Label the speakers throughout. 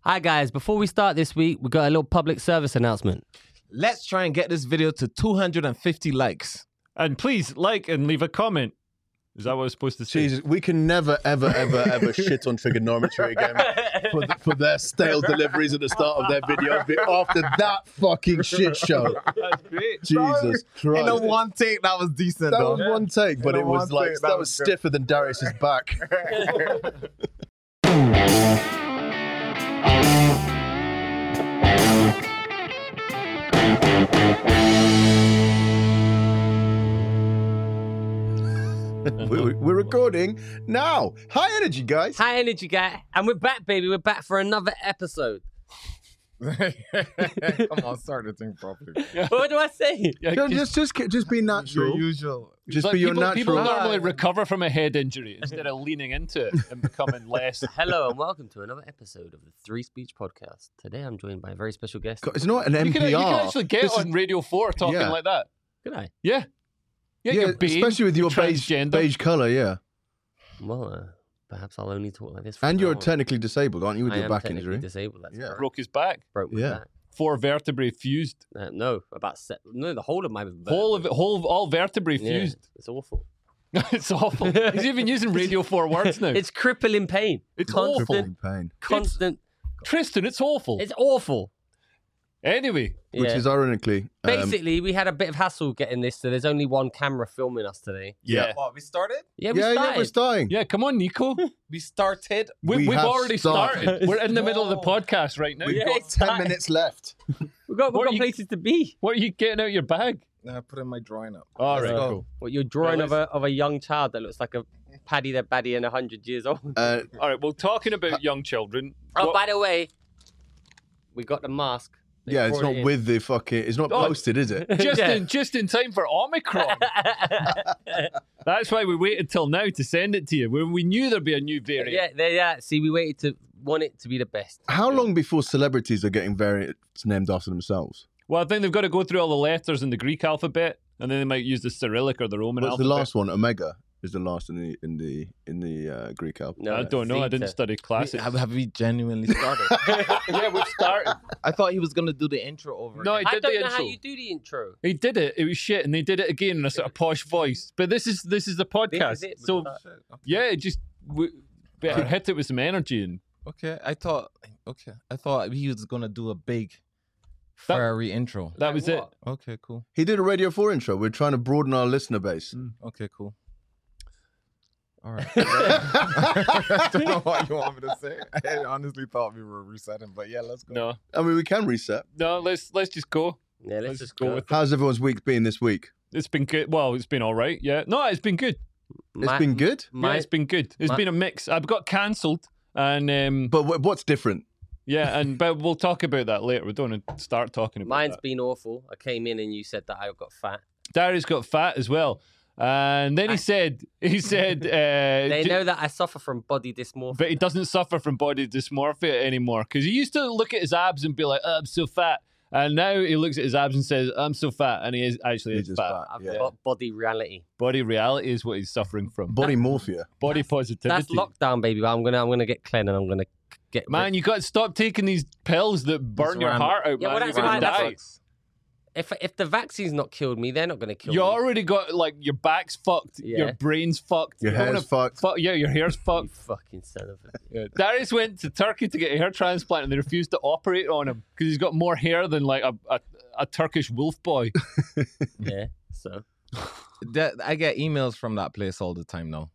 Speaker 1: Hi guys, before we start this week, we got a little public service announcement.
Speaker 2: Let's try and get this video to 250 likes.
Speaker 3: And please like and leave a comment. Is that what I was supposed to say?
Speaker 4: Jesus, we can never, ever, ever, ever shit on trigonometry again for, th- for their stale deliveries at the start of their videos but after that fucking shit show.
Speaker 3: That's great.
Speaker 4: Jesus
Speaker 2: In a
Speaker 4: Christ.
Speaker 2: one take, that was decent
Speaker 4: That
Speaker 2: though.
Speaker 4: was one take, but
Speaker 2: In a
Speaker 4: it was
Speaker 2: one
Speaker 4: like
Speaker 2: take,
Speaker 4: that was
Speaker 2: good.
Speaker 4: stiffer than Darius's back. We're, we're recording now. High energy, guys.
Speaker 1: High energy guy, and we're back, baby. We're back for another episode.
Speaker 2: Come on, start the thing properly.
Speaker 1: What do I say?
Speaker 3: Yeah,
Speaker 4: Just,
Speaker 3: just-
Speaker 4: just, just, just be
Speaker 2: Your
Speaker 4: natural.
Speaker 2: usual.
Speaker 4: Just
Speaker 3: like
Speaker 4: be your
Speaker 3: people, people
Speaker 4: natural.
Speaker 3: normally recover from a head injury instead of leaning into it and becoming less.
Speaker 1: Hello and welcome to another episode of the Three Speech Podcast. Today I'm joined by a very special guest.
Speaker 4: God, It's not an
Speaker 3: You
Speaker 4: NPR.
Speaker 3: can, you can actually get
Speaker 4: This is-
Speaker 3: on Radio 4 talking
Speaker 4: Yeah.
Speaker 3: like that.
Speaker 1: Good night.
Speaker 3: Yeah. Yeah,
Speaker 4: yeah,
Speaker 3: you're being
Speaker 4: especially with your beige,
Speaker 3: transgender.
Speaker 4: beige color, yeah.
Speaker 1: Well, uh, perhaps I'll only talk like this. from
Speaker 4: And you're
Speaker 1: now on.
Speaker 4: technically disabled, aren't you, with
Speaker 1: Oh. I
Speaker 4: your
Speaker 1: am
Speaker 4: back
Speaker 1: technically
Speaker 4: injury?
Speaker 1: disabled. That's
Speaker 4: Yeah.
Speaker 1: correct.
Speaker 3: Broke his back.
Speaker 1: Broke my
Speaker 4: Yeah.
Speaker 3: Four vertebrae fused.
Speaker 1: back. Uh, no, about se- no, the whole of my
Speaker 3: Whole of it, whole, all vertebrae
Speaker 1: Yeah,
Speaker 3: fused.
Speaker 1: It's awful.
Speaker 3: it's awful. He's even using Radio 4 words now.
Speaker 1: It's crippling pain.
Speaker 3: It's
Speaker 1: constant,
Speaker 3: awful.
Speaker 4: Crippling pain,
Speaker 1: Constant.
Speaker 3: Tristan, it's awful.
Speaker 1: It's awful.
Speaker 3: Anyway,
Speaker 4: which
Speaker 1: Yeah.
Speaker 4: is ironically. um,
Speaker 1: Basically, we had a bit of hassle getting this, so there's only one camera filming us today.
Speaker 3: yeah.
Speaker 2: What, we started?
Speaker 1: Yeah, we
Speaker 4: yeah, yeah,
Speaker 1: started.
Speaker 4: we're starting.
Speaker 3: Yeah, come on, Nico.
Speaker 2: We started.
Speaker 3: We,
Speaker 4: We
Speaker 3: we have
Speaker 4: have
Speaker 3: already
Speaker 4: started.
Speaker 3: started. We're in the middle of the
Speaker 2: No.
Speaker 3: podcast right now.
Speaker 4: We've
Speaker 1: Yeah,
Speaker 4: got
Speaker 1: it's
Speaker 4: 10
Speaker 1: time.
Speaker 4: minutes left.
Speaker 1: We've got, we've
Speaker 3: What
Speaker 1: got
Speaker 3: you-
Speaker 1: places to be.
Speaker 3: What are you getting out of your bag?
Speaker 2: Now I put in my drawing up.
Speaker 3: All right,
Speaker 1: Let's go.
Speaker 3: cool.
Speaker 1: What you're drawing
Speaker 3: Well,
Speaker 1: of a of a young child that looks like a paddy their baddie and hundred years old.
Speaker 4: Uh,
Speaker 3: All right. Well, talking about young children.
Speaker 1: Oh,
Speaker 3: what-
Speaker 1: by the way, we got the mask. They
Speaker 4: yeah, it's
Speaker 1: brought
Speaker 4: not
Speaker 1: it in.
Speaker 4: with the fucking. It's not
Speaker 3: Oh.
Speaker 4: posted, is it?
Speaker 3: just
Speaker 1: Yeah.
Speaker 3: in just in time for Omicron. That's why we waited till now to send it to you. When we knew there'd be a new variant.
Speaker 1: yeah, there, yeah. See, we waited to want it to be the best.
Speaker 4: How long before celebrities are getting variants named after themselves?
Speaker 3: Well, I think they've got to go through all the letters in the Greek alphabet, and then they might use the Cyrillic or the Roman
Speaker 4: What's the
Speaker 3: alphabet.
Speaker 4: last one? Omega is the last in the in the in the uh, Greek alphabet.
Speaker 1: No,
Speaker 3: I don't know. I didn't
Speaker 1: Theta.
Speaker 3: study classics.
Speaker 2: Have, have we genuinely started?
Speaker 3: yeah, we've started.
Speaker 2: I thought he was going to do the intro over.
Speaker 3: No,
Speaker 2: again.
Speaker 3: he
Speaker 1: I
Speaker 3: did
Speaker 1: don't
Speaker 3: the
Speaker 1: know
Speaker 3: intro.
Speaker 1: how you do the intro.
Speaker 3: He did it. It was shit, and they did it again in a sort of posh voice. But this is this is the podcast.
Speaker 1: it, we
Speaker 3: so
Speaker 1: can
Speaker 2: Shit, okay.
Speaker 3: yeah, it just we, better hit it with some energy and
Speaker 2: Okay, I thought. Okay, I thought he was going to do a big
Speaker 3: That-
Speaker 2: fiery intro.
Speaker 3: that was it.
Speaker 1: what?
Speaker 2: Okay, cool.
Speaker 4: He did a Radio 4 intro. We're trying to broaden our listener base.
Speaker 2: Okay, cool. All right. I don't know what you want me to say. I honestly thought we were resetting, but yeah, let's go.
Speaker 3: No,
Speaker 4: I mean, we can reset.
Speaker 3: no. Let's let's just go.
Speaker 1: Yeah, let's,
Speaker 3: Let's
Speaker 1: just
Speaker 3: go
Speaker 1: go.
Speaker 3: with-
Speaker 4: How's everyone's week been this week?
Speaker 3: It's been good. Well, it's been all right. Yeah. No, it's been good.
Speaker 4: It's
Speaker 1: My-
Speaker 4: been good.
Speaker 3: Yeah,
Speaker 1: My,
Speaker 3: it's been good. It's
Speaker 1: my-
Speaker 3: been a mix. I've got cancelled, and um,
Speaker 4: But wh- what's different?
Speaker 3: yeah, and but we'll talk about that later. We don't want to start talking about
Speaker 1: mine's
Speaker 3: that.
Speaker 1: been awful. I came in and you said that I got fat.
Speaker 3: Darius got fat as well, and then he said he said uh,
Speaker 1: They
Speaker 3: j-
Speaker 1: know that I suffer from body dysmorphia.
Speaker 3: but he doesn't suffer from body dysmorphia anymore because he used to look at his abs and be like, oh, "I'm so fat," and now he looks at his abs and says, "I'm so fat," and he is actually
Speaker 4: He's
Speaker 3: is
Speaker 4: just
Speaker 3: fat.
Speaker 4: fat,
Speaker 1: I've
Speaker 4: yeah.
Speaker 1: got body reality.
Speaker 3: Body reality is what he's suffering from.
Speaker 4: Body morphia.
Speaker 3: Body positivity.
Speaker 1: That's lockdown, baby. But I'm gonna I'm gonna get clean and I'm gonna c- get
Speaker 3: Man, you got to stop taking these pills that burn your
Speaker 2: round-
Speaker 3: heart out,
Speaker 1: Yeah, well,
Speaker 3: man.
Speaker 1: that's
Speaker 3: You're
Speaker 1: why-
Speaker 3: gonna
Speaker 1: that's
Speaker 3: die.
Speaker 1: why- if if the vaccine's not killed me, they're not gonna kill
Speaker 3: You
Speaker 1: me.
Speaker 3: already got like your back's fucked,
Speaker 1: Yeah.
Speaker 3: your brain's fucked,
Speaker 4: Your
Speaker 3: you don't
Speaker 4: hair's
Speaker 3: wanna
Speaker 4: fucked.
Speaker 3: Fuck yeah, your hair's
Speaker 1: You
Speaker 3: fucked.
Speaker 1: fucking son of a.
Speaker 3: Yeah. Darius went to Turkey to get a hair transplant, and they refused to operate on him because he's got more hair than like a, a, a Turkish wolf boy.
Speaker 1: yeah. So
Speaker 2: That, I get emails from that place all the time now.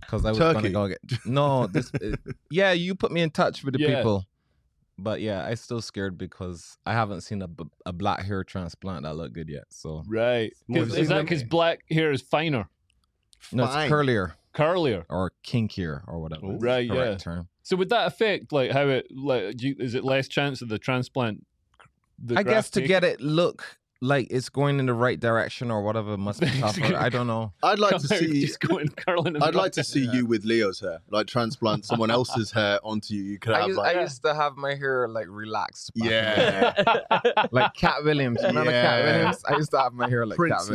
Speaker 2: Because I was
Speaker 4: Turkey.
Speaker 2: going to go get. No, this. uh, yeah, you put me in touch with the
Speaker 3: Yeah.
Speaker 2: people. But yeah, i still scared because I haven't seen a, b- a black hair transplant that look good yet. So
Speaker 3: Right?
Speaker 2: Well,
Speaker 3: Is
Speaker 2: see,
Speaker 3: that
Speaker 2: when-
Speaker 3: because black hair is finer,
Speaker 2: no, it's
Speaker 4: Fine.
Speaker 2: curlier
Speaker 3: curlier?
Speaker 2: or kinkier or whatever. is the
Speaker 3: Right,
Speaker 2: correct
Speaker 3: yeah.
Speaker 2: Term.
Speaker 3: So would that affect like how it like do you, is it less chance of the transplant? the
Speaker 2: I guess
Speaker 3: graft
Speaker 2: to
Speaker 3: taking?
Speaker 2: get it look like it's going in the right direction or whatever must be tougher. I don't know.
Speaker 4: I'd like to
Speaker 3: Come out,
Speaker 4: see.
Speaker 3: just going curling. and
Speaker 4: I'd like to
Speaker 3: rocking.
Speaker 4: see you with Leo's hair, like transplant someone else's hair onto you. You could
Speaker 2: I
Speaker 4: have
Speaker 2: used,
Speaker 4: like,
Speaker 2: I used to have my hair like relaxed. back in the day.
Speaker 4: yeah,
Speaker 2: like Cat Williams. You remember Cat
Speaker 4: Yeah.
Speaker 2: Williams? I used to have my hair like
Speaker 4: Prince
Speaker 2: Cat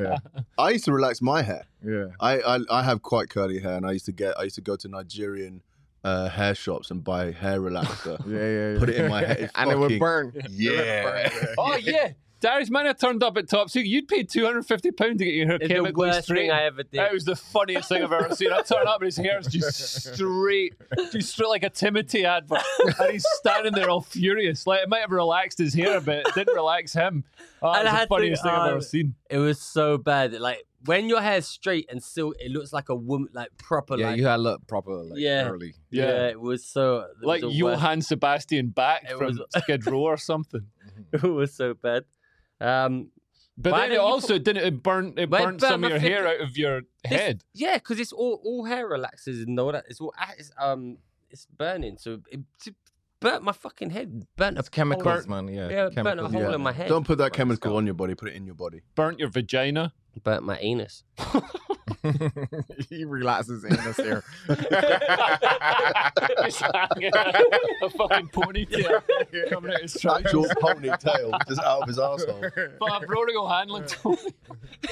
Speaker 2: Yeah,
Speaker 4: I used to relax my hair.
Speaker 2: yeah.
Speaker 4: I, I I have quite curly hair, and I used to get I used to go to Nigerian uh, uh, hair shops and buy hair relaxer.
Speaker 2: Yeah, yeah, yeah.
Speaker 4: Put it in my head. It's
Speaker 2: and it would
Speaker 4: fucking-
Speaker 2: burn.
Speaker 4: yeah.
Speaker 3: Oh yeah, Darius Miner turned up at Top Secret. You'd paid two hundred fifty pound to get your hair
Speaker 1: It's the
Speaker 3: chemically
Speaker 1: worst thing
Speaker 3: straightened.
Speaker 1: I ever did.
Speaker 3: That was the funniest thing I've ever seen. I turn up and his hair is just straight, just straight like a Timothy advert, and he's standing there all furious. Like it might have relaxed his hair a bit, it didn't relax him. Oh,
Speaker 1: And I
Speaker 3: that was
Speaker 1: had
Speaker 3: the
Speaker 1: to-
Speaker 3: funniest thing I've
Speaker 1: oh,
Speaker 3: ever seen.
Speaker 1: It was so bad. Like when your hair's straight and still, it looks like a woman, like proper.
Speaker 2: yeah,
Speaker 1: like,
Speaker 2: you had a look proper, like,
Speaker 1: Yeah.
Speaker 2: early.
Speaker 1: yeah.
Speaker 3: Yeah,
Speaker 1: It was so it was
Speaker 3: like
Speaker 1: the worst.
Speaker 3: Johann Sebastian Bach
Speaker 1: It
Speaker 3: from
Speaker 1: was-
Speaker 3: Skid Row or something.
Speaker 1: It was so bad. Um,
Speaker 3: But
Speaker 1: Why
Speaker 3: then it
Speaker 1: don't you
Speaker 3: also didn't it burn it
Speaker 1: Why
Speaker 3: burnt
Speaker 1: burn
Speaker 3: some
Speaker 1: my
Speaker 3: of your hair out of your
Speaker 1: This-
Speaker 3: head.
Speaker 1: yeah, because it's all all hair relaxers and all that. It's all ah, it's, um it's burning. So it, it burnt my fucking head. Burnt
Speaker 2: It's
Speaker 1: a hole.
Speaker 2: chemicals, man. Yeah,
Speaker 1: Yeah, it burnt a
Speaker 2: chemicals.
Speaker 1: hole in my head.
Speaker 4: Don't put that
Speaker 2: Like
Speaker 4: chemical
Speaker 2: scum.
Speaker 4: on your body. Put it in your body.
Speaker 3: Burnt your vagina.
Speaker 1: Burnt my anus.
Speaker 2: he relaxes in this here.
Speaker 3: Just hanging out, a fucking ponytail coming out his trousers.
Speaker 4: Actual ponytail just out of his
Speaker 2: Oh,
Speaker 4: asshole.
Speaker 3: But Rory O'Hanlon told me.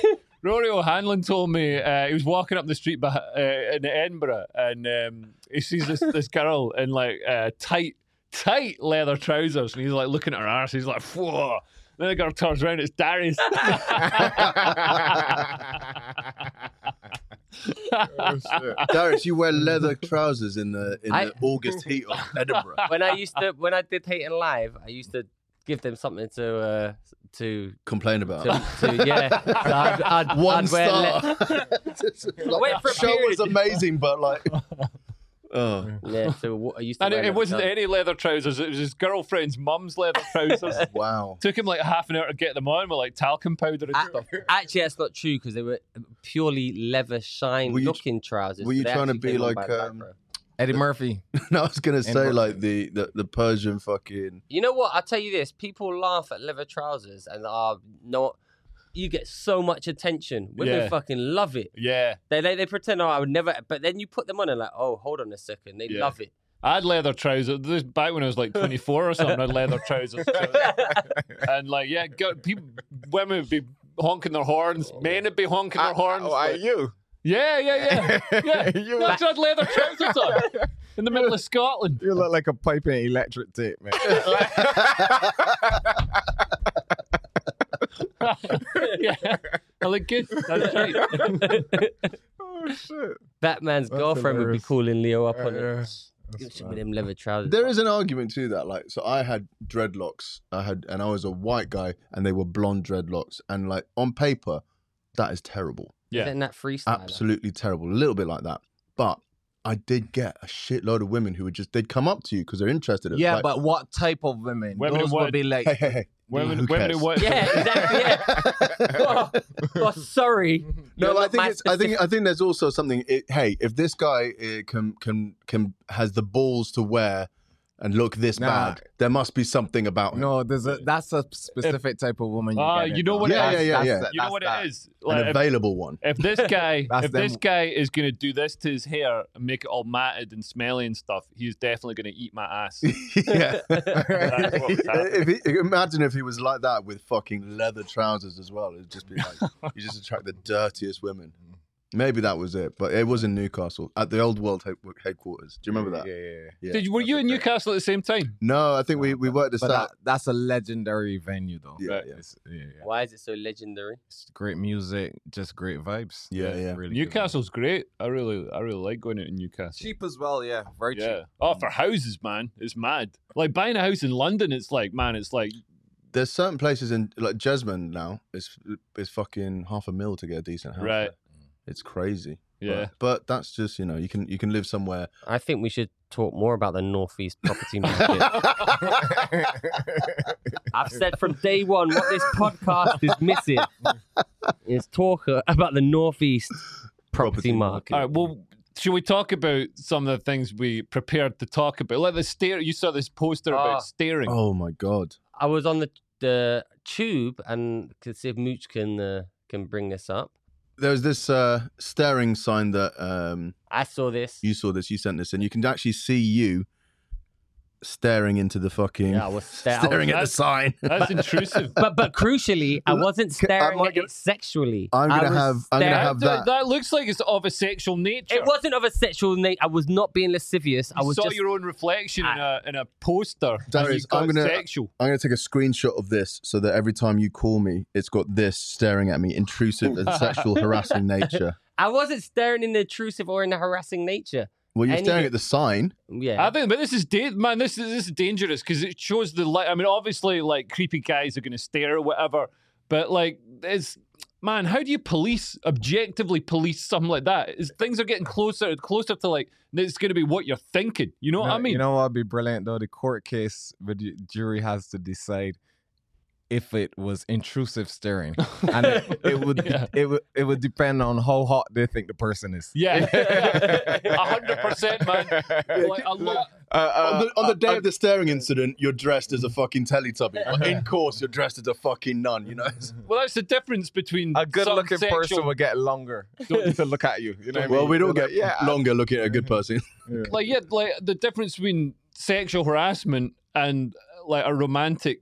Speaker 3: Rory O'Hanlon told me uh, he was walking up the street beh uh, in Edinburgh and um, he sees this, this girl in like uh, tight, tight leather trousers and he's like looking at her arse. He's like, whoa. Then the girl turns around, it's Darius.
Speaker 2: oh, shit.
Speaker 4: Darius, you wear leather trousers in the in
Speaker 1: I-
Speaker 4: the August heat of Edinburgh.
Speaker 1: When I used to when I did hate and live, I used to give them something to uh to
Speaker 4: Complain about.
Speaker 1: to, to yeah. So I'd, I'd,
Speaker 4: One
Speaker 1: I'd wear le-
Speaker 4: star. Just like,
Speaker 1: Wait for a
Speaker 4: show was amazing, but like, oh,
Speaker 1: yeah. So what I used to.
Speaker 3: and
Speaker 1: wear
Speaker 3: it, it
Speaker 1: them
Speaker 3: wasn't
Speaker 1: down.
Speaker 3: any leather trousers, it was his girlfriend's mum's leather trousers.
Speaker 4: wow.
Speaker 3: Took him like half an hour to get them on with like talcum powder and
Speaker 1: I-
Speaker 3: stuff.
Speaker 1: Actually, that's not true because they were purely leather shine
Speaker 4: Were you-
Speaker 1: looking trousers.
Speaker 4: were
Speaker 1: so
Speaker 4: you
Speaker 1: they
Speaker 4: trying to
Speaker 1: actually
Speaker 4: be
Speaker 1: came on
Speaker 4: like,
Speaker 1: by the
Speaker 4: um,
Speaker 1: back row.
Speaker 2: Eddie Murphy.
Speaker 4: No, I was gonna say
Speaker 2: Brooklyn.
Speaker 4: like the, the the Persian fucking.
Speaker 1: You know what? I'll tell you this: people laugh at leather trousers and are not. You get so much attention. Women
Speaker 3: Yeah.
Speaker 1: fucking love it.
Speaker 3: Yeah.
Speaker 1: They, they they pretend, oh, I would never. But then you put them on and like, oh, hold on a second, they
Speaker 3: Yeah.
Speaker 1: love it.
Speaker 3: I had leather trousers this, back when I was like 24 or something. I had leather trousers, and like yeah, go, people, women would be honking their horns, men would be honking their
Speaker 2: Oh, I-
Speaker 3: horns.
Speaker 2: Oh, are
Speaker 3: like,
Speaker 2: you?
Speaker 3: yeah, yeah, yeah, yeah.
Speaker 2: you,
Speaker 3: No,
Speaker 2: look,
Speaker 3: I had leather trousers on in the middle of Scotland.
Speaker 2: you look like a pipe and electric tape, man.
Speaker 3: yeah, I look good. That's right.
Speaker 2: oh shit!
Speaker 1: Batman's
Speaker 2: That's
Speaker 1: girlfriend would be
Speaker 2: hilarious.
Speaker 1: calling Leo up on it.
Speaker 2: Yeah,
Speaker 1: Give
Speaker 2: that's
Speaker 1: some of
Speaker 2: mad.
Speaker 1: them leather trousers.
Speaker 4: There is an argument to that. Like, so I had dreadlocks. I had, and I was a white guy, and they were blonde dreadlocks. And like on paper, that is terrible,
Speaker 3: Yeah.
Speaker 1: Isn't that freestyle?
Speaker 4: absolutely terrible. A little bit like that, but. I did get a shitload of women who would just they'd come up to you because they're interested. It was
Speaker 2: Yeah,
Speaker 4: like,
Speaker 2: but what type of women?
Speaker 3: Women
Speaker 2: Those
Speaker 3: what-
Speaker 2: would be like
Speaker 4: hey, hey, hey.
Speaker 3: Women,
Speaker 4: Who
Speaker 3: women
Speaker 4: cares?
Speaker 3: who want.
Speaker 1: Yeah, exactly. Yeah. oh, oh, sorry. You're
Speaker 4: No, I
Speaker 1: not
Speaker 4: think
Speaker 1: my
Speaker 4: it's, I think I think there's also something. It, hey, if this guy uh, can can can has the balls to wear and look this
Speaker 2: Nah.
Speaker 4: bad, there must be something about him.
Speaker 2: no, there's a that's a specific type of woman. You,
Speaker 3: Ah,
Speaker 2: get
Speaker 3: you
Speaker 2: it,
Speaker 3: know
Speaker 2: though.
Speaker 3: what it
Speaker 4: Yeah, is? yeah, yeah,
Speaker 2: That's-
Speaker 4: yeah.
Speaker 2: that's
Speaker 3: You know what
Speaker 2: that.
Speaker 3: it is.
Speaker 4: An
Speaker 3: Like, if-
Speaker 4: available one.
Speaker 3: if this guy
Speaker 2: That's
Speaker 3: if this
Speaker 2: them.
Speaker 3: guy is going to do this to his hair and make it all matted and smelly and stuff, he's definitely going to eat my ass.
Speaker 4: yeah.
Speaker 3: That's what was
Speaker 4: if he, imagine if he was like that with fucking leather trousers as well. It'd just be like you just attract the dirtiest women. Maybe that was it, but it was in Newcastle at the old world he- headquarters. Do you remember that?
Speaker 2: Yeah, yeah. yeah.
Speaker 4: Yeah.
Speaker 3: Did, were you in Newcastle at the same time?
Speaker 4: No, I think we, we worked this
Speaker 2: But that,
Speaker 4: out.
Speaker 2: that's a legendary venue, though.
Speaker 4: Yeah,
Speaker 3: Right.
Speaker 4: yeah.
Speaker 2: It's, yeah, yeah.
Speaker 1: Why is it so legendary?
Speaker 2: It's great music, just great vibes.
Speaker 4: Yeah,
Speaker 2: It's
Speaker 4: yeah.
Speaker 2: Really good
Speaker 3: Newcastle's great. I really, I really like going out in Newcastle.
Speaker 2: vibes. cheap as well. Yeah, very
Speaker 3: yeah. Oh, for houses, man, it's mad. Like buying a house in London, it's like, man, it's like,
Speaker 4: There's certain places in like Jesmond now. It's it's fucking half a mil to get a decent house.
Speaker 3: right?
Speaker 4: It's crazy.
Speaker 3: Yeah.
Speaker 4: But, but that's just, you know, you can you can live somewhere.
Speaker 1: I think we should talk more about the northeast property market.
Speaker 2: cheap.
Speaker 1: I've said from day one what this podcast is missing is talk about the northeast property,
Speaker 4: Property market.
Speaker 1: market.
Speaker 3: All right. Well, should we talk about some of the things we prepared to talk about? Like the stare. You saw this poster
Speaker 1: Ah.
Speaker 3: about staring.
Speaker 4: Oh my god.
Speaker 1: I was on the the tube and could see if Mooch can uh, can bring this up.
Speaker 4: There's this uh staring sign that um
Speaker 1: I saw this.
Speaker 4: you saw this, you sent this and you can actually see you staring into the fucking
Speaker 1: Yeah, I was stare- I was-
Speaker 4: staring at the
Speaker 3: that's-
Speaker 4: sign.
Speaker 3: That's intrusive.
Speaker 1: But but crucially, I
Speaker 4: Look,
Speaker 1: wasn't
Speaker 4: I
Speaker 1: staring
Speaker 4: might
Speaker 1: at
Speaker 4: get-
Speaker 1: it sexually.
Speaker 4: I'm
Speaker 1: I
Speaker 4: gonna
Speaker 1: was
Speaker 4: have- I'm gonna
Speaker 1: staring-
Speaker 4: have-
Speaker 3: that,
Speaker 4: that-
Speaker 3: that looks like it's of a sexual nature.
Speaker 1: It wasn't of a sexual nature. I was not being lascivious. I
Speaker 3: You
Speaker 1: was
Speaker 3: saw
Speaker 1: just
Speaker 3: your own reflection in a in a poster. and you
Speaker 4: Darius,
Speaker 3: got
Speaker 4: I'm gonna-
Speaker 3: sexual.
Speaker 4: I'm gonna take a screenshot of this so that every time you call me, it's got this staring at me, intrusive and sexual harassing nature.
Speaker 1: I wasn't staring in the intrusive or in the harassing nature.
Speaker 4: Well, you're
Speaker 1: Any-
Speaker 4: staring at the sign.
Speaker 1: Yeah.
Speaker 3: I think, but this is da- man. This is this is dangerous because it shows the light. I mean, obviously, like creepy guys are going to stare or whatever, but like, it's man. How do you police objectively police something like that? Is things are getting closer and closer to like it's going to be what you're thinking. You know what I
Speaker 2: No,
Speaker 3: mean?
Speaker 2: You know what'd be brilliant though? The court case, the ju- jury has to decide if it was intrusive staring, and it, it would
Speaker 3: Yeah.
Speaker 2: it would it would depend on how hot they think the person is.
Speaker 3: yeah, a hundred percent, man. Like, a lot.
Speaker 2: Uh, uh,
Speaker 4: on, the, on the day
Speaker 2: uh,
Speaker 4: of the staring incident, you're dressed as a fucking Teletubby. But in course, you're dressed as a fucking nun. You know,
Speaker 3: Well, that's the difference between
Speaker 2: a
Speaker 3: some
Speaker 2: good-looking
Speaker 3: sexual-
Speaker 2: person will get longer to look at you. You know what I
Speaker 4: well,
Speaker 2: mean?
Speaker 4: we don't
Speaker 2: They're
Speaker 4: get
Speaker 2: like, yeah. I-
Speaker 4: longer looking at a good person.
Speaker 3: like yeah, like the difference between sexual harassment and like a romantic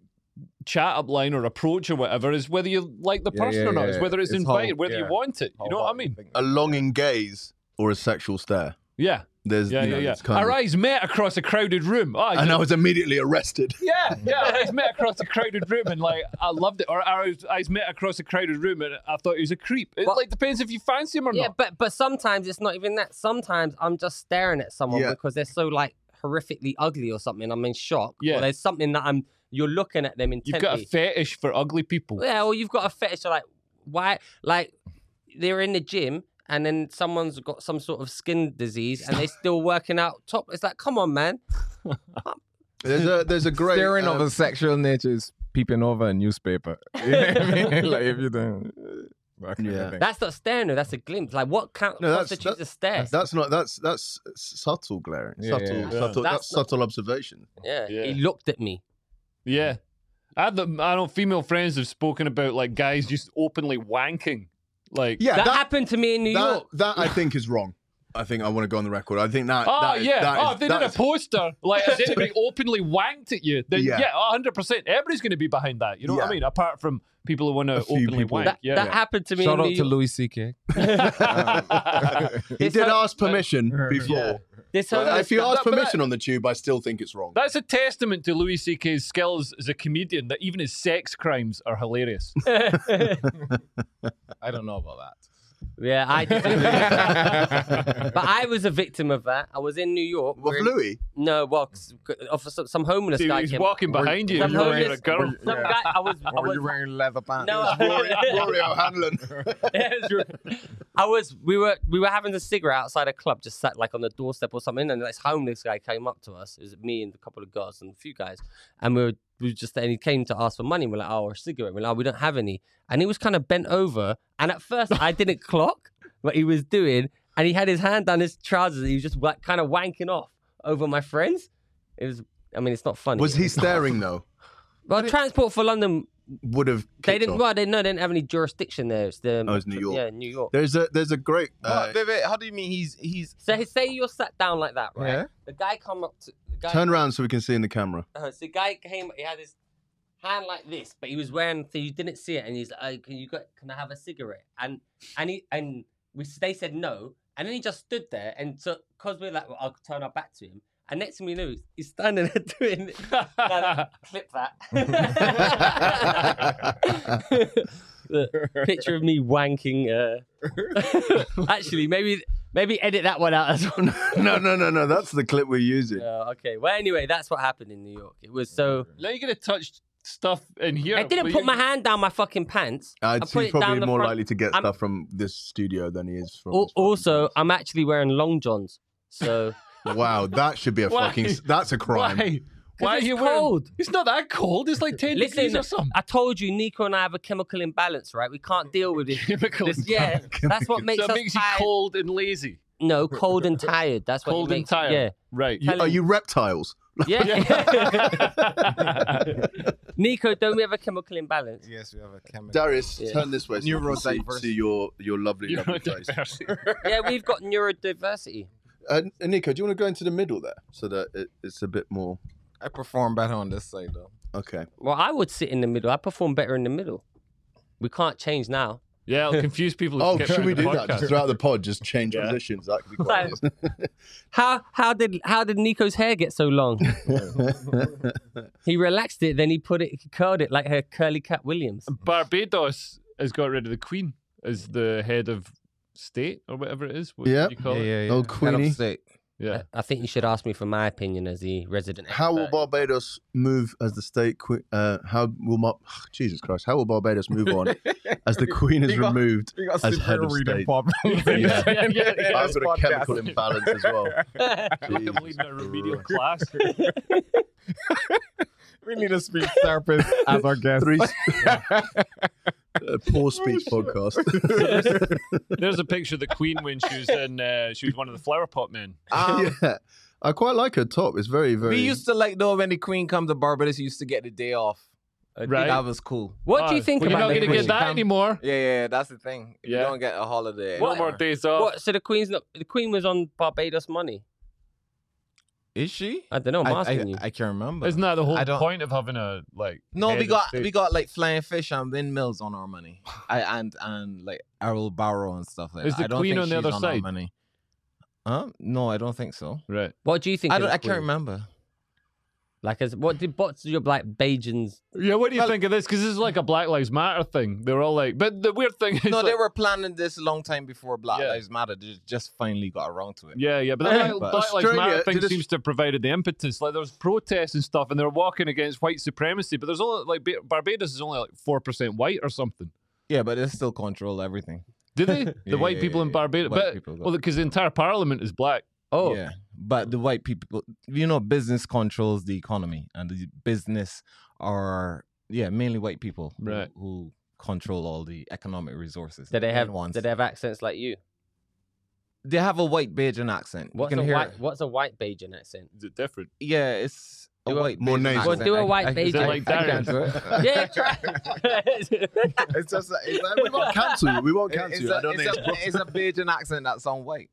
Speaker 3: chat up line or approach or whatever is whether you like the
Speaker 2: Yeah,
Speaker 3: person
Speaker 2: yeah,
Speaker 3: or not.
Speaker 2: yeah,
Speaker 3: It's whether it's,
Speaker 2: it's whole-
Speaker 3: invited, whether you
Speaker 2: yeah.
Speaker 3: want it.
Speaker 2: how
Speaker 3: You know what I
Speaker 2: hot they
Speaker 3: mean?
Speaker 2: think
Speaker 4: A longing gaze or a sexual stare.
Speaker 3: Yeah,
Speaker 4: There's,
Speaker 3: yeah,
Speaker 4: you know,
Speaker 3: yeah, yeah.
Speaker 4: it's kind
Speaker 3: Our
Speaker 4: of-
Speaker 3: eyes met across a crowded room. Ah,
Speaker 4: and I was immediately arrested.
Speaker 3: yeah, yeah. Our eyes met across a crowded room, and like I loved it. Or our eyes- eyes met across a crowded room, and I thought he was a creep. It
Speaker 1: Well-
Speaker 3: like depends if you fancy him or
Speaker 1: Yeah,
Speaker 3: not.
Speaker 1: but but sometimes it's not even that. Sometimes I'm just staring at someone
Speaker 4: Yeah.
Speaker 1: because they're so like horrifically ugly or something. I'm in shock.
Speaker 3: Yeah.
Speaker 1: Or there's something that I'm you're looking at them
Speaker 3: You've
Speaker 1: intently.
Speaker 3: got a fetish for ugly people.
Speaker 1: Yeah, well, you've got a fetish. Like, why? Like, they're in the gym and then someone's got some sort of skin disease and they're still working out top. It's like, come on, man.
Speaker 4: There's a there's a great
Speaker 2: Staring
Speaker 4: um,
Speaker 2: of a sexual nature is peeping over a newspaper. You know what I mean? Like if you don't. that kind of
Speaker 4: Yeah.
Speaker 2: thing.
Speaker 1: That's not staring, though. That's a glimpse. Like, what count-
Speaker 4: No, that's-
Speaker 1: constitutes a
Speaker 4: that's-
Speaker 1: stare?
Speaker 4: That's not that's that's subtle glaring.
Speaker 2: Yeah,
Speaker 4: subtle,
Speaker 2: yeah, yeah.
Speaker 4: subtle.
Speaker 1: That's
Speaker 4: That's,
Speaker 1: not-
Speaker 4: subtle observation.
Speaker 1: yeah.
Speaker 3: Yeah.
Speaker 1: He looked at me.
Speaker 3: Yeah. I, had the, I know female friends have spoken about like guys just openly wanking. Like,
Speaker 4: Yeah,
Speaker 1: that,
Speaker 4: that
Speaker 1: happened to me in New
Speaker 4: that,
Speaker 1: York.
Speaker 4: that I think is wrong. I think I want to go on the record. I think that.
Speaker 3: oh,
Speaker 4: that is-
Speaker 3: yeah.
Speaker 4: that
Speaker 3: oh,
Speaker 4: is-
Speaker 3: if they
Speaker 4: that
Speaker 3: did a
Speaker 4: is-
Speaker 3: poster, like, if anybody openly wanked at you, then yeah,
Speaker 4: Yeah.
Speaker 3: 100%. Everybody's going to be behind that. You know what I
Speaker 4: Yeah.
Speaker 3: mean? Apart from people who want to
Speaker 4: A few
Speaker 3: openly
Speaker 4: people.
Speaker 3: wank.
Speaker 1: That,
Speaker 3: yeah.
Speaker 1: that happened to me
Speaker 2: Shout
Speaker 1: in New
Speaker 2: out to
Speaker 1: York.
Speaker 2: Louis C.K.
Speaker 4: he
Speaker 1: This
Speaker 4: did
Speaker 1: whole-
Speaker 4: ask permission before.
Speaker 1: This whole-
Speaker 4: But if you
Speaker 3: But-
Speaker 4: ask
Speaker 3: but-
Speaker 4: permission on the tube, I still think it's wrong.
Speaker 3: That's a testament to Louis C.K.'s skills as a comedian that even his sex crimes are hilarious.
Speaker 2: I don't know about that.
Speaker 1: yeah, I disagree. but I was a victim of that. I was in New York.
Speaker 4: With
Speaker 1: we're in-
Speaker 4: Louis,
Speaker 1: No, well, c- c- of some, some homeless
Speaker 3: He-
Speaker 1: guy
Speaker 3: He's
Speaker 1: came.
Speaker 3: walking behind you.
Speaker 1: some
Speaker 3: You're wearing a
Speaker 1: homeless-
Speaker 3: girl.
Speaker 1: Some
Speaker 2: Yeah.
Speaker 1: guy. I was. I
Speaker 2: Or were
Speaker 1: was
Speaker 2: you wearing leather pants?
Speaker 1: no,
Speaker 4: Rory, Rory O'Hanlon.
Speaker 1: I was. We were. We were having a cigarette outside a club, just sat like on the doorstep or something, and this homeless guy came up to us. It was me and a couple of girls and a few guys, and we were. We were just and he came to ask for money. We're like, oh, a cigarette. We're like, oh, we don't have any. And he was kind of bent over. And at first, I didn't clock what he was doing. And he had his hand down his trousers. And he was just like, kind of wanking off over my friends. It was, I mean, it's not funny.
Speaker 4: was he staring though?
Speaker 1: Well, Transport for London
Speaker 4: Would have.
Speaker 1: They
Speaker 4: kicked
Speaker 1: didn't.
Speaker 4: off.
Speaker 1: Well, they no, they didn't have any jurisdiction there. It's the.
Speaker 4: Oh, it's New York.
Speaker 1: Yeah, New York.
Speaker 4: There's a there's a great. Uh,
Speaker 2: What? Wait, wait, how do you mean he's he's?
Speaker 1: So he- say you're sat down like that, right?
Speaker 2: Yeah.
Speaker 1: The guy come up to. The guy,
Speaker 4: turn around so we can see in the camera.
Speaker 1: Uh, so the guy came. He had his hand like this, but he was wearing. So you didn't see it, and he's like, oh, "Can you got? Can I have a cigarette?" And and he and we they said no, and then he just stood there, and so because we're like, well, I'll turn our back to him. And next thing we know, he's- he's standing there doing. No, clip that. The picture of me wanking. Uh... Actually, maybe maybe edit that one out as well.
Speaker 4: no, no, no, no. That's the clip we're using.
Speaker 1: Uh, okay. Well, anyway, that's what happened in New York. It was so.
Speaker 3: Now you're going to touch stuff in here.
Speaker 1: I didn't
Speaker 3: but
Speaker 1: put
Speaker 3: you-
Speaker 1: my hand down my fucking pants.
Speaker 4: I'd
Speaker 1: I
Speaker 4: say
Speaker 1: put it
Speaker 4: he's
Speaker 1: down
Speaker 4: probably
Speaker 1: the
Speaker 4: more
Speaker 1: front-
Speaker 4: likely to get
Speaker 1: I'm-
Speaker 4: stuff from this studio than he is from.
Speaker 1: Al-
Speaker 4: his fucking
Speaker 1: Also,
Speaker 4: place.
Speaker 1: I'm actually wearing long johns. So
Speaker 4: wow, that should be a
Speaker 3: Why?
Speaker 4: fucking. s- That's a crime.
Speaker 3: Why? Why
Speaker 1: it's
Speaker 3: are you wearing-
Speaker 1: cold.
Speaker 3: It's not that cold. It's like 10 degrees
Speaker 1: listen,
Speaker 3: or something.
Speaker 1: I told you, Nico and I have a chemical imbalance, right? We can't deal with it.
Speaker 3: Chemical
Speaker 1: This- yeah, that's what makes
Speaker 3: so it
Speaker 1: us
Speaker 3: makes you
Speaker 1: tired.
Speaker 3: cold and lazy.
Speaker 1: No, cold and tired. That's what it
Speaker 3: Cold and
Speaker 1: makes-
Speaker 3: tired.
Speaker 1: Yeah,
Speaker 3: Right.
Speaker 4: You- are you reptiles?
Speaker 1: yeah. Nico, don't we have a chemical imbalance?
Speaker 2: Yes, we have a camera.
Speaker 4: Darius,
Speaker 1: Yeah.
Speaker 4: turn this way. so we can see-
Speaker 2: Neurodiverse.
Speaker 4: See your your lovely, lovely face.
Speaker 1: Yeah, we've got neurodiversity.
Speaker 4: Uh, Nico, do you want to go into the middle there so that it, it's a bit more
Speaker 5: I perform better on this side though.
Speaker 4: Okay.
Speaker 1: Well, I would sit in the middle. I perform better in the middle. We can't change now.
Speaker 3: Yeah, it'll confuse people. who
Speaker 4: Oh,
Speaker 3: skip
Speaker 4: should
Speaker 3: through
Speaker 4: we
Speaker 3: the
Speaker 4: do that
Speaker 3: podcast.
Speaker 4: just throughout the pod? Just change
Speaker 3: Yeah.
Speaker 4: positions. That could be quite
Speaker 1: So- How how did how did Nico's hair get so long? he relaxed it, then he put it, he curled it like her curly cat Williams.
Speaker 3: Barbados has got rid of the Queen as the head of state or whatever it is. What
Speaker 4: Yeah.
Speaker 3: do you call it?
Speaker 4: Oh, Queenie.
Speaker 3: Yeah.
Speaker 1: I think you should ask me for my opinion as the resident.
Speaker 4: How will
Speaker 1: expert.
Speaker 4: Barbados move as the state? que- Uh, how will Mar- Jesus Christ? How will Barbados move on as the Queen is
Speaker 5: You got-
Speaker 4: removed?
Speaker 5: We got
Speaker 4: As head
Speaker 5: super
Speaker 4: of
Speaker 5: reading
Speaker 4: state.
Speaker 5: problems.
Speaker 3: Yeah, yeah, yeah.
Speaker 5: In
Speaker 4: I've
Speaker 5: this
Speaker 4: got a
Speaker 5: podcast.
Speaker 4: chemical imbalance as well.
Speaker 3: Look, I'm leading a remedial class.
Speaker 5: we need a speech therapist as our guest.
Speaker 4: Three a
Speaker 5: Oh,
Speaker 4: poor speech podcast.
Speaker 3: There's a picture of the Queen when she was in. Uh, she was one of the flower pot men.
Speaker 5: Um,
Speaker 4: yeah, I quite like her top. It's very very.
Speaker 5: We used to like though when the Queen come to Barbados, you used to get the day off. I think
Speaker 3: Right.
Speaker 5: That was cool.
Speaker 1: What do you
Speaker 3: Oh,
Speaker 1: think
Speaker 3: well,
Speaker 1: about the
Speaker 3: You're not going to
Speaker 1: Queen?
Speaker 3: get that anymore.
Speaker 5: Yeah, yeah, that's the thing.
Speaker 3: Yeah.
Speaker 5: You don't get a holiday.
Speaker 3: One more days off.
Speaker 1: What? So the Queen's not. The Queen was on Barbados money.
Speaker 5: Is she?
Speaker 1: I don't know. I'm
Speaker 5: I,
Speaker 1: asking you.
Speaker 5: I can't remember.
Speaker 3: Isn't that the whole
Speaker 5: I don't-
Speaker 3: point of having a like?
Speaker 5: No,
Speaker 3: head
Speaker 5: we
Speaker 3: of
Speaker 5: got
Speaker 3: state?
Speaker 5: we got like flying fish and windmills on our money, I, and and like Errol Barrow and stuff like
Speaker 3: Is
Speaker 5: that.
Speaker 3: the
Speaker 5: I don't
Speaker 3: Queen
Speaker 5: think
Speaker 3: on the
Speaker 5: she's
Speaker 3: other
Speaker 5: our
Speaker 3: side?
Speaker 5: money. Huh? No, I don't think so.
Speaker 3: right.
Speaker 1: what do you think?
Speaker 5: I
Speaker 1: of
Speaker 5: don't.
Speaker 1: the
Speaker 5: I can't
Speaker 1: Queen?
Speaker 5: remember.
Speaker 1: Like, as, what did what's your like Bajans?
Speaker 3: Yeah, what do you
Speaker 5: Well-
Speaker 3: think of this? Because this is like a Black Lives Matter thing. They're all like, but the weird thing is,
Speaker 5: No,
Speaker 3: like-
Speaker 5: they were planning this a long time before Black
Speaker 3: Yeah.
Speaker 5: Lives Matter. They just finally got around to it.
Speaker 3: yeah, yeah, but
Speaker 5: But
Speaker 3: the Black, Black Lives
Speaker 4: Australia
Speaker 3: Matter thing
Speaker 4: did a-
Speaker 3: seems to have provided the impetus. Like, there's protests and stuff, and they're walking against white supremacy. But there's only like Ba- Barbados is only like four percent white or something.
Speaker 5: Yeah, but they still control everything.
Speaker 3: Do they? The
Speaker 5: Yeah,
Speaker 3: white
Speaker 5: yeah,
Speaker 3: people
Speaker 5: yeah,
Speaker 3: in
Speaker 5: yeah.
Speaker 3: Barbados,
Speaker 5: White
Speaker 3: but
Speaker 5: people got-
Speaker 3: well, because the entire parliament is black.
Speaker 1: Oh,
Speaker 5: Yeah, but the white people, you know, business controls the economy, and the business are yeah mainly white people who-
Speaker 3: Right.
Speaker 5: who, control all the economic resources.
Speaker 1: do they have
Speaker 5: ones?
Speaker 1: do they have accents like you?
Speaker 5: They have a white Bajan accent.
Speaker 1: What's
Speaker 5: you
Speaker 1: a
Speaker 5: can hear
Speaker 1: white
Speaker 5: it.
Speaker 1: What's a white Bajan accent?
Speaker 3: Is it different?
Speaker 5: Yeah, it's a
Speaker 1: Do a-
Speaker 5: white
Speaker 4: More
Speaker 5: Bajan
Speaker 4: nasal.
Speaker 1: Well, do a
Speaker 5: accent. I-
Speaker 1: white
Speaker 5: I-
Speaker 1: Bajan. Is
Speaker 3: it like
Speaker 5: I- I can't
Speaker 3: Darren?
Speaker 5: do it.
Speaker 1: yeah, try.
Speaker 4: It's just. It's like, we won't cancel you. We won't
Speaker 5: It's
Speaker 4: cancel you.
Speaker 5: a,
Speaker 4: I don't
Speaker 5: it's,
Speaker 4: think.
Speaker 5: a, it's a Bajan accent that sound white.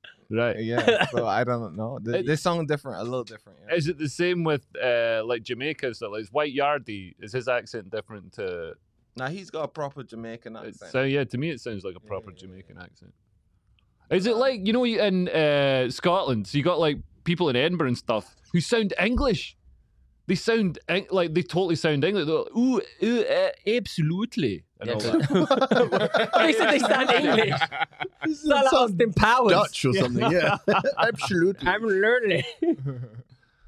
Speaker 3: Right.
Speaker 5: Yeah, so I don't know. They,
Speaker 3: It-
Speaker 5: they sound different, a little different. yeah.
Speaker 3: Is it the same with uh, like Jamaica? So like, is White Yardie is his accent different to?
Speaker 5: Now he's got a proper Jamaican accent.
Speaker 3: So yeah, to me it sounds like a proper
Speaker 5: yeah, yeah.
Speaker 3: Jamaican accent. Is it like you know you- in uh, Scotland? So you got like people in Edinburgh and stuff who sound English. They sound Eng- like they totally sound English. They're like, ooh, ooh uh, absolutely. And
Speaker 1: Yeah,
Speaker 3: all
Speaker 1: so-
Speaker 3: that.
Speaker 1: they said they sound English. Sound like Austin Powers.
Speaker 4: Dutch or something. Yeah, absolutely.
Speaker 1: I'm learning.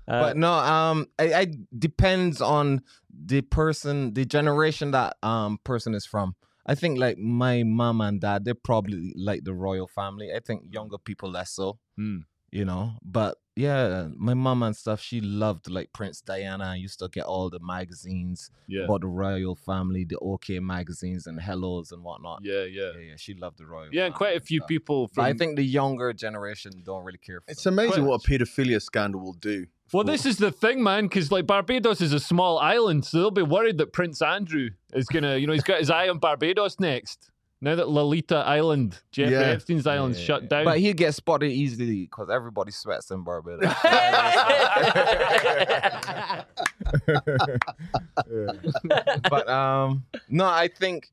Speaker 5: but no, um, it, it depends on the person, the generation that um person is from. I think like my mom and dad, they probably like the royal family. I think younger people less so,
Speaker 3: Hmm.
Speaker 5: you know. But yeah, my mom and stuff, she loved like Prince Diana. I used to get all the magazines
Speaker 3: Yeah,
Speaker 5: about the royal family, the OK magazines and Hellos and whatnot. Yeah,
Speaker 3: yeah, yeah,
Speaker 5: yeah, she loved the royal.
Speaker 3: yeah. And quite a few
Speaker 5: people.
Speaker 3: people
Speaker 5: But
Speaker 3: from.
Speaker 5: I think the younger generation don't really care for
Speaker 4: It's
Speaker 5: them.
Speaker 4: amazing
Speaker 3: Quite-
Speaker 4: what a paedophilia scandal will do.
Speaker 3: well,
Speaker 4: for-
Speaker 3: this is the thing, man, because like Barbados is a small island, so they'll be worried that Prince Andrew is gonna, you know, he's got his eye on Barbados next. Now that Lolita Island, Jeffrey
Speaker 4: Yeah.
Speaker 3: Epstein's island,
Speaker 5: Yeah.
Speaker 3: shut down.
Speaker 5: But he'd get spotted easily because everybody sweats in Barbados. but um, no, I think,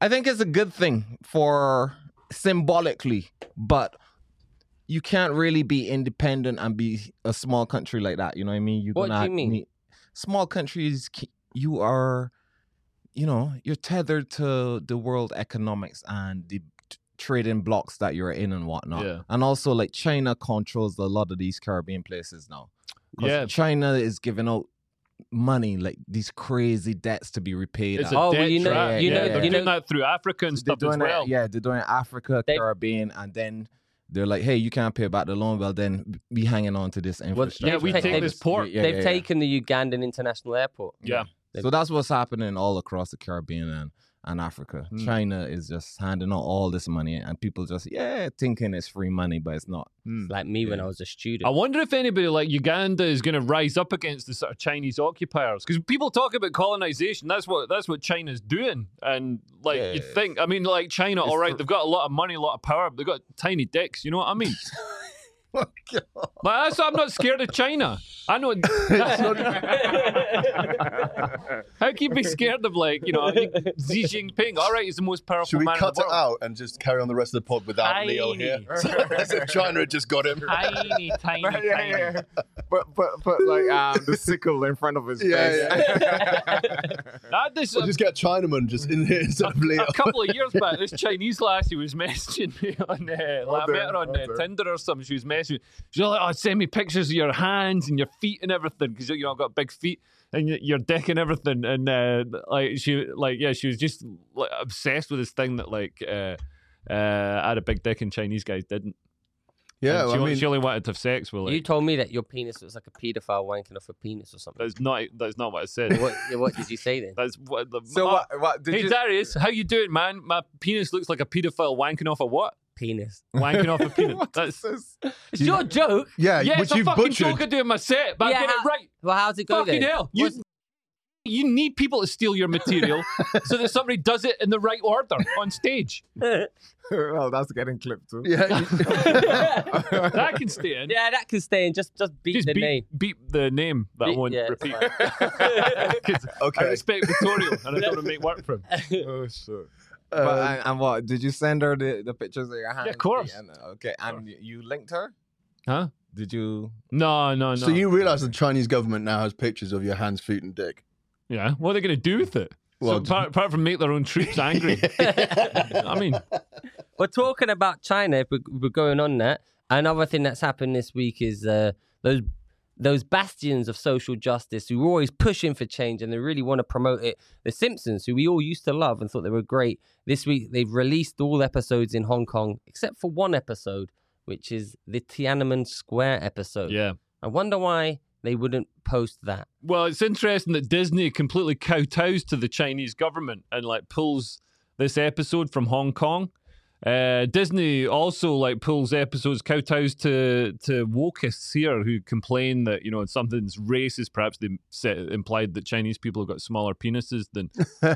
Speaker 5: I think it's a good thing for symbolically, but you can't really be independent and be a small country like that. You know what I mean? You're
Speaker 1: What do
Speaker 5: gonna
Speaker 1: you mean?
Speaker 5: need- small countries, c- you are, you know, you're tethered to the world economics and the t- trading blocks that you're in and whatnot.
Speaker 3: Yeah.
Speaker 5: And also, like China controls a lot of these Caribbean places now. 'Cause
Speaker 3: Yeah.
Speaker 5: China is giving out money like these crazy debts to be repaid.
Speaker 3: It's
Speaker 5: and-
Speaker 3: a
Speaker 1: Oh, well,
Speaker 3: debt
Speaker 1: you know-
Speaker 3: trap.
Speaker 5: you know-
Speaker 3: they're
Speaker 5: you
Speaker 3: doing
Speaker 1: know-
Speaker 3: that through Africa and
Speaker 5: they're
Speaker 3: stuff as
Speaker 5: doing
Speaker 3: well.
Speaker 5: it, yeah, they're doing Africa,
Speaker 1: They-
Speaker 5: Caribbean, and then they're like, "Hey, you can't pay back the loan. Well, then be hanging on to this infrastructure."
Speaker 3: Yeah, we
Speaker 1: They've-
Speaker 3: take
Speaker 1: they've-
Speaker 3: this port.
Speaker 5: Yeah,
Speaker 1: They've
Speaker 5: yeah, yeah.
Speaker 1: taken the Ugandan international airport.
Speaker 3: Yeah.
Speaker 5: So that's what's happening all across the Caribbean and, and Africa.
Speaker 3: Mm.
Speaker 5: China is just handing out all this money, and people just yeah thinking it's free money, but it's not.
Speaker 3: Hmm.
Speaker 1: Like me when
Speaker 5: Yeah.
Speaker 1: I was a
Speaker 3: I
Speaker 1: student.
Speaker 3: wonder if anybody like Uganda is going to rise up against the sort of Chinese occupiers because people talk about colonization. That's what that's what China's doing, and like
Speaker 5: Yeah.
Speaker 3: you think, I mean, like China,
Speaker 5: It's
Speaker 3: all right,
Speaker 5: thr-
Speaker 3: they've got a lot of money, a lot of power, but they've got tiny dicks. You know what I mean?
Speaker 4: my Oh, God.
Speaker 3: Like, that's why I'm not scared of China. I know. How can you be scared of like you know Xi Jinping? All right, he's the most powerful
Speaker 4: Should we
Speaker 3: man
Speaker 4: cut
Speaker 3: in the
Speaker 4: it
Speaker 3: world.
Speaker 4: out and just carry on the rest of the pod without
Speaker 3: Tiny.
Speaker 4: Leo here? As if China had just got him.
Speaker 3: Tiny, tiny,
Speaker 5: Yeah,
Speaker 3: tiny.
Speaker 5: yeah, yeah. But but but like um, the sickle in front of his
Speaker 4: Yeah,
Speaker 5: face.
Speaker 3: That- this-
Speaker 4: We'll just get Chinaman just in here instead of Leo.
Speaker 3: a couple of years back, this Chinese lassie was messaging me on, uh, like, I met her
Speaker 5: out
Speaker 3: on uh,
Speaker 5: there.
Speaker 3: Tinder or something. She was messaging. She's like, "Oh, send me pictures of your hands and your feet and everything, because you know I've got big feet and y- your dick and everything." And uh, like she, like yeah, she was just like, obsessed with this thing that like uh, uh, I had a big dick and Chinese guys didn't.
Speaker 4: Yeah,
Speaker 3: And
Speaker 4: well,
Speaker 3: she,
Speaker 4: I
Speaker 3: o-
Speaker 4: mean,
Speaker 3: she only wanted to have sex with
Speaker 1: You
Speaker 3: like.
Speaker 1: told me that your penis was like a paedophile wanking off a penis or something.
Speaker 3: That's not. That's not what I said.
Speaker 1: what, yeah, what did you say then?
Speaker 3: That's what. The,
Speaker 5: So
Speaker 3: Oh,
Speaker 5: what? What did
Speaker 3: Hey
Speaker 5: you?
Speaker 3: Darius, how you doing, man? My penis looks like a paedophile wanking off a what?
Speaker 1: Penis.
Speaker 3: Wanking off a penis. That's
Speaker 5: This-
Speaker 1: It's your joke.
Speaker 4: yeah,
Speaker 3: Yeah,
Speaker 4: which
Speaker 3: it's a
Speaker 4: you've
Speaker 3: fucking
Speaker 4: butchered.
Speaker 3: joke I do in my set, but
Speaker 1: Yeah,
Speaker 3: I get it
Speaker 1: how-
Speaker 3: right.
Speaker 1: Well, how's it go
Speaker 3: Fucking
Speaker 1: then?
Speaker 3: hell. You,
Speaker 1: What's-
Speaker 3: you need people to steal your material so that somebody does it in the right order on stage.
Speaker 5: well, that's getting clipped too.
Speaker 4: Yeah.
Speaker 3: That can stay in.
Speaker 1: yeah, that can stay in. Just, just beat
Speaker 3: Just
Speaker 1: the
Speaker 3: beep,
Speaker 1: name.
Speaker 3: beep the name. That
Speaker 1: Beep-
Speaker 3: won't
Speaker 1: yeah, it's
Speaker 3: repeat.
Speaker 1: fine.
Speaker 3: 'Cause I
Speaker 4: okay.
Speaker 3: respect Vittorio and I don't want to make work for him.
Speaker 5: Oh shit. But,
Speaker 4: Uh,
Speaker 5: and, and what did you send her the, the pictures of your hands?
Speaker 3: Um, course.
Speaker 5: And, okay, and you- you linked her?
Speaker 3: Huh?
Speaker 5: Did you?
Speaker 3: No, no, no.
Speaker 4: so you realise the Chinese government now has pictures of your hands, feet, and dick.
Speaker 3: yeah. What are they going to do with it?
Speaker 4: Well,
Speaker 3: so apart, apart from make their own troops angry. I mean,
Speaker 1: We're talking about China. If we're, we're going on that, another thing that's happened this week is uh, those those bastions of social justice who were always pushing for change and they really want to promote it. The Simpsons, who we all used to love and thought they were great, this week they've released all episodes in Hong Kong except for one episode, which is the Tiananmen Square episode.
Speaker 3: yeah.
Speaker 1: I wonder why they wouldn't post that.
Speaker 3: Well, it's interesting that Disney completely kowtows to the Chinese government and like pulls this episode from Hong Kong. Uh, Disney also like pulls episodes, kowtows to to wokeists here who complain that you know something's racist. Perhaps they said, implied that Chinese people have got smaller penises than.
Speaker 4: Yeah,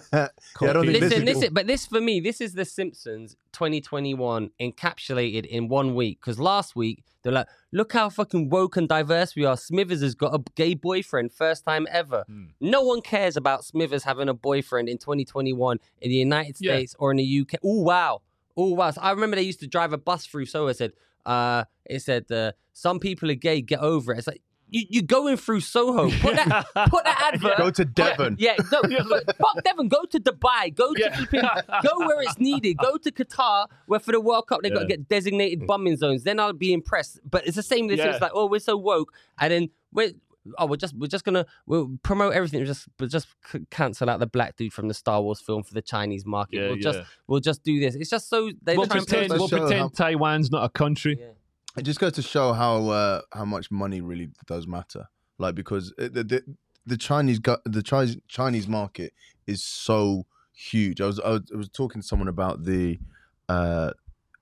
Speaker 4: I don't think
Speaker 1: Listen,
Speaker 4: this
Speaker 1: this is, but this for me, this is the Simpsons 2021 encapsulated in one week. Because last week they're like, look how fucking woke and diverse we are. Smithers has got a gay boyfriend, first time ever.
Speaker 3: Hmm.
Speaker 1: No one cares about Smithers having a boyfriend in 2021 in the United
Speaker 3: Yeah.
Speaker 1: States or in the UK. Oh wow, oh wow. So I remember they used to drive a bus through. So it said, uh, it said, uh, some people are gay. Get over it. It's like. You, you're going through Soho. Put Oh, that, put that advert.
Speaker 4: Go to Devon.
Speaker 1: Yeah, no, but fuck Devon. Go to Dubai. Go to flipping- go where it's needed. Go to Qatar, where for the World Cup they've got to
Speaker 3: Yeah.
Speaker 1: get designated bumming zones. Then I'll be impressed. But it's the same. This
Speaker 3: Yeah.
Speaker 1: it's like, oh, we're so woke, and then we're. Oh, we're just we're just gonna we'll promote everything. We'll just we'll just c- cancel out the black dude from the Star Wars film for the Chinese market.
Speaker 3: Yeah,
Speaker 1: we'll
Speaker 3: yeah.
Speaker 1: just we'll just do this. It's just so they
Speaker 3: we'll
Speaker 1: try and post
Speaker 3: pretend,
Speaker 4: that
Speaker 1: it.
Speaker 3: we'll
Speaker 4: show
Speaker 3: pretend
Speaker 4: how-
Speaker 3: Taiwan's not a country.
Speaker 1: Yeah.
Speaker 4: It just goes to show how uh, how much money really does matter. Like because it, the, the the Chinese go- the Chinese Chinese market is so huge. I was I was, I was talking to someone about the uh,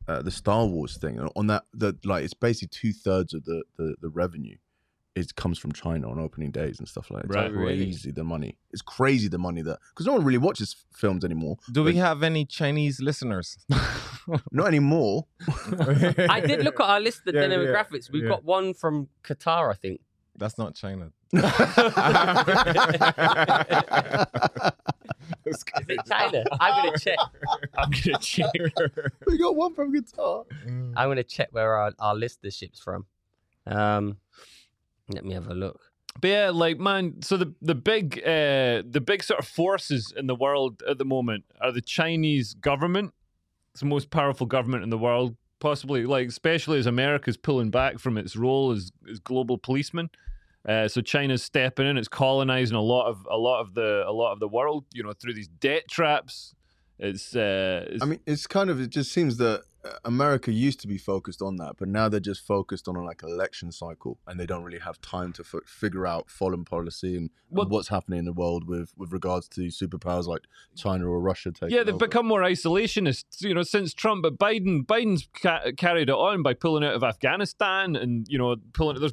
Speaker 4: uh, the Star Wars thing and on that that like it's basically two thirds of the, the the revenue it comes from China on opening days and stuff like that. It's
Speaker 3: Right,
Speaker 1: really?
Speaker 4: crazy the money. It's crazy the money that because no one really watches films anymore.
Speaker 5: Do we have any Chinese listeners?
Speaker 4: Not anymore.
Speaker 1: I did look at our list of
Speaker 5: Yeah, yeah,
Speaker 1: demographics. We've
Speaker 5: yeah.
Speaker 1: got one from Qatar, I think.
Speaker 5: That's not China.
Speaker 1: Is it China? I'm gonna check.
Speaker 3: I'm gonna check.
Speaker 4: we got one from guitar.
Speaker 1: I'm gonna check where our, our listenership's from. Um, let me have a look.
Speaker 3: But yeah, like man, so the the big uh, the big sort of forces in the world at the moment are the Chinese government. It's the most powerful government in the world, possibly. Like especially as America's pulling back from its role as as global policeman. Uh, so China's stepping in. It's colonizing a lot of a lot of the a lot of the world. You know, through these debt traps. It's, uh, it's
Speaker 4: I mean, it's kind of it just seems that uh, America used to be focused on that, but now they're just focused on like election cycle, and they don't really have time to f- figure out foreign policy and, and
Speaker 3: Well-
Speaker 4: what's happening in the world with with regards to superpowers like China or Russia taking.
Speaker 3: Yeah, they've
Speaker 4: over.
Speaker 3: become more isolationist, you know, since Trump. But Biden, Biden's ca- carried it on by pulling out of Afghanistan, and you know, pulling. There's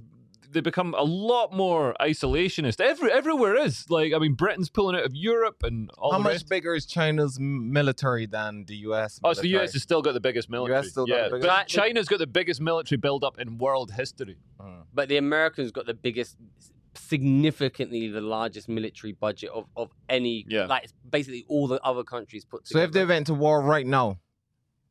Speaker 3: they become a lot more isolationist. Every everywhere is like I mean Britain's pulling out of Europe and all
Speaker 2: How
Speaker 3: the
Speaker 2: much
Speaker 3: rest.
Speaker 2: bigger is China's m- military than the US?
Speaker 3: Oh, so the US
Speaker 2: military?
Speaker 3: has still got the biggest military.
Speaker 2: still got
Speaker 3: yeah,
Speaker 2: the biggest-
Speaker 3: but China's got the biggest military build-up in world history.
Speaker 2: Mm.
Speaker 1: but the Americans got the biggest, significantly the largest military budget of, of any,
Speaker 3: Yeah.
Speaker 1: like basically all the other countries put
Speaker 2: So
Speaker 1: together.
Speaker 2: if they went to war right now,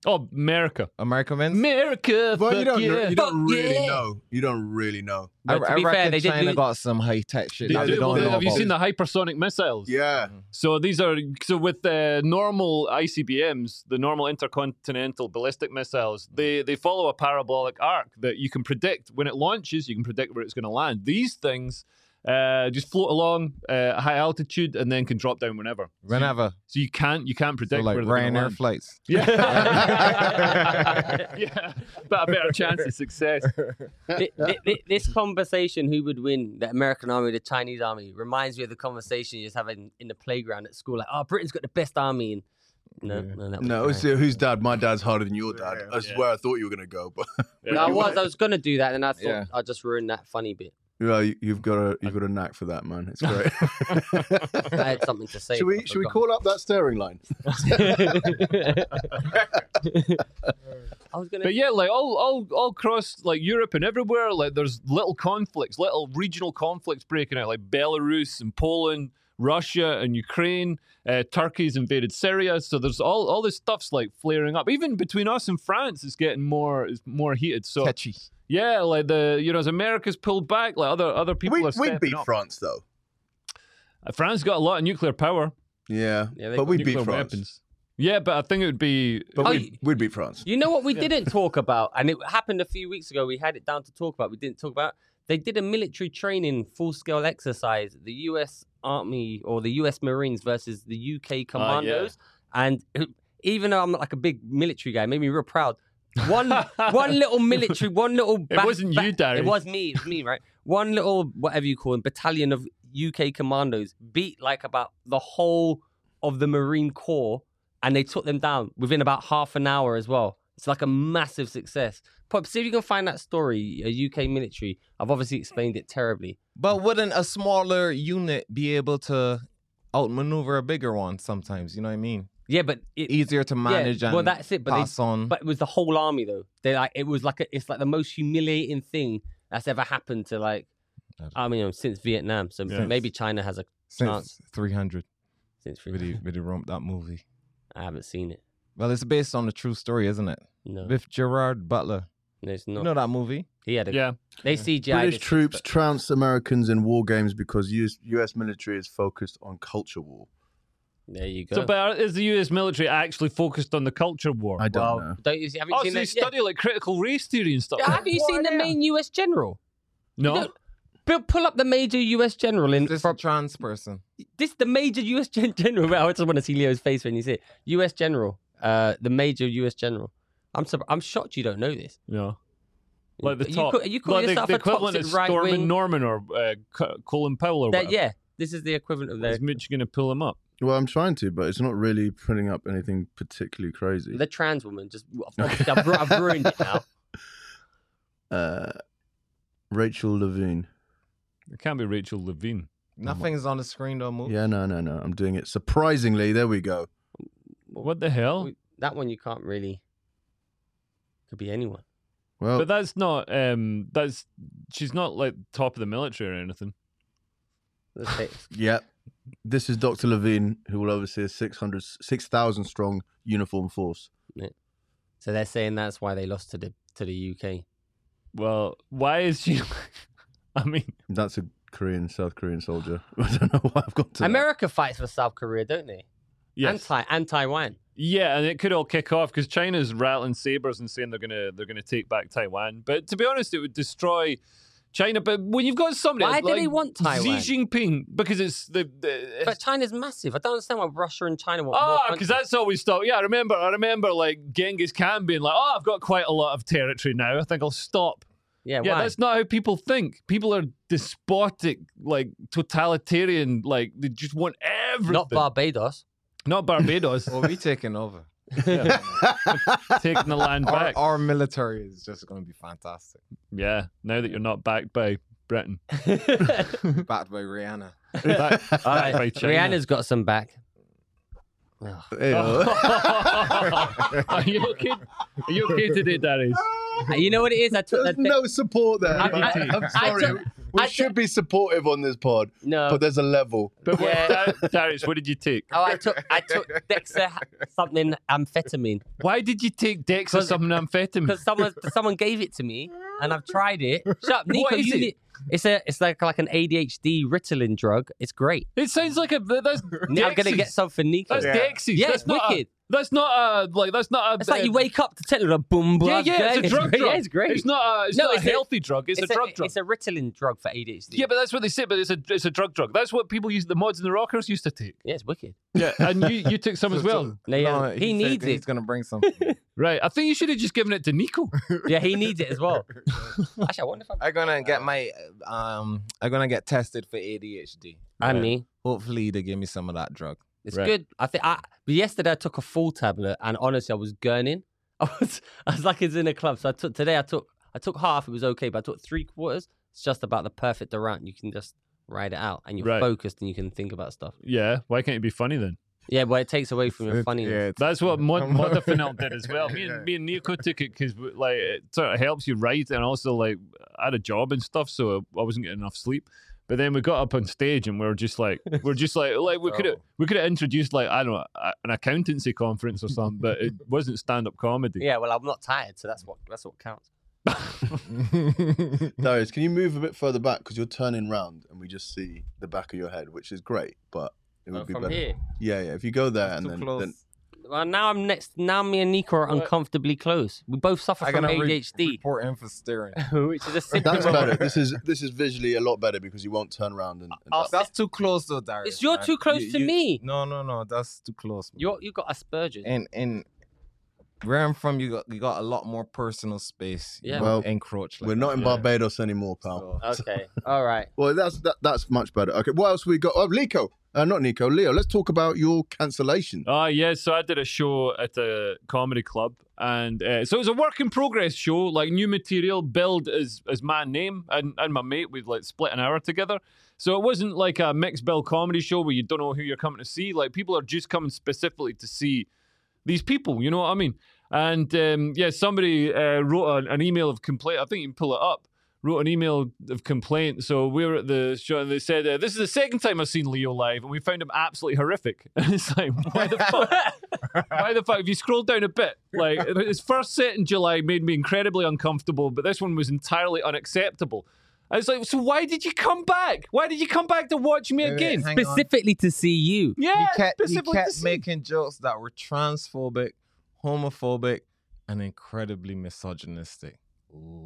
Speaker 3: Oh, America,
Speaker 2: America wins.
Speaker 3: America.
Speaker 4: Well, you
Speaker 3: fuck
Speaker 4: don't,
Speaker 3: yeah.
Speaker 4: you don't
Speaker 1: Fuck
Speaker 4: really
Speaker 1: yeah.
Speaker 4: know. You don't really know.
Speaker 2: I,
Speaker 1: But to
Speaker 2: I
Speaker 1: be fair,
Speaker 2: reckon
Speaker 1: they did
Speaker 2: China
Speaker 1: lose-
Speaker 2: got some high tech shit.
Speaker 3: They
Speaker 2: that
Speaker 4: do.
Speaker 2: we don't
Speaker 4: They-
Speaker 2: know
Speaker 3: have you
Speaker 2: about.
Speaker 3: seen the hypersonic missiles?
Speaker 4: Yeah.
Speaker 3: So these are so with the normal ICBMs, the normal intercontinental ballistic missiles, they they follow a parabolic arc that you can predict when it launches. You can predict where it's going to land. These things uh, just float along uh, at high altitude and then can drop down whenever.
Speaker 2: Whenever,
Speaker 3: So you can't you can't
Speaker 2: so
Speaker 3: predict
Speaker 2: like
Speaker 3: where they're going to
Speaker 2: Ryanair
Speaker 3: land.
Speaker 2: flights.
Speaker 3: Yeah. yeah, but a better chance of success.
Speaker 1: Thi- thi- thi- this conversation, who would win, the American army, the Chinese army, reminds me of the conversation you just have in, in the playground at school. Like, oh, Britain's got the best army. And, no,
Speaker 2: Yeah.
Speaker 1: no, that was
Speaker 4: No,
Speaker 1: China.
Speaker 4: it's, uh, who's dad? My dad's harder than your dad.
Speaker 5: Yeah.
Speaker 4: That's
Speaker 3: Yeah.
Speaker 4: where I thought you were gonna go, but
Speaker 1: No, I was. I was gonna do that, and I thought
Speaker 2: Yeah.
Speaker 1: I'd just ruin that funny bit.
Speaker 4: you know, you- you've got a you've got a knack for that, man. It's great.
Speaker 1: I had something to say.
Speaker 4: should
Speaker 1: but
Speaker 4: we
Speaker 1: I
Speaker 4: should we
Speaker 1: forgot.
Speaker 4: call up that steering line?
Speaker 1: I was gonna.
Speaker 3: But yeah, like all, all, all across like Europe and everywhere, like there's little conflicts, little regional conflicts breaking out, like Belarus and Poland, Russia and Ukraine. Uh, Turkey's invaded Syria, so there's all, all this stuff's like flaring up. Even between us and France, it's getting more it's more heated. So
Speaker 2: Catchy.
Speaker 3: yeah, like the you know as America's pulled back, like other other people
Speaker 4: we
Speaker 3: are
Speaker 4: we
Speaker 3: stepping
Speaker 4: beat
Speaker 3: up.
Speaker 4: France though.
Speaker 3: Uh, France got a lot of nuclear power,
Speaker 4: Yeah,
Speaker 1: Yeah, they
Speaker 4: but
Speaker 1: got
Speaker 4: we beat
Speaker 3: nuclear
Speaker 4: France.
Speaker 3: weapons. Yeah, but I think it would be
Speaker 4: But
Speaker 1: Oh,
Speaker 4: we
Speaker 1: you-
Speaker 4: would beat France.
Speaker 1: You know what we didn't talk about, and it happened a few weeks ago. We had it down to talk about. We didn't talk about. They did a military training full scale exercise. The U.S. Army or the U.S. Marines versus the
Speaker 4: Uh,
Speaker 1: U.K. Commandos, and even though I'm not like a big military guy, it made me real proud. One one little military, one little. bat-
Speaker 3: wasn't
Speaker 1: bat-
Speaker 3: you, Darry.
Speaker 1: It was me. It was me, right? One little whatever you call them, battalion of UK commandos beat like about the whole of the Marine Corps, and they took them down within about half an hour as well. It's like a massive success. Pop, see if you can find that story. A UK military. I've obviously explained it terribly.
Speaker 2: But wouldn't a smaller unit be able to outmaneuver a bigger one sometimes? You know what I mean?
Speaker 1: Yeah, but it,
Speaker 2: Easier to manage
Speaker 1: yeah,
Speaker 2: and
Speaker 1: well, that's it. But they
Speaker 2: pass on.
Speaker 1: But it was the whole army though. They like it was like a, it's like the most humiliating thing that's ever happened to like I mean since Vietnam. So
Speaker 3: Yeah.
Speaker 1: maybe China has a
Speaker 2: since
Speaker 1: chance.
Speaker 2: 300
Speaker 1: since
Speaker 2: with the,
Speaker 1: Vietnam.
Speaker 2: with the rump, that movie.
Speaker 1: I haven't seen it.
Speaker 2: Well, it's based on a true story, isn't it?
Speaker 1: No,
Speaker 2: With Gerard Butler.
Speaker 1: no it's
Speaker 2: You
Speaker 1: not.
Speaker 2: know that movie?
Speaker 1: He had a
Speaker 3: yeah.
Speaker 1: they CGI
Speaker 4: British troops trounced Americans in war games because US, US military is focused on culture war.
Speaker 1: There you go.
Speaker 3: So, but are- is the U.S. military actually focused on the culture war?
Speaker 4: I don't
Speaker 1: well,
Speaker 4: know.
Speaker 1: don't you haven't you
Speaker 3: Oh, so
Speaker 1: seen
Speaker 3: they
Speaker 1: that? Yeah.
Speaker 3: study like critical race theory and stuff.
Speaker 1: Yeah, Have you seen the main U.S. general?
Speaker 3: No,
Speaker 1: don't- Pu- Pull up the major U.S. general in
Speaker 2: This
Speaker 1: from
Speaker 2: trans person.
Speaker 1: this the major U.S. gen- general. I just want to see Leo's face when you see it. U.S. general, uh, the major U.S. general. I'm sur- I'm shocked you don't know this.
Speaker 3: no. Like the
Speaker 1: You
Speaker 3: top,
Speaker 1: call- you call
Speaker 3: like the-
Speaker 1: yourself
Speaker 3: the
Speaker 1: a
Speaker 3: equivalent
Speaker 1: toxic
Speaker 3: of
Speaker 1: right
Speaker 3: Stormin
Speaker 1: wing?
Speaker 3: Norman or uh, Co- Colin Powell or
Speaker 1: That,
Speaker 3: whatever.
Speaker 1: yeah, this is the equivalent of
Speaker 3: Is
Speaker 1: the
Speaker 3: Mitch going to pull him up?
Speaker 4: Well, I'm trying to, but it's not really putting up anything particularly crazy.
Speaker 1: the trans woman. Just I've, I've, ru- I've ruined it now.
Speaker 4: Uh, Rachel Levine.
Speaker 3: It can't be Rachel Levine.
Speaker 1: Oh
Speaker 2: Nothing's on the screen though, movie.
Speaker 4: Yeah, no, no, no. I'm doing it surprisingly. There we go.
Speaker 3: What the hell?
Speaker 1: We- That one you can't really. Could be anyone.
Speaker 4: Well,
Speaker 3: But that's not. Um, that's she's not like top of the military or anything.
Speaker 1: Let's say-
Speaker 4: yeah. This is Dr. Levine, who will oversee a 600 6,000 strong uniform force.
Speaker 1: so they're saying that's why they lost to the to the UK.
Speaker 3: Well, why is she? I mean,
Speaker 4: That's a Korean, South Korean soldier. I don't know why I've got to. that.
Speaker 1: America fights for South Korea, don't they?
Speaker 3: yes.
Speaker 1: And, Ti- and Taiwan.
Speaker 3: Yeah, and it could all kick off because China's rattling sabers and saying they're gonna they're gonna take back Taiwan. But to be honest, it would destroy China. But when you've got somebody,
Speaker 1: Why
Speaker 3: that's
Speaker 1: do
Speaker 3: like
Speaker 1: they want Taiwan?
Speaker 3: Xi Jinping, because it's the, the
Speaker 1: But China's massive. I don't understand why Russia and China want more.
Speaker 3: Oh,
Speaker 1: countries.
Speaker 3: because that's always stop. Yeah, I remember. I remember like Genghis Khan being like, "Oh, I've got quite a lot of territory now. I think I'll stop."
Speaker 1: yeah,
Speaker 3: yeah,
Speaker 1: why?
Speaker 3: that's not how people think. People are despotic, like totalitarian, like they just want everything.
Speaker 1: Not Barbados.
Speaker 3: Not Barbados
Speaker 2: Well, we taking over.
Speaker 3: taking the land
Speaker 2: Our,
Speaker 3: back.
Speaker 2: our military is just going to be fantastic.
Speaker 3: Yeah, now that you're not backed by Britain.
Speaker 2: Backed by Rihanna.
Speaker 3: Back, back
Speaker 1: Alright,
Speaker 3: by China.
Speaker 1: Rihanna's got some back.
Speaker 3: Are you okay? Are you okay today, Darius?
Speaker 1: You know what it is? I took
Speaker 4: Oh, There's
Speaker 1: that.
Speaker 4: no support there.
Speaker 1: I-
Speaker 4: I,
Speaker 1: I-
Speaker 4: am
Speaker 1: I
Speaker 4: sorry.
Speaker 1: took-
Speaker 4: we
Speaker 1: I took-
Speaker 4: should be supportive on this pod,
Speaker 1: no.
Speaker 4: but there's a level.
Speaker 3: But what,
Speaker 1: Yeah.
Speaker 3: Dar- Darius, what did you take?
Speaker 1: Oh, I took I took Dexa something amphetamine
Speaker 3: Why did you take Dexa
Speaker 1: 'Cause-
Speaker 3: something amphetamine?
Speaker 1: because someone someone gave it to me and I've tried it. Shut up, Nico.
Speaker 3: What is
Speaker 1: you
Speaker 3: it?
Speaker 1: need- it's a it's like like an ADHD Ritalin drug. It's great.
Speaker 3: It sounds like a that's
Speaker 1: I'm gonna get
Speaker 3: Dexys.
Speaker 1: some for Nico.
Speaker 3: That's
Speaker 5: Yeah.
Speaker 3: Dexys.
Speaker 1: Yeah,
Speaker 3: that's
Speaker 1: it's
Speaker 3: not
Speaker 1: wicked.
Speaker 3: A, that's not a like. That's not a.
Speaker 1: It's like you wake up to tell you a boom boom.
Speaker 3: Yeah, yeah. It's a drug drug.
Speaker 1: Yeah, it's great.
Speaker 3: It's not a. It's
Speaker 1: No,
Speaker 3: not
Speaker 1: it's
Speaker 3: a
Speaker 1: a-
Speaker 3: healthy drug. It's, a drug drug.
Speaker 1: It's a Ritalin drug for ADHD.
Speaker 3: yeah, but that's what they say. But it's a it's a drug drug. That's what people use. The mods and the rockers used to take.
Speaker 1: yeah, it's wicked.
Speaker 3: Yeah, and you you took some as well,
Speaker 1: No, yeah,
Speaker 2: No,
Speaker 1: he,
Speaker 2: Oh, said
Speaker 1: needs
Speaker 2: He's
Speaker 1: it.
Speaker 2: gonna bring something.
Speaker 3: right? I think you should have just given it to Nico.
Speaker 1: Yeah, he needs it as well. Actually, I wonder if
Speaker 2: I'm gonna get my um. I'm gonna get tested for ADHD.
Speaker 1: I. I
Speaker 3: Right.
Speaker 1: mean,
Speaker 2: Hopefully they give me some of that drug.
Speaker 1: it's
Speaker 3: Right.
Speaker 1: good. I think. I but yesterday I took a full tablet, and honestly, I was gurning. I was, I was like it's in a club. So I took today. I took I took half. It was okay, but I took three quarters. It's just about the perfect amount. You can just ride it out, and you're
Speaker 3: Right.
Speaker 1: focused, and you can think about stuff.
Speaker 3: Yeah, why can't you be funny then?
Speaker 1: Yeah, but it takes away from your
Speaker 2: It-
Speaker 1: funniness.
Speaker 2: yeah, it's-
Speaker 3: That's what Mod-
Speaker 2: I'm not-
Speaker 3: Modafinil did as well. Me and, me and Nico took it because like it sort of helps you write, and also like I had a job and stuff, so I wasn't getting enough sleep. But then we got up on stage and we were just like, we are just like, like we could have we could have introduced like I don't know a- an accountancy conference or something, but it wasn't stand up comedy.
Speaker 1: Yeah, well, I'm not tired, so that's what that's what counts.
Speaker 4: Darius, can you move a bit further back because you're turning round and we just see the back of your head, which is great, but it would
Speaker 1: Well,
Speaker 4: be
Speaker 1: uh, from
Speaker 4: better.
Speaker 1: here,
Speaker 4: Yeah, yeah. If you go there and then, then
Speaker 1: well, now I'm next. Now me and Nico are
Speaker 2: What?
Speaker 1: uncomfortably close. We both suffer
Speaker 2: I'm
Speaker 1: from
Speaker 2: gonna re-
Speaker 1: ADHD,
Speaker 2: report him for staring.
Speaker 1: which is a symptom.
Speaker 4: that's
Speaker 1: of-
Speaker 4: better. This is this is visually a lot better because you won't turn around and. and
Speaker 1: I'll-
Speaker 2: That's too close though, Darius.
Speaker 1: It's you're
Speaker 5: Uh,
Speaker 2: man.
Speaker 1: too close
Speaker 2: You-
Speaker 1: to
Speaker 2: you-
Speaker 1: me.
Speaker 2: No, no, no. That's too close. man.
Speaker 1: You're, you got Asperger's.
Speaker 5: Eh,
Speaker 2: and and where I'm from, you got you got a lot more personal space. You
Speaker 1: Yeah. Uh,
Speaker 2: don't
Speaker 4: Well,
Speaker 2: encroach. Like
Speaker 4: we're not in
Speaker 3: Yeah.
Speaker 4: Barbados anymore, pal.
Speaker 1: Okay. All right.
Speaker 4: Well, that's that, that's much better. Okay, what else we got? Oh, Nico, uh, not Nico, Leo. Let's talk about your cancellation.
Speaker 3: Oh, yeah. So I did a show at a comedy club. And uh, so it was a work in progress show, like new material. Build is, is my name and, and my mate. We've like split an hour together. So it wasn't like a mixed bill comedy show where you don't know who you're coming to see. Like people are just coming specifically to see these people. You know what I mean? And um, yeah, somebody uh, wrote an, an email of complaint. I think you can pull it up. Wrote an email of complaint. So we were at the show and they said, uh, This is the second time I've seen Leo live and we found him absolutely horrific. And it's like, Why the fuck? Why the fuck? If you scroll down a bit, like his first set in July made me incredibly uncomfortable, but this one was entirely unacceptable. I was like, So why did you come back? Why did you come back to watch me
Speaker 2: Wait, wait,
Speaker 3: again?
Speaker 2: hang on.
Speaker 1: Specifically to see you.
Speaker 3: Yeah,
Speaker 2: he kept, he
Speaker 3: specifically to
Speaker 2: kept
Speaker 3: see-
Speaker 2: making jokes that were transphobic, homophobic, and incredibly misogynistic.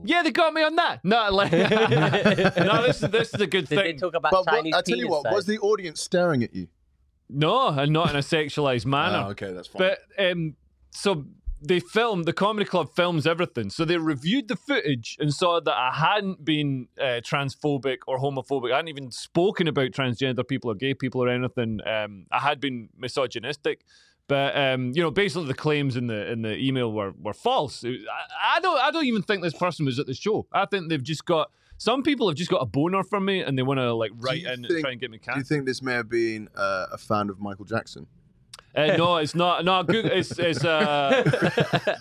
Speaker 3: Yeah, they got me on that. No, like, no, this is this is a good
Speaker 1: Did they
Speaker 3: thing.
Speaker 1: talk about
Speaker 4: but what,
Speaker 1: Chinese
Speaker 4: I tell you
Speaker 1: penis
Speaker 4: what,
Speaker 1: size?
Speaker 4: was the audience staring at you?
Speaker 3: No, and not in a sexualized
Speaker 1: Oh,
Speaker 3: manner.
Speaker 4: Ah, okay, that's fine.
Speaker 3: But um, so they filmed the comedy club films everything. So they reviewed the footage and saw that I hadn't been uh, transphobic or homophobic. I hadn't even spoken about transgender people or gay people or anything. Um, I had been misogynistic. But um, you know, basically the claims in the in the email were were false. It was- I, I don't I don't even think this person was at the show. I think they've just got some people have just got a boner from me and they want to like write
Speaker 4: you
Speaker 3: in and
Speaker 4: think-
Speaker 3: try and get me
Speaker 4: Do you
Speaker 3: cancelled.
Speaker 4: think this may have been uh, a fan of Michael Jackson?
Speaker 3: Uh, no, it's not. No, good. It's it's uh,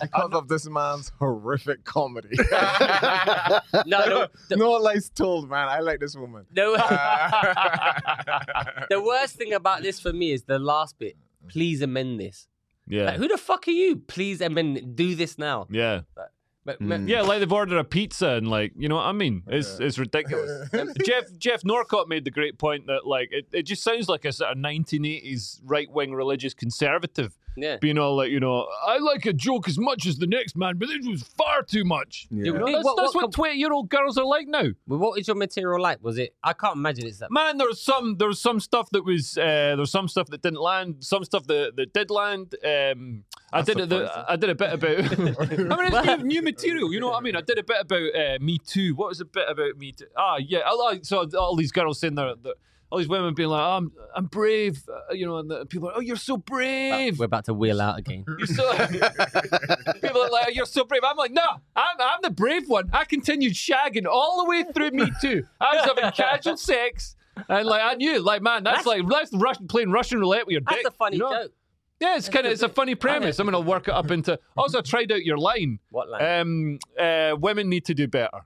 Speaker 2: Because of this man's horrific comedy.
Speaker 1: no, no, the,
Speaker 2: no lies told, man. I like this woman.
Speaker 1: the- the worst thing about this for me is the last bit. Please amend this.
Speaker 3: yeah.
Speaker 1: Like, who the fuck are you? Please amend. it. Do this now.
Speaker 3: Yeah,
Speaker 1: But- but-
Speaker 4: Mm.
Speaker 3: yeah, like they've ordered a pizza and like you know what I mean. It's it's ridiculous. Um, Jeff Jeff Norcott made the great point that like it, it just sounds like a sort of 1980s right wing religious conservative
Speaker 1: Yeah.
Speaker 3: being all like you know I like a joke as much as the next man, but this was far too much.
Speaker 4: Yeah.
Speaker 1: You
Speaker 3: Well,
Speaker 1: really-
Speaker 3: that's
Speaker 1: Mm. what-
Speaker 3: that's
Speaker 1: what
Speaker 3: what twenty year old girls are like now.
Speaker 1: But what is your material like? Was it? I can't imagine it's that.
Speaker 3: Man, there was some there was some stuff that was uh, there was some stuff that didn't land, some stuff that, that did land. Um, I
Speaker 2: That's
Speaker 3: did a, the,
Speaker 2: surprising.
Speaker 3: I did a bit about. I mean, it's new, new material. You know what I mean? I did a bit about uh, Me Too. What was a bit about Me Too? Ah, yeah. I, like so all these girls saying they're, they're all these women being like, oh, I'm, I'm brave, uh, you know, and the, people are, oh, you're so brave.
Speaker 1: We're about to wheel out again.
Speaker 3: You're so, people are like, you're so brave. I'm like, no, I'm, I'm the brave one. I continued shagging all the way through Me Too. I was having casual sex. And like I knew, like man, that's,
Speaker 1: That's-
Speaker 3: like that's Russian playing Russian roulette with your
Speaker 1: That's
Speaker 3: dick.
Speaker 1: a funny
Speaker 3: you know?
Speaker 1: joke.
Speaker 3: Yeah, it's
Speaker 1: That's
Speaker 3: kind of
Speaker 1: good
Speaker 3: it's a
Speaker 1: bit.
Speaker 3: funny premise. I'm gonna work it up into. Also, I tried out your line.
Speaker 1: What line?
Speaker 3: Um, uh, women need to do better.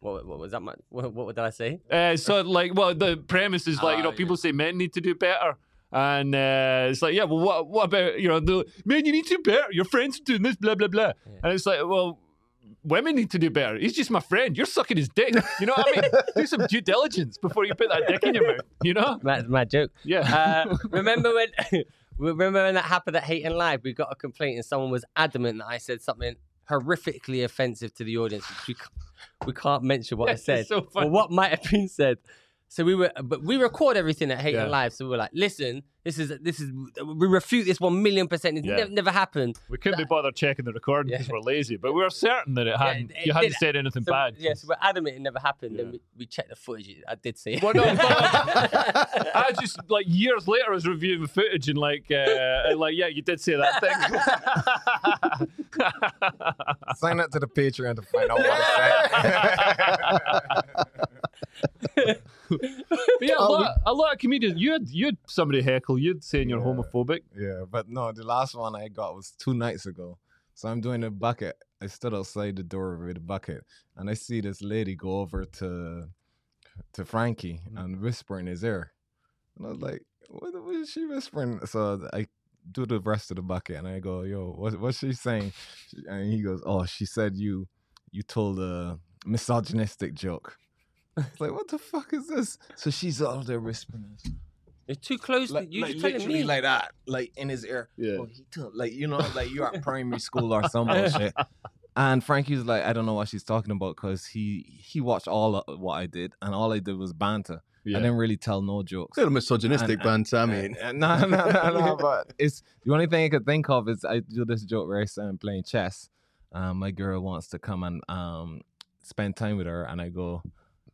Speaker 1: what, what was that? My, what, what did I say?
Speaker 3: Uh, so like, well, the premise is like,
Speaker 1: Ah,
Speaker 3: you know, people say men need to do better. And uh, it's like, yeah, well, what, what about, you know, they're like, man, you need to do better. Your friend's doing this, blah, blah, blah. And it's like, well, women need to do better. He's just my friend. You're sucking his dick. You know what I mean? do some due diligence before you put that dick in your mouth, you know?
Speaker 1: That's my joke.
Speaker 3: Yeah.
Speaker 1: Uh, remember when? remember when that happened at Hate and Live? We got a complaint, and someone was adamant that I said something horrifically offensive to the audience, which we can't, we can't mention what
Speaker 3: Yeah,
Speaker 1: I
Speaker 3: it's
Speaker 1: said
Speaker 3: so funny.
Speaker 1: or what might have been said. So we were, but we record everything at Hate
Speaker 3: Yeah.
Speaker 1: and Live. So we were like, listen, this is this is we refute this one million percent. It's
Speaker 3: Yeah.
Speaker 1: never, never happened.
Speaker 3: we couldn't be bothered checking the recording because we're lazy, but we were certain that it hadn't,
Speaker 1: it- it
Speaker 3: you hadn't
Speaker 1: did-
Speaker 3: said anything
Speaker 1: So,
Speaker 3: bad.
Speaker 1: yeah, so we're adamant it never happened. Then we, we checked the footage. I did say it.
Speaker 3: Well, no, but I just like years later I was reviewing the footage and like, uh, and, like yeah, you did say that thing.
Speaker 5: Sign up to the Patreon to find out what I
Speaker 3: But yeah, a lot, a lot of comedians. You had you had somebody heckle. You'd saying you're
Speaker 5: Yeah.
Speaker 3: homophobic.
Speaker 5: said. yeah, but no, the last one I got was two nights ago. So I'm doing a bucket. I stood outside the door with a bucket, and I see this lady go over to to Frankie
Speaker 1: Mm-hmm.
Speaker 5: and whisper in his ear. And I was like, what, what is she whispering? So I do the rest of the bucket, and I go, yo, what, what's she saying? She- And he goes, oh, she said you you told a misogynistic joke. It's like, what the fuck is this? So she's out there whispering.
Speaker 1: You're too close.
Speaker 5: like,
Speaker 1: you're
Speaker 5: like
Speaker 1: just telling
Speaker 5: literally
Speaker 1: me.
Speaker 5: like that, like in his ear.
Speaker 3: Yeah.
Speaker 5: Oh, he took like you know, like you're at primary school or some bullshit. And Frankie's like, I don't know what she's talking about because he he watched all of what I did, and all I did was banter.
Speaker 3: Yeah.
Speaker 5: I didn't really tell no jokes.
Speaker 4: Little misogynistic
Speaker 5: And-
Speaker 4: banter. I mean,
Speaker 5: Uh, uh, no, no, no, no. But it's the only thing I could think of is I do this joke where I say I'm playing chess. Um, my girl wants to come and um spend time with her, and I go,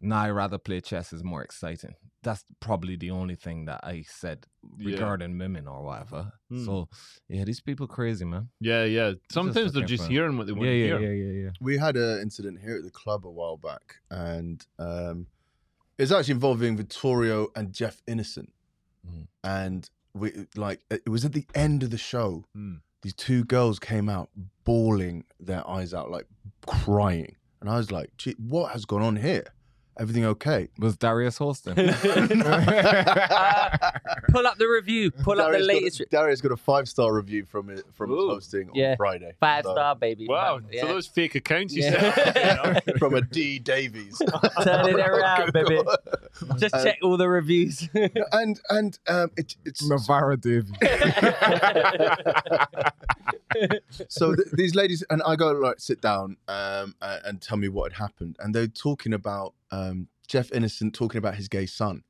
Speaker 5: "Nah, I rather play chess. is more exciting." That's probably the only thing that I said
Speaker 3: Yeah.
Speaker 5: regarding women or whatever.
Speaker 3: Hmm.
Speaker 5: So yeah, these people crazy, man.
Speaker 3: Yeah, yeah. Sometimes they're
Speaker 5: fucking
Speaker 3: just
Speaker 5: fun.
Speaker 3: hearing what they want
Speaker 5: yeah,
Speaker 3: to
Speaker 5: yeah,
Speaker 3: hear.
Speaker 5: yeah, yeah, yeah.
Speaker 4: we had an incident here at the club a while back, and um, it's actually involving Vittorio and Jeff Innocent, Mm.
Speaker 5: Mhm.
Speaker 4: and we like it was at the end of the show.
Speaker 3: Mm.
Speaker 4: These two girls came out bawling their eyes out, like crying, and I was like, Gee, "What has gone on here? Everything okay?"
Speaker 5: Was Darius hosting?
Speaker 1: Uh, Pull up the review. Pull up the
Speaker 4: Darius got a-
Speaker 1: latest. re-
Speaker 4: Darius got a five star review from it from his
Speaker 3: Ooh.
Speaker 4: hosting
Speaker 1: Yeah.
Speaker 4: on Friday.
Speaker 1: Five
Speaker 4: So,
Speaker 1: star, baby.
Speaker 3: Wow.
Speaker 1: Yeah.
Speaker 3: So those fake accounts you
Speaker 1: Yeah.
Speaker 3: set up, you know?
Speaker 4: from a D Davies. Oh,
Speaker 1: Turn
Speaker 3: Oh,
Speaker 1: it around, baby. Just
Speaker 4: Uh,
Speaker 1: check all the reviews.
Speaker 4: and and um, it, it's
Speaker 5: Mavara Davies.
Speaker 4: so th- these ladies and I go like sit down um, a- and tell me what had happened, and they're talking about um, Jeff Innocent talking about his gay son,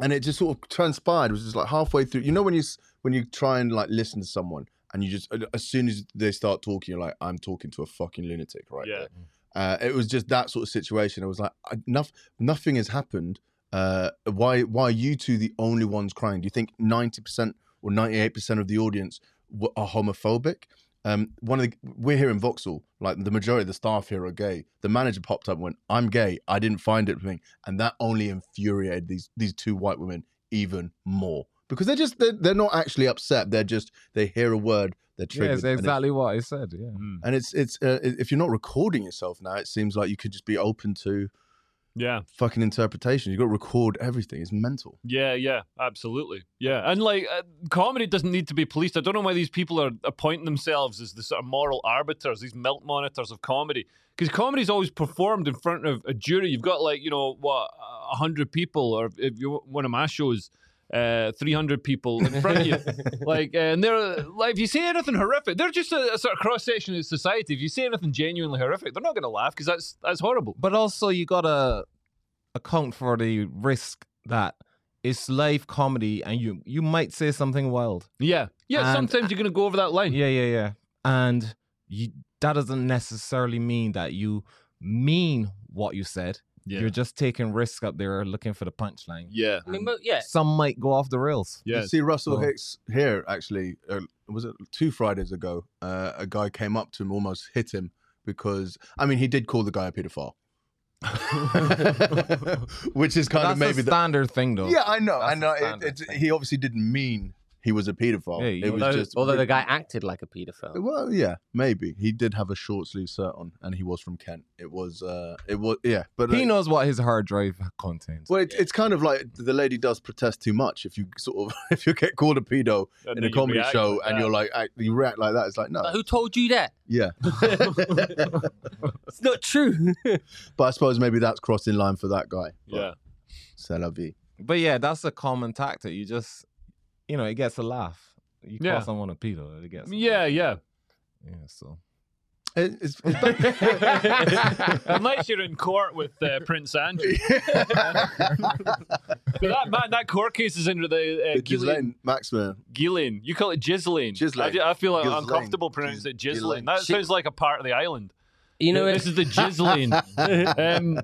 Speaker 4: and it just sort of transpired. It was just like halfway through. You know when you s- when you try and like listen to someone, and you just as soon as they start talking, you're like, I'm talking to a fucking lunatic right
Speaker 3: Yeah.
Speaker 4: there. Uh, it was just that sort of situation. It was like I, noth- nothing has happened. Uh, why why are you two the only ones crying? Do you think ninety percent or ninety eight percent of the audience w- are homophobic? Um, one of the we're here in Vauxhall. Like the majority of the staff here are gay. The manager popped up and went, "I'm gay. I didn't find it thing," and that only infuriated these these two white women even more because they're just they're, they're not actually upset. They're just they hear a word, they're
Speaker 5: Yeah,
Speaker 4: triggered.
Speaker 5: it's
Speaker 4: and it
Speaker 5: exactly what I said. Yeah.
Speaker 3: Mm.
Speaker 4: and it's it's uh, i- if you're not recording yourself now, it seems like you could just be open to
Speaker 3: Yeah.
Speaker 4: fucking interpretation. You've got to record everything. It's mental.
Speaker 3: Yeah, yeah, absolutely. Yeah, and like uh, comedy doesn't need to be policed. I don't know why these people are appointing themselves as the sort of moral arbiters, these milk monitors of comedy, because comedy's always performed in front of a jury. You've got like you know what, a hundred people, or if you one of my shows. Uh, 300 people in front of you like uh, and they're like if you say anything horrific they're just a, a sort of cross-section of society if you say anything genuinely horrific they're not going to laugh because that's that's horrible
Speaker 5: But also, you gotta account for the risk that it's live comedy, and you you might say something wild.
Speaker 3: yeah yeah
Speaker 5: And-
Speaker 3: sometimes you're going to go over that line
Speaker 5: Yeah, yeah, yeah. And you, that doesn't necessarily mean that you mean what you said.
Speaker 6: Yeah.
Speaker 5: You're just taking risks up there looking for the punchline.
Speaker 6: yeah.
Speaker 1: I mean, mo- yeah.
Speaker 5: Some might go off the rails.
Speaker 6: Yeah.
Speaker 4: You see
Speaker 5: Oh.
Speaker 4: Russell Hicks here actually. Uh, was it two Fridays ago? Uh, a guy came up to him, almost hit him because I mean he did call the guy a paedophile, which is kind
Speaker 5: That's
Speaker 4: of maybe
Speaker 5: a
Speaker 4: the
Speaker 5: standard thing though.
Speaker 4: yeah. I know,
Speaker 5: That's
Speaker 4: I
Speaker 5: the
Speaker 4: know.
Speaker 5: standard
Speaker 4: It, it,
Speaker 5: thing.
Speaker 4: he obviously didn't mean he was a paedophile.
Speaker 5: Yeah, you-
Speaker 4: it was
Speaker 1: Although,
Speaker 4: just
Speaker 1: although the guy acted like a paedophile.
Speaker 4: Uh, Well, yeah, maybe he did have a short sleeve shirt on, and he was from Kent. It was, uh, it was, yeah, but
Speaker 5: He
Speaker 4: uh,
Speaker 5: knows what his hard drive contains.
Speaker 4: Well, it, it's kind of like the lady does protest too much. If you sort of, if you get called a pedo
Speaker 3: And
Speaker 4: in
Speaker 3: then
Speaker 4: a
Speaker 3: you
Speaker 4: comedy
Speaker 3: react
Speaker 4: show,
Speaker 3: like
Speaker 4: and
Speaker 3: that.
Speaker 4: you're like, act, you react like that, it's like no,
Speaker 1: But who told you that?
Speaker 4: yeah.
Speaker 1: It's not true.
Speaker 4: But I suppose maybe that's crossing line for that guy. But
Speaker 3: yeah.
Speaker 4: c'est la vie.
Speaker 5: But yeah, that's a common tactic. You just, you know, it gets a laugh. You call
Speaker 3: Yeah.
Speaker 5: someone a pedo, it gets. a
Speaker 3: Mm, Yeah,
Speaker 5: laugh.
Speaker 3: yeah.
Speaker 5: Yeah, so.
Speaker 4: It- it's, it's ba-
Speaker 3: Unless you're in court with uh, Prince Andrew. But that man, that court case is under the uh, Ghislaine.
Speaker 4: Ghislaine Maxwell.
Speaker 3: Ghislaine. You call it Ghislaine.
Speaker 4: Ghislaine.
Speaker 3: I, ju- I feel like
Speaker 4: Ghislaine.
Speaker 3: uncomfortable pronouncing it
Speaker 4: Ghislaine.
Speaker 3: Ghislaine. That
Speaker 1: She-
Speaker 3: sounds like a part of the island.
Speaker 1: You know,
Speaker 3: this
Speaker 1: it's,
Speaker 3: is the Ghislaine. um,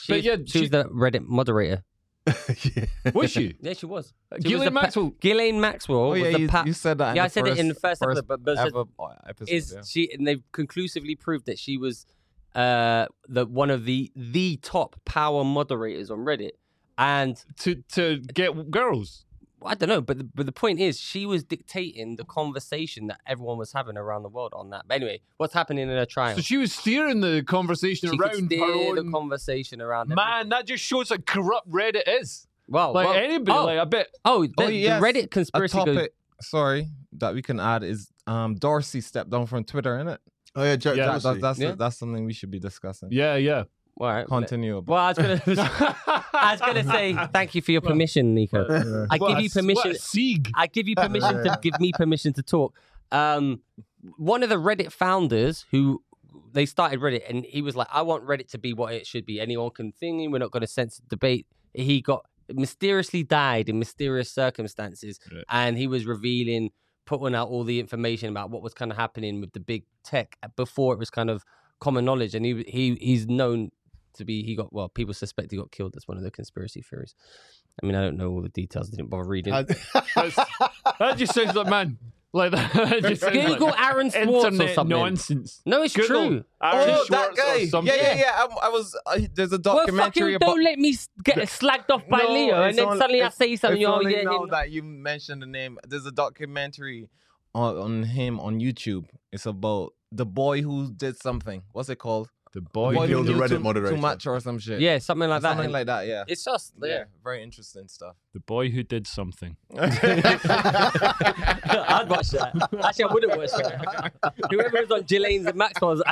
Speaker 1: she,
Speaker 3: but
Speaker 1: was-
Speaker 3: yeah,
Speaker 1: she,
Speaker 3: she-
Speaker 1: was the Reddit moderator.
Speaker 4: Yeah.
Speaker 3: was she?
Speaker 1: Yeah, she was. She was the
Speaker 3: Ghislaine
Speaker 1: pa-
Speaker 3: Maxwell.
Speaker 1: Ghislaine Maxwell
Speaker 5: Oh,
Speaker 1: was
Speaker 5: yeah,
Speaker 1: the
Speaker 5: you,
Speaker 1: pa-
Speaker 5: you said that. in
Speaker 1: yeah,
Speaker 5: the
Speaker 1: I said it in the first, episode, but, but
Speaker 5: ever- uh, episode,
Speaker 1: is
Speaker 5: yeah.
Speaker 1: she and they've conclusively proved that she was uh the one of the the top power moderators on Reddit. And
Speaker 3: to to get girls.
Speaker 1: I don't know, but the, but the point is, she was dictating the conversation that everyone was having around the world on that. But anyway, what's happening in her trial?
Speaker 3: So she was steering the conversation
Speaker 1: She could
Speaker 3: around her
Speaker 1: steer the
Speaker 3: own-
Speaker 1: conversation around. everything.
Speaker 3: Man, that just shows how corrupt Reddit is.
Speaker 1: well,
Speaker 3: Like
Speaker 1: well,
Speaker 3: anybody,
Speaker 1: Oh,
Speaker 3: like I bet.
Speaker 1: oh, the,
Speaker 5: Oh, yes,
Speaker 1: the Reddit
Speaker 5: a
Speaker 1: conspiracy. goes,
Speaker 5: topic. Sorry, that we can add is um Dorsey stepped down from Twitter, innit?
Speaker 4: Oh yeah, Jack
Speaker 3: Yeah,
Speaker 5: That,
Speaker 4: Dorsey.
Speaker 5: that, that's
Speaker 1: Yeah.
Speaker 5: that's something we should be discussing.
Speaker 3: Yeah, yeah.
Speaker 1: all right,
Speaker 5: Continue.
Speaker 1: Well, I was gonna, I was gonna say thank you for your permission, Nico. I give you permission.
Speaker 3: What a sieg.
Speaker 1: I give you permission to give me permission to talk. Um, one of the Reddit founders who they started Reddit, and he was like, "I want Reddit to be what it should be. Anyone can thing. We're not going to censor debate." He got mysteriously died in mysterious circumstances,
Speaker 3: Right.
Speaker 1: and he was revealing, putting out all the information about what was kind of happening with the big tech before it was kind of common knowledge. And he he he's known to be he got well, people suspect he got killed. That's one of the conspiracy theories. I mean, I don't know all the details. I didn't bother reading.
Speaker 3: That just sounds like man. Like that. that just sounds like
Speaker 1: Google Aaron Swartz or
Speaker 3: internet
Speaker 1: something.
Speaker 3: nonsense.
Speaker 1: No, it's
Speaker 3: Google
Speaker 1: true. Oh,
Speaker 3: Aaron Swartz or something.
Speaker 5: yeah. I, I was. Uh, there's a
Speaker 1: Well, fucking don't let me s- get slagged off by
Speaker 5: No,
Speaker 1: Leo, and
Speaker 5: it's
Speaker 1: then
Speaker 5: on-
Speaker 1: suddenly I
Speaker 5: it's-
Speaker 1: say something.
Speaker 5: If
Speaker 1: You're,
Speaker 5: only
Speaker 1: oh, yeah,
Speaker 5: now
Speaker 1: yeah.
Speaker 5: that you mentioned the name, there's a documentary on, on him on YouTube. It's about the boy who did something. What's it called?
Speaker 3: The
Speaker 5: The
Speaker 3: boy.
Speaker 5: boy
Speaker 4: killed
Speaker 5: knew
Speaker 4: the Reddit
Speaker 5: too,
Speaker 4: moderator.
Speaker 5: Too much or some shit.
Speaker 1: yeah, something like that.
Speaker 5: something like that. Yeah.
Speaker 1: it's just yeah.
Speaker 5: very interesting stuff.
Speaker 3: The boy who did something.
Speaker 1: I'd watch that. Actually, I wouldn't watch that. Whoever was on Ghislaine's and Maxwell's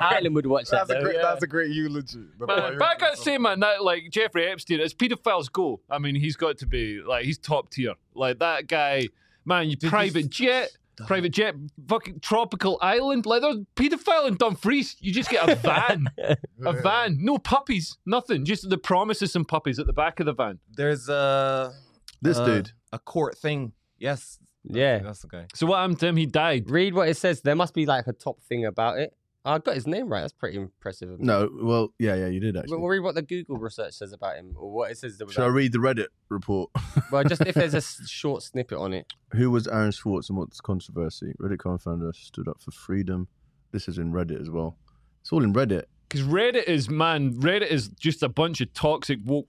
Speaker 1: island would watch that. though.
Speaker 5: That's a great eulogy.
Speaker 3: Man, but I gotta say, man, that like Jeffrey Epstein, as pedophiles go, I mean, he's got to be like he's top tier. Like that guy, man, you
Speaker 5: you
Speaker 3: private jet, private jet, fucking tropical island. Like there's pedophile in Dumfries. You just get a van, a van, no puppies, nothing. Just the promise of some puppies at the back of the van.
Speaker 5: There's a
Speaker 4: this
Speaker 5: uh,
Speaker 4: dude.
Speaker 5: a court thing. Yes. That's-
Speaker 1: Yeah.
Speaker 5: That's the guy.
Speaker 3: So what happened to him? He died.
Speaker 1: Read what it says. There must be like a top thing about it. Oh, I got his name right. That's pretty impressive. of me.
Speaker 4: No, well, yeah, yeah, you did
Speaker 1: Well,
Speaker 4: actually.
Speaker 1: read what the Google research says about him, or what it says.
Speaker 4: Should I
Speaker 1: About
Speaker 4: read the Reddit report?
Speaker 1: well, just if there's a s- short snippet on it.
Speaker 4: Who was Aaron Schwartz and what's the controversy? Reddit co-founder stood up for freedom. This is in Reddit as well. It's all in Reddit.
Speaker 3: Because Reddit is man, Reddit is just a bunch of toxic woke.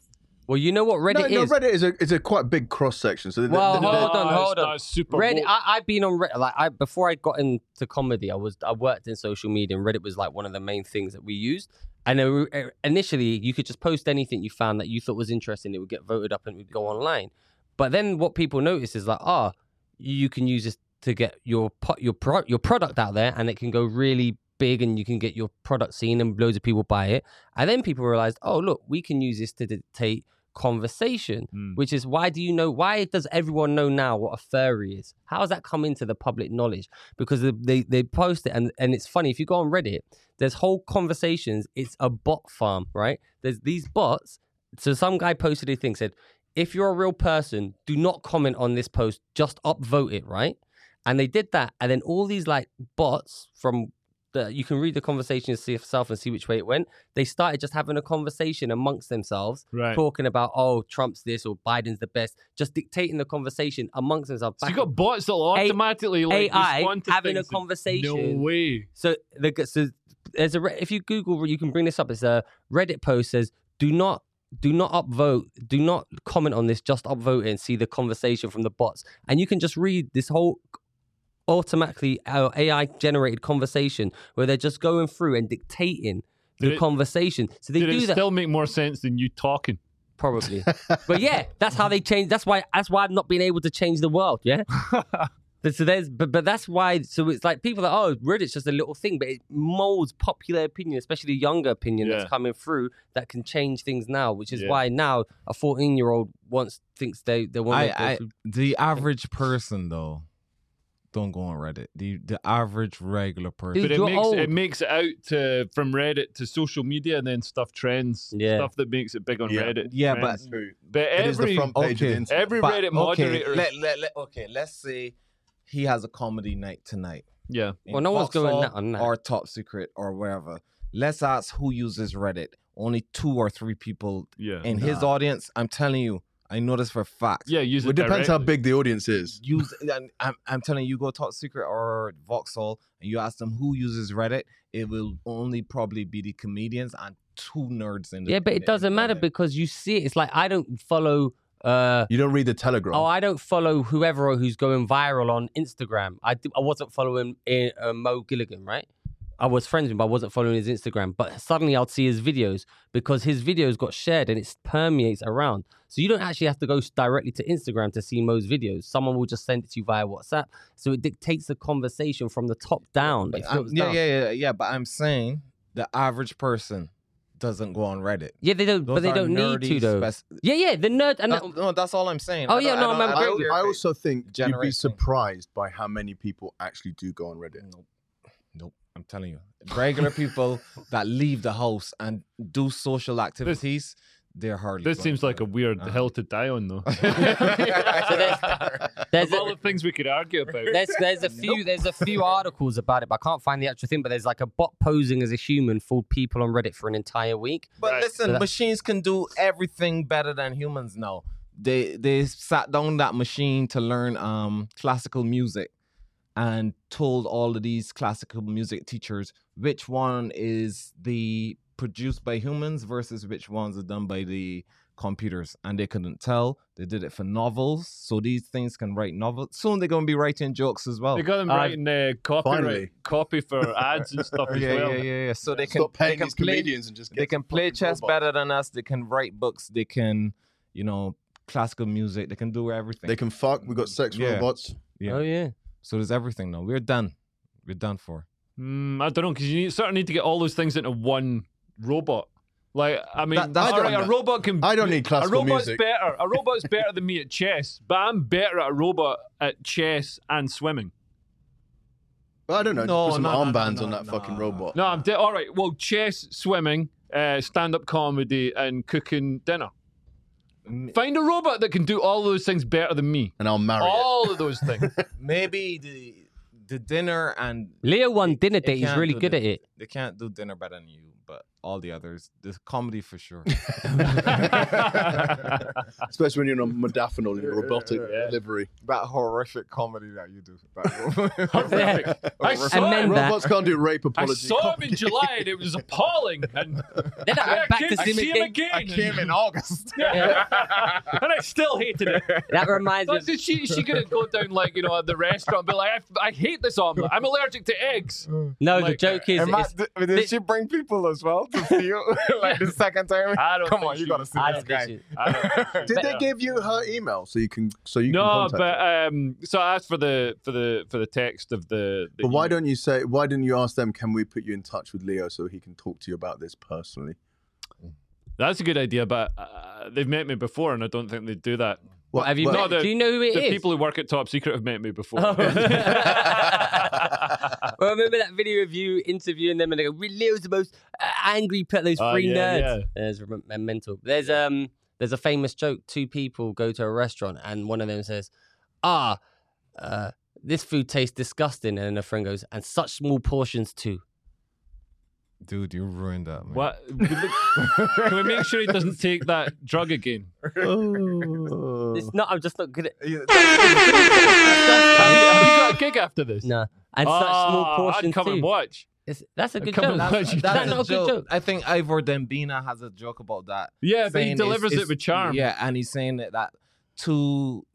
Speaker 1: Well, you know what Reddit
Speaker 4: no, no,
Speaker 1: is.
Speaker 4: Reddit is a is a quite big cross section. So the- the-
Speaker 1: Well,
Speaker 4: the-
Speaker 1: Oh, hold
Speaker 4: the-
Speaker 1: on,
Speaker 3: Ah, it's
Speaker 1: hold on.
Speaker 3: not Super
Speaker 1: Reddit.
Speaker 3: woke.
Speaker 1: I, I've been on Reddit. Like I, before I got into comedy, I was I worked in social media, and Reddit was like one of the main things that we used. And then we- uh, initially, you could just post anything you found that you thought was interesting. It would get voted up and it would go online. But then what people notice is like, ah, you can use this to get your po- your pro- your product out there, and it can go really big, and you can get your product seen, and loads of people buy it. And then people realized, oh look, we can use this to dictate conversation
Speaker 3: Hmm.
Speaker 1: which is why do you know why does everyone know now what a furry is how has that come into the public knowledge because they, they, they post it and, and it's funny if you go on reddit there's whole conversations it's a bot farm right there's these bots so some guy posted a thing said if you're a real person do not comment on this post just upvote it right and they did that and then all these like bots from the that you can read the conversation yourself and see which way it went. They started just having a conversation amongst themselves,
Speaker 3: Right.
Speaker 1: talking about oh Trump's this or Biden's the best, just dictating the conversation amongst themselves.
Speaker 3: So you
Speaker 1: back
Speaker 3: got bots that'll
Speaker 1: A-
Speaker 3: automatically like
Speaker 1: AI
Speaker 3: respond to
Speaker 1: having a
Speaker 3: things.
Speaker 1: conversation.
Speaker 3: No way.
Speaker 1: So the g- so there's a re- if you Google you can bring this up. It's a Reddit post says do not do not upvote, do not comment on this. Just upvote it and see the conversation from the bots, and you can just read this whole automatically uh, AI generated conversation where they're just going through and dictating the
Speaker 3: Did it-
Speaker 1: conversation. So they
Speaker 3: Did
Speaker 1: do
Speaker 3: it
Speaker 1: that
Speaker 3: still make more sense than you talking?
Speaker 1: probably, but yeah, that's how they change. That's why that's why I've not been able to change the world. Yeah. But So there's, but, but that's why. So it's like people are, oh, Reddit's just a little thing, but it molds popular opinion, especially younger opinion
Speaker 3: Yeah.
Speaker 1: that's coming through that can change things now, which is
Speaker 3: Yeah.
Speaker 1: why now a 14 year old wants thinks they they want to.
Speaker 5: I- I- The average person though, don't go on Reddit. The the average regular person.
Speaker 3: But
Speaker 1: Dude,
Speaker 3: it
Speaker 1: you're
Speaker 3: makes it
Speaker 1: old.
Speaker 3: makes it out to from Reddit to social media and then stuff trends.
Speaker 1: Yeah.
Speaker 3: Stuff that makes it big on
Speaker 4: Yeah.
Speaker 3: Reddit.
Speaker 5: Yeah, but-
Speaker 3: trends.
Speaker 4: True.
Speaker 3: but
Speaker 4: It is the
Speaker 3: every
Speaker 4: front page of
Speaker 5: okay.
Speaker 4: the internet.
Speaker 3: every
Speaker 5: But,
Speaker 3: Reddit
Speaker 5: Okay,
Speaker 3: moderator is-
Speaker 5: let, let, let, okay, let's say he has a comedy night tonight.
Speaker 3: Yeah.
Speaker 5: in
Speaker 1: Well, no one's going
Speaker 5: Vauxhall
Speaker 1: that on that.
Speaker 5: Or top secret or wherever. Let's ask who uses Reddit. Only two or three people
Speaker 3: Yeah.
Speaker 5: in his audience. I'm telling you, I know this for a fact.
Speaker 3: Yeah, use
Speaker 4: Well, It depends how
Speaker 3: directly.
Speaker 4: big the audience is.
Speaker 5: Use and I'm, I'm telling you, go top secret or Vauxhall, and you ask them who uses Reddit. It will only probably be the comedians and two nerds in the.
Speaker 1: yeah, but
Speaker 5: in
Speaker 1: it
Speaker 5: the
Speaker 1: doesn't matter
Speaker 5: building.
Speaker 1: because you see it. It's like I don't follow. uh
Speaker 4: You don't read the Telegraph.
Speaker 1: Oh, I don't follow whoever who's going viral on Instagram. I, d- I wasn't following eh, uh, Mo Gilligan, right? I was friends with him, but I wasn't following his Instagram. But suddenly I'd see his videos because his videos got shared and it permeates around. So you don't actually have to go s- directly to Instagram to see Mo's videos. Someone will just send it to you via WhatsApp. So it dictates the conversation from the top down.
Speaker 5: But
Speaker 1: It
Speaker 5: I'm-
Speaker 1: filters
Speaker 5: yeah,
Speaker 1: down.
Speaker 5: yeah, yeah, yeah. But I'm saying the average person doesn't go on Reddit.
Speaker 1: Yeah, they don't,
Speaker 5: Those
Speaker 1: but they
Speaker 5: are
Speaker 1: don't need
Speaker 5: nerdy
Speaker 1: to though.
Speaker 5: spec-
Speaker 1: yeah, yeah, the nerd and
Speaker 5: That's- no, that's all I'm saying.
Speaker 1: Oh,
Speaker 5: I don't-
Speaker 1: yeah, no,
Speaker 5: I,
Speaker 1: man,
Speaker 5: don't,
Speaker 4: I,
Speaker 5: I, don't
Speaker 1: agree.
Speaker 4: I also think you'd be
Speaker 5: Generate.
Speaker 4: surprised by how many people actually do go on Reddit.
Speaker 5: Nope. Nope. I'm telling you, regular people that leave the house and do social activities, they're hardly.
Speaker 3: This seems like a weird
Speaker 5: Uh-huh.
Speaker 3: hill to die on though.
Speaker 1: there's
Speaker 3: Of all the things we could argue about.
Speaker 1: there's there's a few there's a few articles about it, but I can't find the actual thing. But there's like a bot posing as a human fooled people on Reddit for an entire week.
Speaker 5: But
Speaker 3: Right.
Speaker 5: listen, machines can do everything better than humans now. They they sat down that machine to learn um classical music and told all of these classical music teachers which one is the produced by humans versus which ones are done by the computers and they couldn't tell they did it for novels so these things can write novels soon they're going to be writing jokes as well
Speaker 3: They got them
Speaker 1: I've-
Speaker 3: writing uh, copyright
Speaker 4: Oh, Finally.
Speaker 3: copy for ads and stuff as
Speaker 5: yeah,
Speaker 3: well.
Speaker 5: yeah yeah yeah so they can
Speaker 4: Stop
Speaker 5: they
Speaker 4: paying
Speaker 5: can
Speaker 4: these
Speaker 5: play-
Speaker 4: comedians and just get
Speaker 5: they can
Speaker 4: some
Speaker 5: play
Speaker 4: fucking
Speaker 5: chess
Speaker 4: robots.
Speaker 5: better than us. They can write books. They can, you know, classical music. They can do everything.
Speaker 4: They can fuck. We got sex
Speaker 5: Yeah.
Speaker 4: robots.
Speaker 5: Yeah.
Speaker 1: Oh yeah,
Speaker 5: So there's everything now. We're done. We're done for.
Speaker 3: Mm, I don't know because you need, sort of need to get all those things into one robot. Like I mean,
Speaker 5: That- that's-
Speaker 3: all
Speaker 5: I
Speaker 3: right,
Speaker 4: don't
Speaker 3: a
Speaker 4: know.
Speaker 3: robot can.
Speaker 4: I don't need
Speaker 3: A
Speaker 4: classical
Speaker 3: robot's
Speaker 4: music.
Speaker 3: better. A robot's better than me at chess, but I'm better at a robot at chess and swimming.
Speaker 4: I don't
Speaker 5: No,
Speaker 4: know. just put some
Speaker 5: no, no,
Speaker 4: armbands
Speaker 5: no,
Speaker 4: on that
Speaker 5: no,
Speaker 4: fucking
Speaker 5: no.
Speaker 4: robot.
Speaker 3: No, I'm de- all right. Well, chess, swimming, uh, stand-up comedy, and cooking dinner.
Speaker 4: Mm.
Speaker 5: M-
Speaker 3: Find a robot that can do all those things better than me.
Speaker 4: And I'll marry it.
Speaker 3: All of those things.
Speaker 5: Maybe the the dinner and
Speaker 1: Leo won dinner date. He's
Speaker 5: can't
Speaker 1: really
Speaker 5: do
Speaker 1: good
Speaker 5: the-
Speaker 1: at it.
Speaker 5: They can't do dinner better than you, but all the others, the comedy for sure.
Speaker 4: Especially when you're on modafinil in robotic
Speaker 3: yeah.
Speaker 4: delivery.
Speaker 5: that horrific comedy that you do.
Speaker 3: Horrific. I saw it.
Speaker 1: And that-
Speaker 4: Robots can't do rape
Speaker 3: I
Speaker 4: apology.
Speaker 3: saw him in July and it was appalling. And
Speaker 1: Then I went back to
Speaker 3: I
Speaker 1: see him
Speaker 3: see him
Speaker 1: again.
Speaker 3: again.
Speaker 5: in August.
Speaker 3: Yeah. and I still hated it.
Speaker 1: That reminds me.
Speaker 3: Like, did she she could go down like you know at the restaurant, and be like, I, I hate this omelet. I'm allergic to eggs.
Speaker 1: No, the
Speaker 3: like,
Speaker 1: joke is,
Speaker 5: And Matt,
Speaker 1: it's-
Speaker 5: did, did she bring people as well to see you? like the second time?
Speaker 3: I don't.
Speaker 5: Come
Speaker 3: think
Speaker 5: on, you
Speaker 3: she-
Speaker 5: gotta see
Speaker 1: I
Speaker 5: this
Speaker 1: don't
Speaker 5: guy.
Speaker 1: think she-
Speaker 3: I don't think she-
Speaker 4: Did they give you her email so you can so you can
Speaker 3: No,
Speaker 4: contact
Speaker 3: but
Speaker 4: her?
Speaker 3: um, so I asked for the for the for the text of the. the
Speaker 4: But why
Speaker 3: email.
Speaker 4: don't you say? Why didn't you ask them? Can we put you in touch with Leo so he can talk to you about this personally?
Speaker 3: That's a good idea, but uh, they've met me before, and I don't think they do that.
Speaker 1: What, have you
Speaker 3: well-
Speaker 1: met?
Speaker 3: No, the-
Speaker 1: do you know who it
Speaker 3: The
Speaker 1: is?
Speaker 3: people who work at Top Secret have met me before.
Speaker 1: Oh. well, remember that video of you interviewing them and they go, Leo's the most uh, angry pet, those
Speaker 3: Oh,
Speaker 1: three
Speaker 3: yeah,
Speaker 1: nerds.
Speaker 3: yeah.
Speaker 1: There's rem- and mental. There's um there's a famous joke. Two people go to a restaurant and one of them says, Ah, uh, this food tastes disgusting. And a friend goes, and such small portions too.
Speaker 5: Dude, you ruined that, man.
Speaker 3: What? Can we make sure he doesn't take that drug again?
Speaker 4: oh.
Speaker 3: Oh.
Speaker 1: It's not. I'm just not good at.
Speaker 3: Have you, have you got a gig after this?
Speaker 1: Ah! No, and such small
Speaker 3: Ah,
Speaker 1: portions
Speaker 3: I'd come
Speaker 1: too.
Speaker 3: and watch.
Speaker 1: It's- that's a
Speaker 3: I'd
Speaker 1: good
Speaker 3: come
Speaker 1: joke.
Speaker 3: and watch you.
Speaker 1: Is that not a good joke?
Speaker 2: I think Ivor Dembina has a joke about that.
Speaker 3: Yeah, but he
Speaker 2: saying it's-
Speaker 3: delivers
Speaker 2: it's-
Speaker 3: it with charm.
Speaker 2: Yeah,
Speaker 5: Yeah, and he's saying that, that two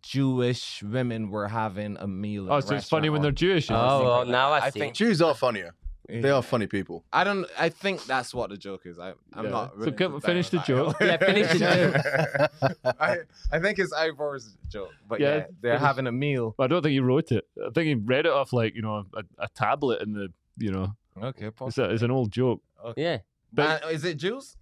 Speaker 5: Jewish women were having a meal.
Speaker 3: Oh, so it's funny when they're Jewish. is it?
Speaker 1: Oh, well, now I,
Speaker 2: I
Speaker 1: see.
Speaker 2: think-
Speaker 4: Jews are funnier.
Speaker 5: they're.
Speaker 4: They are funny people.
Speaker 5: I don't. I think that's what the joke is. I, I'm
Speaker 3: Yeah.
Speaker 5: not.
Speaker 3: So
Speaker 5: really
Speaker 3: come-
Speaker 5: good
Speaker 3: finish
Speaker 5: at
Speaker 3: the
Speaker 5: that.
Speaker 3: joke.
Speaker 1: Yeah, finish the joke.
Speaker 5: I, I think it's Ivor's joke, but
Speaker 3: Yeah,
Speaker 5: yeah, they're
Speaker 3: finish.
Speaker 5: having a meal.
Speaker 3: But I don't think he wrote it. I think he read it off like you know a, a tablet in the you know.
Speaker 5: Okay,
Speaker 3: It's, a, it's an old joke.
Speaker 1: yeah,
Speaker 3: But-
Speaker 5: Uh, is it Jews?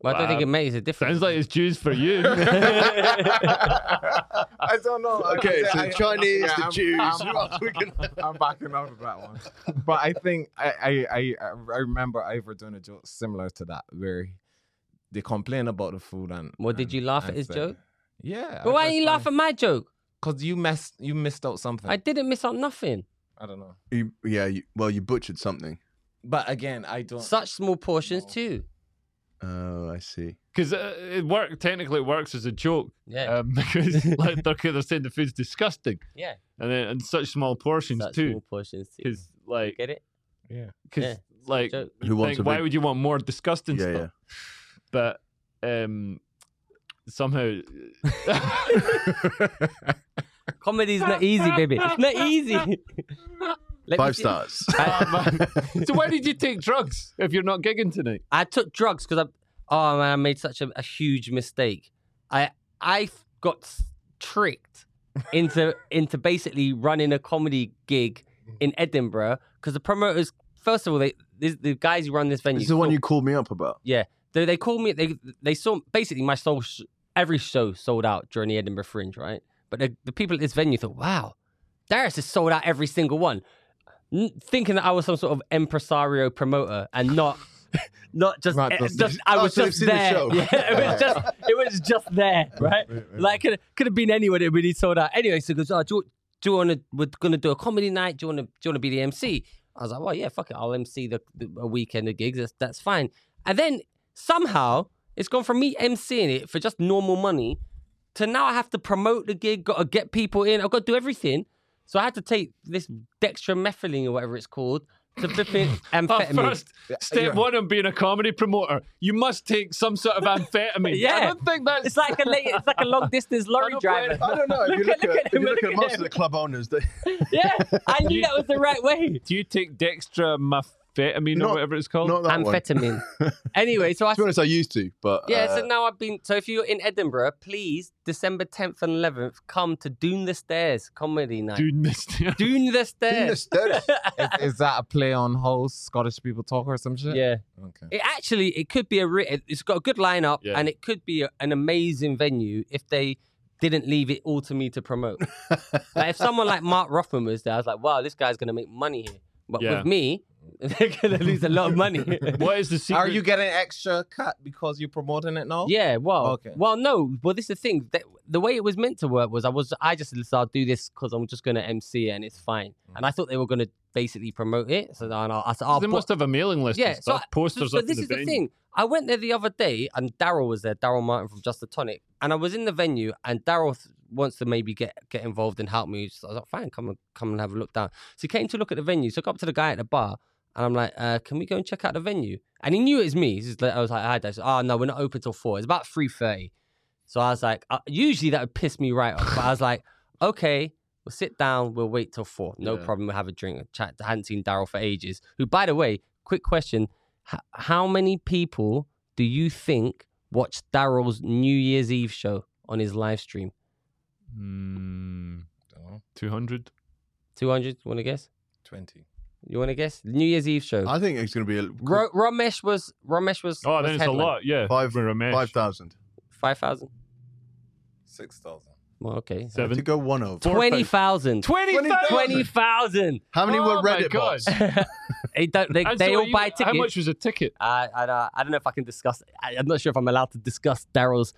Speaker 1: but I don't think
Speaker 3: Wow.
Speaker 1: it makes a difference.
Speaker 3: Sounds like it's Jews for you.
Speaker 5: I don't know. I-
Speaker 4: Okay,
Speaker 5: I-
Speaker 4: so
Speaker 5: I-
Speaker 4: Chinese,
Speaker 5: yeah,
Speaker 4: the
Speaker 5: I'm-
Speaker 4: Jews.
Speaker 5: I'm-
Speaker 4: Who else we can-
Speaker 5: I'm backing off of that one. But I think I I, I I remember Ivor doing a joke similar to that where they complain about the food and.
Speaker 1: Well, did
Speaker 5: and-
Speaker 1: you laugh at
Speaker 5: and
Speaker 1: his
Speaker 5: say-
Speaker 1: joke?
Speaker 5: Yeah.
Speaker 1: But why didn't you laugh at my joke?
Speaker 5: Because you messed. You missed out something.
Speaker 1: I
Speaker 5: I,
Speaker 1: didn't miss out nothing.
Speaker 5: don't know.
Speaker 4: You- yeah, you, well, you butchered something.
Speaker 5: But again, I don't.
Speaker 1: Such small portions too.
Speaker 4: Oh, I see.
Speaker 3: Because uh, it work technically it works as a joke
Speaker 1: Yeah,
Speaker 4: Uh,
Speaker 3: um, because like they're, they're saying the food's disgusting
Speaker 1: yeah.
Speaker 3: and then in such small portions
Speaker 1: Such
Speaker 3: too.
Speaker 1: small portions too.
Speaker 3: Because like
Speaker 1: Get it?
Speaker 3: because
Speaker 1: Yeah.
Speaker 3: like
Speaker 1: Joke.
Speaker 4: Who wants
Speaker 3: like,
Speaker 4: a
Speaker 3: why
Speaker 4: big-
Speaker 3: would you want more disgusting
Speaker 4: Yeah,
Speaker 3: stuff? But um, somehow
Speaker 1: Comedy's not easy, baby. It's not easy. Let me
Speaker 4: Five
Speaker 1: see-
Speaker 4: stars.
Speaker 1: I,
Speaker 3: so why did you take drugs if you're not gigging tonight?
Speaker 1: I took drugs because I, oh man, I made such a, a huge mistake. I I f- got s- tricked into into basically running a comedy gig in Edinburgh because the promoters, first of all, they this, the guys who run this venue.
Speaker 4: This is the one
Speaker 1: saw-
Speaker 4: you called me up about.
Speaker 1: they, they called me. They they saw basically my soul. Sh- every show sold out during the Edinburgh Fringe, right? But the, the people at this venue thought, "Wow, Darius has sold out every single one," N- thinking that I was some sort of impresario promoter and not. Not just,
Speaker 5: Right,
Speaker 1: eh,
Speaker 5: that's-
Speaker 1: just I
Speaker 4: Oh,
Speaker 1: was
Speaker 4: so they've
Speaker 1: just
Speaker 4: seen the
Speaker 1: there.
Speaker 4: show.
Speaker 1: Yeah, it was just, it was just there, right? Like could could have been anyone. It really sold out. Anyway, so he goes, oh, do you, do you want to? We're gonna do a comedy night. Do you want to? Do you want to be the MC? I was like, well, yeah, fuck it. I'll MC the, the a weekend of gigs. That's, that's fine. And then somehow it's gone from me MCing it for just normal money to now I have to promote the gig. Got to get people in. I've got to do everything. So I had to take this dextromethylene or whatever it's called to flipping
Speaker 3: Well,
Speaker 1: amphetamine.
Speaker 3: first, step
Speaker 5: you're-
Speaker 3: one of being a comedy promoter, you must take some sort of amphetamine. I
Speaker 1: Yeah.
Speaker 3: don't think that's.
Speaker 1: It's like a late, it's like a long distance lorry
Speaker 3: don't blame
Speaker 1: driver.
Speaker 4: I don't know. If you
Speaker 1: Look
Speaker 4: look
Speaker 1: at- look at
Speaker 4: at, if
Speaker 1: him,
Speaker 4: you look
Speaker 1: look
Speaker 4: at
Speaker 1: at
Speaker 4: most
Speaker 1: him.
Speaker 4: of the club owners, they,
Speaker 1: Yeah, I knew that was the right way.
Speaker 3: do you take dextromethaphetamine or
Speaker 4: Not-
Speaker 3: whatever it's called?
Speaker 4: not that one. To
Speaker 1: Amphetamine. anyway, so I
Speaker 4: be honest, I used to, but
Speaker 1: Yeah,
Speaker 4: uh,
Speaker 1: so now I've been. So if you're in Edinburgh, please, December 10th and 11th, come to Dune the Stairs comedy night.
Speaker 3: Dude, missed it.
Speaker 1: Dune the
Speaker 4: in the
Speaker 1: Stairs.
Speaker 4: steps.
Speaker 5: is, is that a play on host Scottish people talk or some shit?
Speaker 1: Yeah,
Speaker 5: Okay.
Speaker 1: it actually it could be a. Re- it- it's got a good lineup,
Speaker 3: Yeah.
Speaker 1: and it could be a, an amazing venue if they didn't leave it all to me to promote. like if someone like Mark Ruffman was there, I was like, wow, this guy's gonna make money here. But
Speaker 3: Yeah.
Speaker 1: with me, they're gonna lose a lot of money.
Speaker 3: What is the secret?
Speaker 5: Are you getting extra cut because you're promoting it now?
Speaker 1: Yeah, well,
Speaker 5: Okay.
Speaker 1: well, no, well, this is the thing. The, the way it was meant to work was I was I just decided I'll do this because I'm just going to MC it and it's fine.
Speaker 3: Mm.
Speaker 1: And I thought they were going to basically promote it, so then I, I said, "I'll
Speaker 3: They
Speaker 1: put-
Speaker 3: must have a mailing list.
Speaker 1: Yeah,
Speaker 3: and
Speaker 1: so
Speaker 3: stuff,
Speaker 1: I- so,
Speaker 3: posters
Speaker 1: so
Speaker 3: up
Speaker 1: this
Speaker 3: in
Speaker 1: is
Speaker 3: the
Speaker 1: the
Speaker 3: venue.
Speaker 1: thing. I went there the other day, and Daryl was there, Daryl Martin from Just a Tonic, and I was in the venue, and Daryl th- wants to maybe get get involved and help me. So I was like, "Fine, come and come and have a look down." So he came to look at the venue. So I go up to the guy at the bar, and I'm like, uh, "Can we go and check out the venue?" And he knew it was me. He's just like, I was like, "Hi, Dad." He's like, "Oh no, we're not open till four. It's about 3.30. So I was like, uh, "Usually that would piss me right off," but I was like, "Okay." We'll sit down. We'll wait till four. No
Speaker 3: Yeah.
Speaker 1: problem. We'll have a drink. a Chat. I hadn't seen Daryl for ages. Who, by the way, quick question: H- how many people do you think watched Daryl's New Year's Eve show on his live stream?
Speaker 3: Hmm, 200.
Speaker 1: 200? Want to guess?
Speaker 5: Twenty.
Speaker 1: You want to guess? New Year's Eve show.
Speaker 4: I think it's going to be a
Speaker 1: Ro- Ramesh was Ramesh was.
Speaker 3: Oh, then it's a lot. Yeah.
Speaker 4: Five-
Speaker 3: for Ramesh.
Speaker 4: five thousand.
Speaker 1: Five thousand.
Speaker 5: Six thousand.
Speaker 1: Well, okay.
Speaker 4: I have To
Speaker 3: Seven.
Speaker 4: go one over.
Speaker 3: Four
Speaker 1: Twenty
Speaker 3: thousand.
Speaker 1: thousand.
Speaker 3: 20,000.
Speaker 1: Twenty thousand.
Speaker 4: How many
Speaker 3: Oh my
Speaker 4: were Reddit
Speaker 3: God.
Speaker 4: bots?
Speaker 1: they don't. They,
Speaker 3: And
Speaker 1: they
Speaker 3: so
Speaker 1: all
Speaker 3: you-
Speaker 1: buy tickets.
Speaker 3: How much was a ticket?
Speaker 1: I, I, don't- I don't know if I can discuss. I, I'm not sure if I'm allowed to discuss Daryl's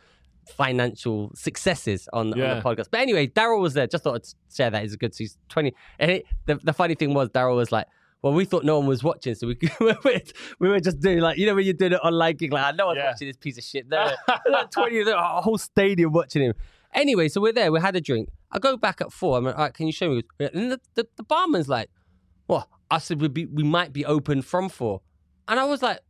Speaker 1: financial successes on,
Speaker 3: Yeah.
Speaker 1: on the podcast. But anyway, Daryl was there. Just thought I'd share that. It's good. So he's 20. And it, the, the funny thing was, Daryl was like, Well, we thought no one was watching, so we we were just doing like you know when you're doing it online gig, like no one's
Speaker 3: Yeah.
Speaker 1: watching this piece of shit. There, twenty, of them, a whole stadium watching him. Anyway, so we're there. We had a drink. I go back at four. I'm like, All right, can you show me? And the, the, the barman's like, "What?" I said, "We be we might be open from four. and I was like,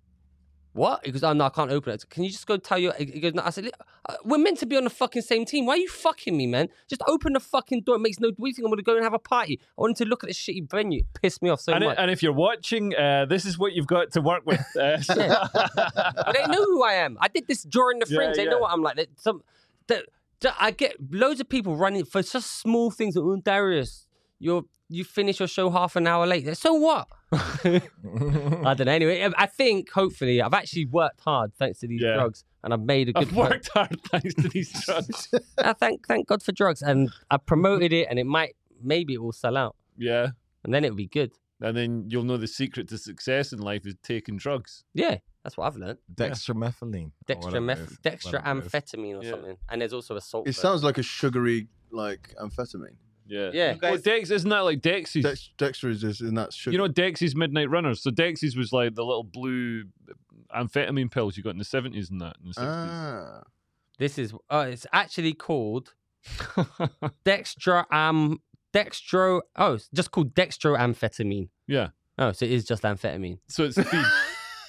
Speaker 1: "What?" He goes, "Oh no, I can't open it." I said, Can you just go tell your? He goes, no. I said, uh, "We're meant to be on the fucking same team. Why are you fucking me, man? Just open the fucking door. It makes no. What do you think I'm gonna go and have a party? I wanted to look at this shitty venue. It pissed me off so
Speaker 3: And,
Speaker 1: much.
Speaker 3: i- and if you're watching, uh, this is what you've got to work with. Uh, so-
Speaker 1: but they know who I am. I did this during the
Speaker 3: Yeah,
Speaker 1: fringe. They know
Speaker 3: yeah.
Speaker 1: what I'm like. That some, that, that I get loads of people running for such small things. Oh, Darius, you you finish your show half an hour late. So what? I don't know. Anyway, I- I think hopefully I've actually worked hard thanks to these
Speaker 3: Yeah.
Speaker 1: drugs, and I've made a good.
Speaker 3: I've worked hard thanks to these drugs.
Speaker 1: I thank thank God for drugs, and I promoted it, and it might maybe it will sell out,
Speaker 3: yeah.
Speaker 1: and then it will be good.
Speaker 3: And then you'll know the secret to success in life is taking drugs.
Speaker 1: Yeah, that's what I've learned.
Speaker 5: Dextromethylene. or whatever it is,
Speaker 1: Dextrameth-
Speaker 5: whatever it is.
Speaker 1: dextroamphetamine or
Speaker 3: Yeah.
Speaker 1: something, and there's also a salt.
Speaker 4: It
Speaker 1: version.
Speaker 4: sounds like a sugary like amphetamine.
Speaker 3: Yeah.
Speaker 1: yeah.
Speaker 3: Well, Dex, isn't that like Dexy's?
Speaker 4: Dex- Dexter is just in that sugar.
Speaker 3: You know Dexy's Midnight Runners. So Dexy's was like the little blue amphetamine pills you got in the seventies and that in the sixties.
Speaker 4: ah,
Speaker 1: This is oh, it's actually called dextro um dextro. Oh, it's just called dextroamphetamine.
Speaker 3: yeah.
Speaker 1: Oh, so it is just amphetamine.
Speaker 3: So it's speed.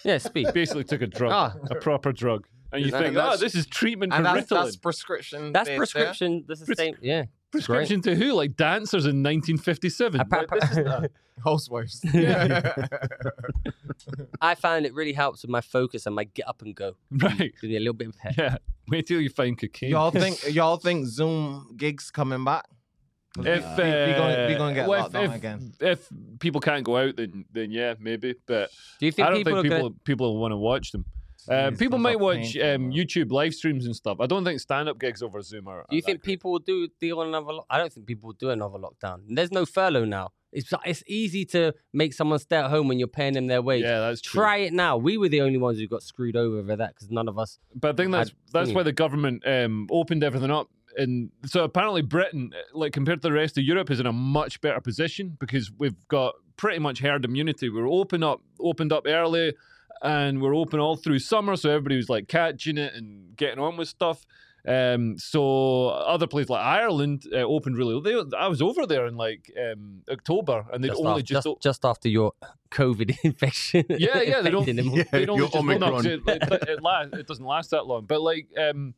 Speaker 1: Yeah, speed.
Speaker 3: basically took a drug,
Speaker 1: Ah.
Speaker 3: a proper drug, and you
Speaker 1: And
Speaker 3: think, oh,
Speaker 2: that's-
Speaker 3: this is treatment for
Speaker 5: And that's, that's
Speaker 3: Ritalin.
Speaker 5: prescription.
Speaker 1: That's
Speaker 5: based, yeah?
Speaker 1: prescription. This is
Speaker 3: Pres-
Speaker 1: same. Yeah. it's great.
Speaker 3: Prescription to who? Like dancers in 1957.
Speaker 1: Appa-
Speaker 3: Like, this is not-
Speaker 5: Housewives.
Speaker 3: Yeah.
Speaker 1: I found it really helps with my focus and my get up and go.
Speaker 3: right.
Speaker 1: Give me a little bit of pep.
Speaker 3: Yeah. Wait till you find cocaine.
Speaker 5: y'all think y'all think Zoom gigs coming back? 'Cause
Speaker 3: if
Speaker 5: we, we, we gonna, we
Speaker 3: uh,
Speaker 5: gonna get
Speaker 3: well,
Speaker 5: locked down
Speaker 3: if,
Speaker 5: again.
Speaker 3: if people can't go out, then then yeah, maybe. But
Speaker 1: Do you think
Speaker 3: I don't
Speaker 1: people
Speaker 3: think
Speaker 1: are
Speaker 3: people
Speaker 1: gonna?
Speaker 3: people want to watch them. Uh,
Speaker 5: Jeez,
Speaker 3: people
Speaker 5: those
Speaker 3: might
Speaker 5: are
Speaker 3: watch um,
Speaker 5: painful.
Speaker 3: YouTube live streams and stuff. I don't think stand up gigs over Zoom are.
Speaker 1: Do you
Speaker 3: are that
Speaker 1: think
Speaker 3: great.
Speaker 1: people will do the on another? Lo- I don't think people will do another lockdown. There's no furlough now. It's it's easy to make someone stay at home when you're paying them their wage.
Speaker 3: Yeah, that's true.
Speaker 1: Try it now. We were the only ones who got screwed over over that because none of us.
Speaker 3: But I think
Speaker 1: I-
Speaker 3: that's that's
Speaker 1: mm.
Speaker 3: why the government um, opened everything up, and so apparently Britain, uh, like compared to the rest of Europe, is in a much better position because we've got pretty much herd immunity. We're open up, opened up early, and we're open all through summer, so everybody was like catching it and getting on with stuff. Um, so other places like Ireland uh, opened really. They, I was over there in like um, October, and they'd
Speaker 1: just,
Speaker 3: only
Speaker 1: af-
Speaker 3: just.
Speaker 1: just,
Speaker 3: o-
Speaker 1: just after your COVID infection.
Speaker 3: yeah, yeah, they don't.
Speaker 1: infecting them.
Speaker 3: They don't
Speaker 4: your
Speaker 3: just- well, no, 'cause
Speaker 4: Omicron.
Speaker 3: It, it, it, lasts, it doesn't last that long. But like, um,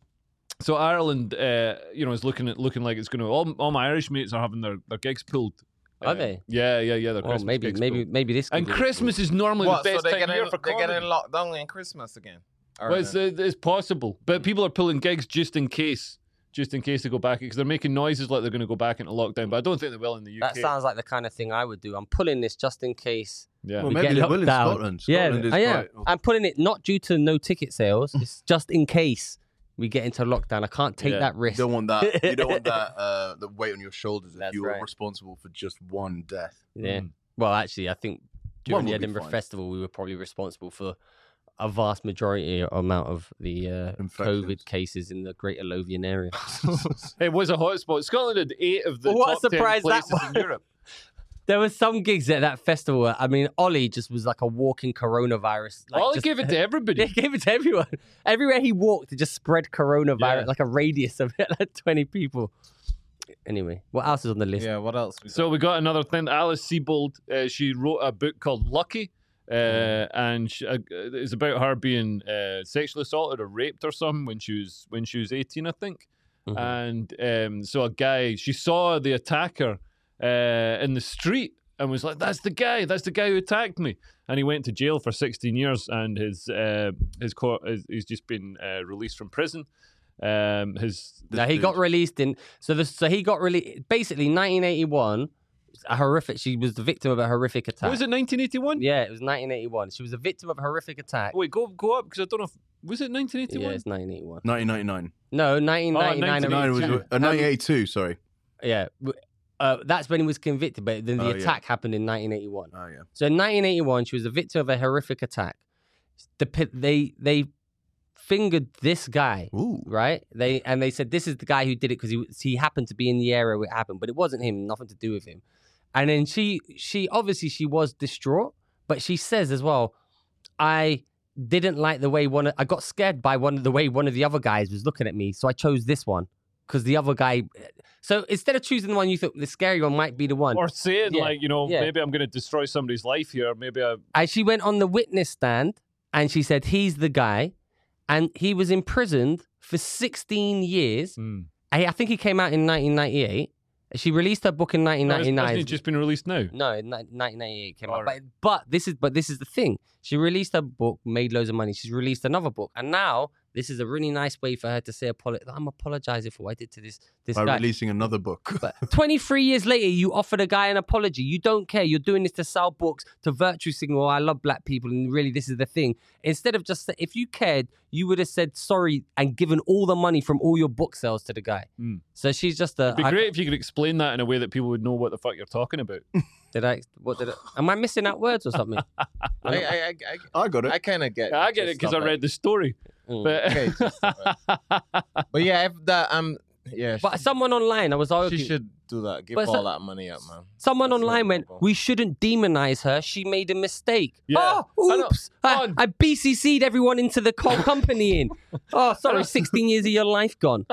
Speaker 3: so Ireland, uh, you know, is looking at looking like it's going to. All, all my Irish mates are having their, their gigs pulled.
Speaker 1: Are
Speaker 3: Uh,
Speaker 1: they?
Speaker 3: Yeah, yeah, yeah. Their
Speaker 1: Well,
Speaker 3: Christmas
Speaker 1: maybe,
Speaker 3: gigs
Speaker 1: maybe,
Speaker 3: pulled.
Speaker 1: maybe this.
Speaker 3: And
Speaker 1: could be-
Speaker 3: Christmas is normally
Speaker 5: What,
Speaker 3: the
Speaker 5: so
Speaker 3: best
Speaker 5: they
Speaker 3: time of
Speaker 5: getting
Speaker 3: year for
Speaker 5: they
Speaker 3: comedy.
Speaker 5: getting locked down in Christmas again? Or
Speaker 3: Well, it's,
Speaker 5: no?
Speaker 3: uh, it's possible, but people are pulling gigs just in case, just in case they go back because they're making noises like they're going to go back into lockdown. But I don't think they will in the UK.
Speaker 1: That sounds like the kind of thing I would do. I'm pulling this just in case.
Speaker 3: yeah.
Speaker 4: well,
Speaker 1: we
Speaker 4: maybe
Speaker 1: get
Speaker 4: they
Speaker 1: locked
Speaker 4: will in
Speaker 1: down.
Speaker 4: Scotland.
Speaker 1: Yeah,
Speaker 4: Scotland is
Speaker 1: I am.
Speaker 4: quite-
Speaker 1: I'm pulling it not due to no ticket sales. It's just in case we get into lockdown. I can't take
Speaker 3: Yeah.
Speaker 1: that risk.
Speaker 4: You don't want that. You don't want that. Uh, the weight on your shoulders if
Speaker 1: That's
Speaker 4: you are
Speaker 1: right.
Speaker 4: responsible for just one death.
Speaker 1: Yeah. Well, actually, I think during
Speaker 4: One
Speaker 1: the
Speaker 4: would be
Speaker 1: Edinburgh
Speaker 4: fine.
Speaker 1: Festival, we were probably responsible for a vast majority uh, amount of the uh,
Speaker 4: Infections.
Speaker 1: COVID cases in the Greater Lothian area.
Speaker 3: it was a hotspot. Scotland had eight of the
Speaker 1: Well, what a
Speaker 3: top ten
Speaker 1: surprise that
Speaker 3: places in
Speaker 1: was.
Speaker 3: Europe.
Speaker 1: There were some gigs at that festival. where- I mean, Ollie just was like a walking coronavirus. Like,
Speaker 3: Well, he
Speaker 1: just-
Speaker 3: gave it to
Speaker 1: He
Speaker 3: everybody.
Speaker 1: gave it to everyone. Everywhere he walked, it just spread coronavirus
Speaker 3: Yeah.
Speaker 1: like a radius of it, like twenty people. Anyway, what else is on the list?
Speaker 5: yeah. What else? we got?
Speaker 3: So we got another thing. Alice Siebold, uh, she wrote a book called Lucky, uh, and she, uh, it's about her being uh, sexually assaulted or raped or something when she was when she was eighteen, I think.
Speaker 1: Mhm.
Speaker 3: And um, so a guy, she saw the attacker uh, in the street and was like, "That's the guy. That's the guy who attacked me." And he went to jail for 16 years, and his uh, his court is, he's just been uh, released from prison. Um, his
Speaker 1: Now he got released in so the, so he got released basically 1981. A horrific. She was the victim of a horrific attack.
Speaker 3: what was it 1981?
Speaker 1: Yeah, it was 1981. She was a victim of a horrific attack.
Speaker 3: Wait, go go up because I don't know. If, was it
Speaker 1: Yeah,
Speaker 3: 1981?
Speaker 1: it's 1981.
Speaker 4: 1999.
Speaker 1: No, 1999.
Speaker 3: 1999
Speaker 4: Nine was, uh,
Speaker 1: original-
Speaker 4: 1982, sorry.
Speaker 1: yeah, w- uh, that's when he was convicted, but then the
Speaker 4: Oh, yeah.
Speaker 1: attack happened in 1981.
Speaker 4: Oh, yeah.
Speaker 1: So in 1981, she was a victim of a horrific attack. The, pi- they they fingered this guy,
Speaker 4: Ooh.
Speaker 1: right? They and they said this is the guy who did it because he was- he happened to be in the area where it happened, but it wasn't him. Nothing to do with him. And then she she obviously she was distraught, but she says as well, I didn't like the way one of, I got scared by one of the way one of the other guys was looking at me, so I chose this one because the other guy. So instead of choosing the one you thought the scary one might be the one,
Speaker 3: Or saying
Speaker 1: Yeah,
Speaker 3: like, you know,
Speaker 1: yeah.
Speaker 3: maybe I'm going to destroy somebody's life here. Maybe I.
Speaker 1: and she went on the witness stand and she said he's the guy, and he was imprisoned for 16 years.
Speaker 3: Hmm.
Speaker 1: I, I think he came out in 1998. She released her book in
Speaker 3: No, hasn't- hasn't
Speaker 1: 1999.
Speaker 3: it just been released now?
Speaker 1: No, in ni- 1998 came out.
Speaker 3: Alright.
Speaker 1: But, but this is but this is the thing. She released her book, made loads of money. She's released another book, and now this is a really nice way for her to say, apolo- "I'm apologizing for what I did to this this
Speaker 4: by
Speaker 1: guy."
Speaker 4: releasing another book.
Speaker 1: But 23 years later, you offered a guy an apology. You don't care. You're doing this to sell books, to virtue signal. "Oh, I love black people, and really, this is the thing. Instead of just, if you cared, you would have said sorry and given all the money from all your book sales to the guy.
Speaker 3: Mm.
Speaker 1: So she's just a.
Speaker 3: It'd be
Speaker 1: I-
Speaker 3: great if you could explain that in a way that people would know what the fuck you're talking about.
Speaker 1: did I? What did I? Am I missing out words or something?
Speaker 2: I, I, I,
Speaker 4: I got
Speaker 2: I,
Speaker 4: it.
Speaker 2: I kind of get.
Speaker 3: I get it because I read the story.
Speaker 1: Mm.
Speaker 3: But
Speaker 2: Okay, just But yeah, if that um, yeah,
Speaker 1: But someone online, I was
Speaker 2: she,
Speaker 1: arguing.
Speaker 2: she should do that. Give
Speaker 1: But it's
Speaker 2: all
Speaker 1: not-
Speaker 2: that money up, man.
Speaker 1: Someone
Speaker 2: That's
Speaker 1: online
Speaker 2: not
Speaker 1: went,
Speaker 2: doable.
Speaker 1: we shouldn't demonize her. She made a mistake.
Speaker 3: Yeah. I
Speaker 1: Oh,
Speaker 3: know.
Speaker 1: oops. I,
Speaker 3: Oh.
Speaker 1: I BCC'd everyone into the whole company in. Oh, sorry, 16 years of your life gone.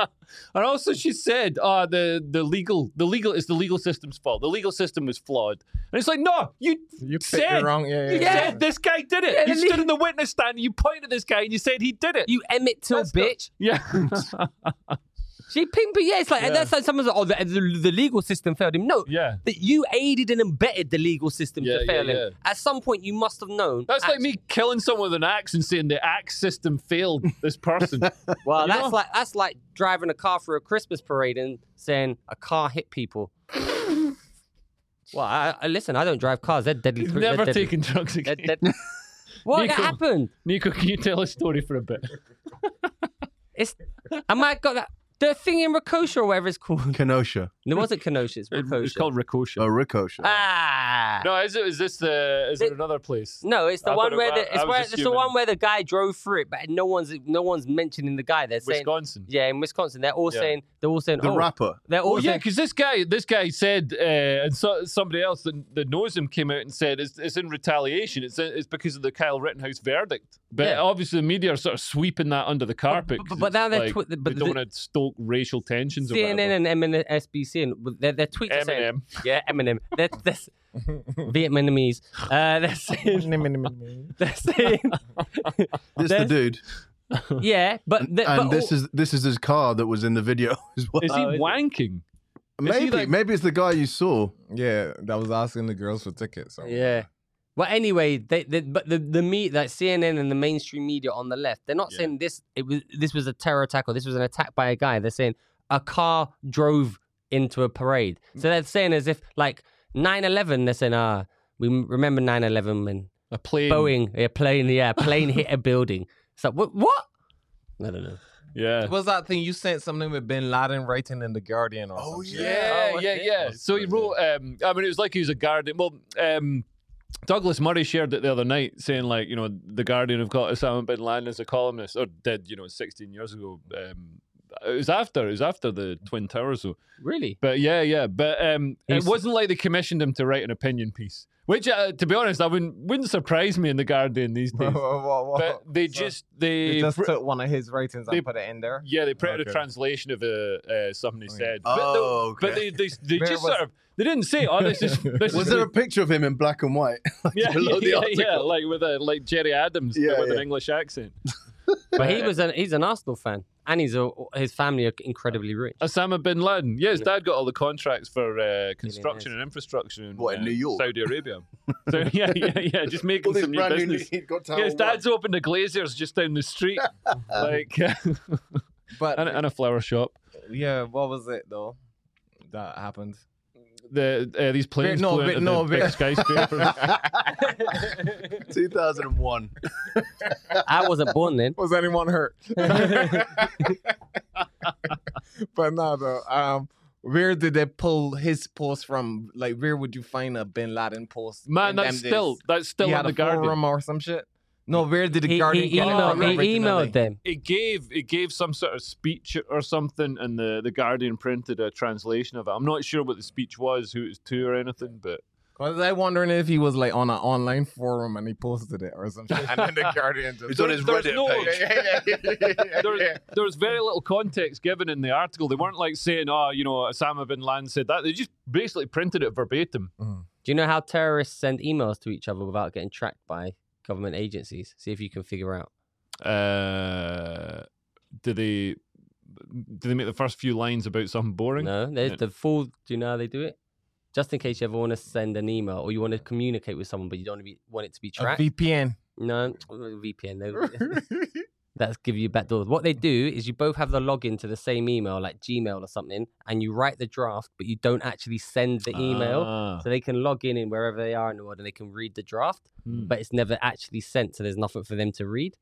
Speaker 3: And also, she said, "Ah, the the legal, the legal is the legal system's fault. The legal system was flawed." And it's like, no, you
Speaker 2: You picked
Speaker 3: said,
Speaker 2: the wrong. Yeah,
Speaker 3: you
Speaker 2: yeah. yeah.
Speaker 3: said this guy did it.
Speaker 1: Yeah,
Speaker 3: you
Speaker 1: the
Speaker 3: stood
Speaker 1: legal-
Speaker 3: in the witness stand, and you pointed at this guy, and you said he did it.
Speaker 1: You Emmett Till
Speaker 3: That's not-
Speaker 1: bitch.
Speaker 3: yeah,
Speaker 1: She ping, but yeah, it's like, and
Speaker 3: Yeah.
Speaker 1: that's like someone's like, oh, the, the, the legal system failed him. No,
Speaker 3: yeah.
Speaker 1: that you aided and embedded the legal system
Speaker 3: Yeah,
Speaker 1: to
Speaker 3: yeah,
Speaker 1: fail him.
Speaker 3: yeah.
Speaker 1: At some point, you must have known.
Speaker 3: That's
Speaker 1: At-
Speaker 3: like me killing someone with an axe and saying the axe system failed this person.
Speaker 1: Well,
Speaker 3: You
Speaker 1: that's
Speaker 3: know?
Speaker 1: like that's like driving a car through a Christmas parade and saying a car hit people. well, I, I, listen, I don't drive cars. They're deadly.
Speaker 3: He's
Speaker 1: cre- they're
Speaker 3: never
Speaker 1: deadly.
Speaker 3: taken drugs
Speaker 1: They're
Speaker 3: again.
Speaker 1: dead- what
Speaker 3: Nico.
Speaker 1: happened?
Speaker 3: Nico, can you tell a story for a bit?
Speaker 1: It's I might got that the thing in Ricochet or whatever it's called.
Speaker 4: Kenosha.
Speaker 1: No, It wasn't Kenosha. It's
Speaker 3: It-
Speaker 1: Ricochet.
Speaker 3: It's called Ricochet.
Speaker 4: Oh, Ricochet.
Speaker 1: ah.
Speaker 3: no, is it? Is this the? Is it
Speaker 1: It-
Speaker 3: another place?
Speaker 1: No, it's the
Speaker 3: I
Speaker 1: one
Speaker 3: thought it-
Speaker 1: where
Speaker 3: I-
Speaker 1: the
Speaker 3: I
Speaker 1: it's,
Speaker 3: was
Speaker 1: where, it's the
Speaker 3: assuming.
Speaker 1: one where the guy drove through it, but no one's no one's mentioning the guy. They're saying
Speaker 3: Wisconsin.
Speaker 1: yeah, in Wisconsin, they're all
Speaker 3: Yeah.
Speaker 1: saying they're all saying
Speaker 4: The
Speaker 1: oh,
Speaker 4: rapper.
Speaker 1: They're all
Speaker 3: Oh yeah,
Speaker 1: saying,
Speaker 3: because this guy, this guy said, uh, and so, somebody else that, that knows him came out and said it's, it's in retaliation. It's it's because of the Kyle Rittenhouse verdict. But
Speaker 1: Yeah.
Speaker 3: obviously, the media are sort of sweeping that under the carpet.
Speaker 1: but-
Speaker 3: 'cause
Speaker 1: but
Speaker 3: it's
Speaker 1: now they're
Speaker 3: like,
Speaker 1: twi- but
Speaker 3: they don't
Speaker 1: the-
Speaker 3: want to stoke racial tensions. or
Speaker 1: CNN
Speaker 3: whatever.
Speaker 1: and MSNBC and their, their tweets are saying
Speaker 3: Eminem.
Speaker 1: Yeah, Eminem. They're, they're s- Vietnamese. Uh, they're saying, they're saying,
Speaker 4: This the
Speaker 1: There's-
Speaker 4: dude.
Speaker 1: yeah, but
Speaker 4: And,
Speaker 1: the-
Speaker 4: and
Speaker 1: but
Speaker 4: this
Speaker 1: all-
Speaker 4: is this is his car that was in the video as well.
Speaker 3: Is he
Speaker 1: Oh, is it?
Speaker 3: wanking?
Speaker 4: maybe
Speaker 2: like-
Speaker 4: maybe it's the guy you saw.
Speaker 5: yeah, that was asking the girls for tickets. So.
Speaker 1: yeah. Well, anyway, they, they but the the me like CNN and the mainstream media on the left, they're not
Speaker 3: Yeah.
Speaker 1: saying this. It was this was a terror attack or this was an attack by a guy. They're saying a car drove into a parade.
Speaker 2: Mm.
Speaker 1: So they're saying as if like 9/11. They're saying ah. We m- remember 9/11 when
Speaker 3: A plane?
Speaker 1: Boeing, yeah, plane, yeah, plane hit a building. It's like, what? what? I don't know.
Speaker 3: Yeah.
Speaker 5: What's that thing you sent something with Bin Laden writing in the Guardian or
Speaker 4: Oh,
Speaker 5: something?
Speaker 3: Yeah,
Speaker 1: Oh,
Speaker 3: yeah,
Speaker 1: okay.
Speaker 3: yeah. So he wrote. Um, I mean, it was like he was a guardian. Well, um, Douglas Murray shared it the other night, saying like, you know, the Guardian have got Osama bin Laden as a columnist, or did you know, 16 years ago. Um, it was after it was after the Twin Towers, though.
Speaker 1: Really?
Speaker 3: But yeah, yeah. But um, it
Speaker 1: He's-
Speaker 3: wasn't like they commissioned him to write an opinion piece, which, uh, to be honest, I wouldn't wouldn't surprise me in the Guardian these
Speaker 5: Whoa,
Speaker 3: days.
Speaker 5: whoa, whoa, whoa.
Speaker 3: but they
Speaker 5: So
Speaker 3: just they.
Speaker 5: they just
Speaker 3: pr-
Speaker 5: took one of his ratings
Speaker 3: they-
Speaker 5: and put it in there.
Speaker 3: yeah, they printed
Speaker 5: Okay.
Speaker 3: a translation of a uh, something he
Speaker 5: Okay.
Speaker 3: said. But the-
Speaker 4: Oh,
Speaker 3: but they
Speaker 4: okay.
Speaker 3: they, they
Speaker 5: Where
Speaker 3: just
Speaker 5: was-
Speaker 3: sort of they didn't say oh this is this
Speaker 4: was
Speaker 3: is
Speaker 4: there a picture of him in black and white?
Speaker 3: yeah,
Speaker 4: below the
Speaker 3: yeah,
Speaker 4: article?
Speaker 3: yeah, like with a like Jerry Adams but
Speaker 4: Yeah,
Speaker 3: with an
Speaker 4: yeah.
Speaker 3: English accent.
Speaker 1: But he was an he's an Arsenal fan, and he's a, his family are incredibly rich.
Speaker 3: Osama bin Laden. Yeah, his
Speaker 1: Yeah.
Speaker 3: dad got all the contracts for uh, construction and infrastructure in,
Speaker 4: What, in
Speaker 3: uh,
Speaker 4: New York?
Speaker 3: Saudi Arabia. so yeah, yeah, yeah, just making some new business.
Speaker 4: got
Speaker 3: yeah, his dad's opened a Glazier's just down the street, like and,
Speaker 5: But
Speaker 3: a- and a flower shop.
Speaker 5: yeah, what was it though that happened?
Speaker 3: The uh, these planes
Speaker 5: no,
Speaker 3: flew
Speaker 5: bit-
Speaker 3: into
Speaker 5: no,
Speaker 3: the
Speaker 5: bit-
Speaker 3: big skyscraper.
Speaker 4: 2001.
Speaker 1: I wasn't born then.
Speaker 5: Was anyone hurt? but no, though. Um, where did they pull his post from? Like, where would you find a Bin Laden post?
Speaker 3: Man,
Speaker 5: in
Speaker 3: that's
Speaker 5: them days?
Speaker 3: still that's still
Speaker 5: he
Speaker 3: in
Speaker 5: had
Speaker 3: the
Speaker 5: a
Speaker 3: Guardian.
Speaker 5: forum or some shit.
Speaker 2: No, where did the
Speaker 1: He,
Speaker 2: Guardian
Speaker 1: he
Speaker 2: get it from?
Speaker 1: emailed, he
Speaker 2: Originally.
Speaker 1: emailed them.
Speaker 3: It gave it gave some sort of speech or something, and the, the Guardian printed a translation of it. I'm not sure what the speech was, who it was to, or anything, but
Speaker 5: I was like, wondering if he was like on an online forum and he posted it or something. And then the Guardian just.
Speaker 4: It's on his
Speaker 3: there's
Speaker 4: Reddit
Speaker 3: no-
Speaker 4: page.
Speaker 3: there, there was very little context given in the article. They weren't like saying, "Oh, you know, Osama bin Laden said that." They just basically printed it verbatim.
Speaker 1: Do you know how terrorists send emails to each other without getting tracked by government agencies? See if you can figure out.
Speaker 3: Uh, do they? Do they make the first few lines about something boring?
Speaker 1: No, there's
Speaker 3: Yeah.
Speaker 1: the full. Do you know how they do it? Just in case you ever want to send an email or you want to communicate with someone, but you don't wanna be, want it to be
Speaker 5: A
Speaker 1: tracked.
Speaker 5: VPN.
Speaker 1: no, VPN. they- That's give you backdoors. What they do is you both have the login to the same email, like Gmail or something, and you write the draft, but you don't actually send the email.
Speaker 3: Ah.
Speaker 1: So they can log in in wherever they are in the world and they can read the draft,
Speaker 3: Hmm.
Speaker 1: but it's never actually sent, so there's nothing for them to read.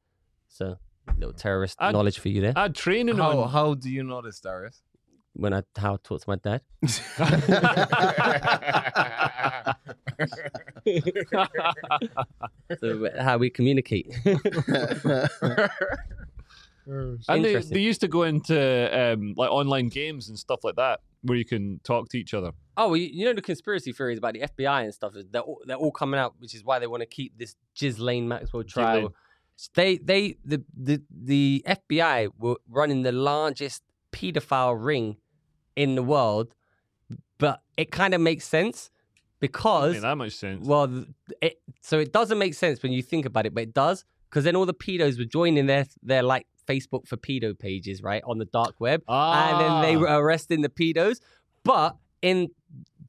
Speaker 1: So little terrorist
Speaker 3: I'd-
Speaker 1: knowledge for you there.
Speaker 3: Ah, training
Speaker 5: How,
Speaker 1: Oh.
Speaker 3: on.
Speaker 5: how do you know this, Darius?
Speaker 1: when I how I talked to my dad. So uh, how we communicate.
Speaker 3: and they,
Speaker 1: Interesting.
Speaker 3: they used to go into um, like online games and stuff like that where you can talk to each other.
Speaker 1: Oh, well, you, you know the conspiracy theories about the FBI and stuff. They're all, they're all coming out, which is why they want to keep this Ghislaine Maxwell trial.
Speaker 3: Lane.
Speaker 1: They they the the the FBI were running the largest pedophile ring in the world, but it kind of makes sense because
Speaker 3: Made that much sense.
Speaker 1: Well, th- it, so it doesn't make sense when you think about it, but it does because then all the pedos were joining their their like Facebook for pedo pages, right, on the dark web, and then they
Speaker 3: Ah.
Speaker 1: were arresting the pedos. But in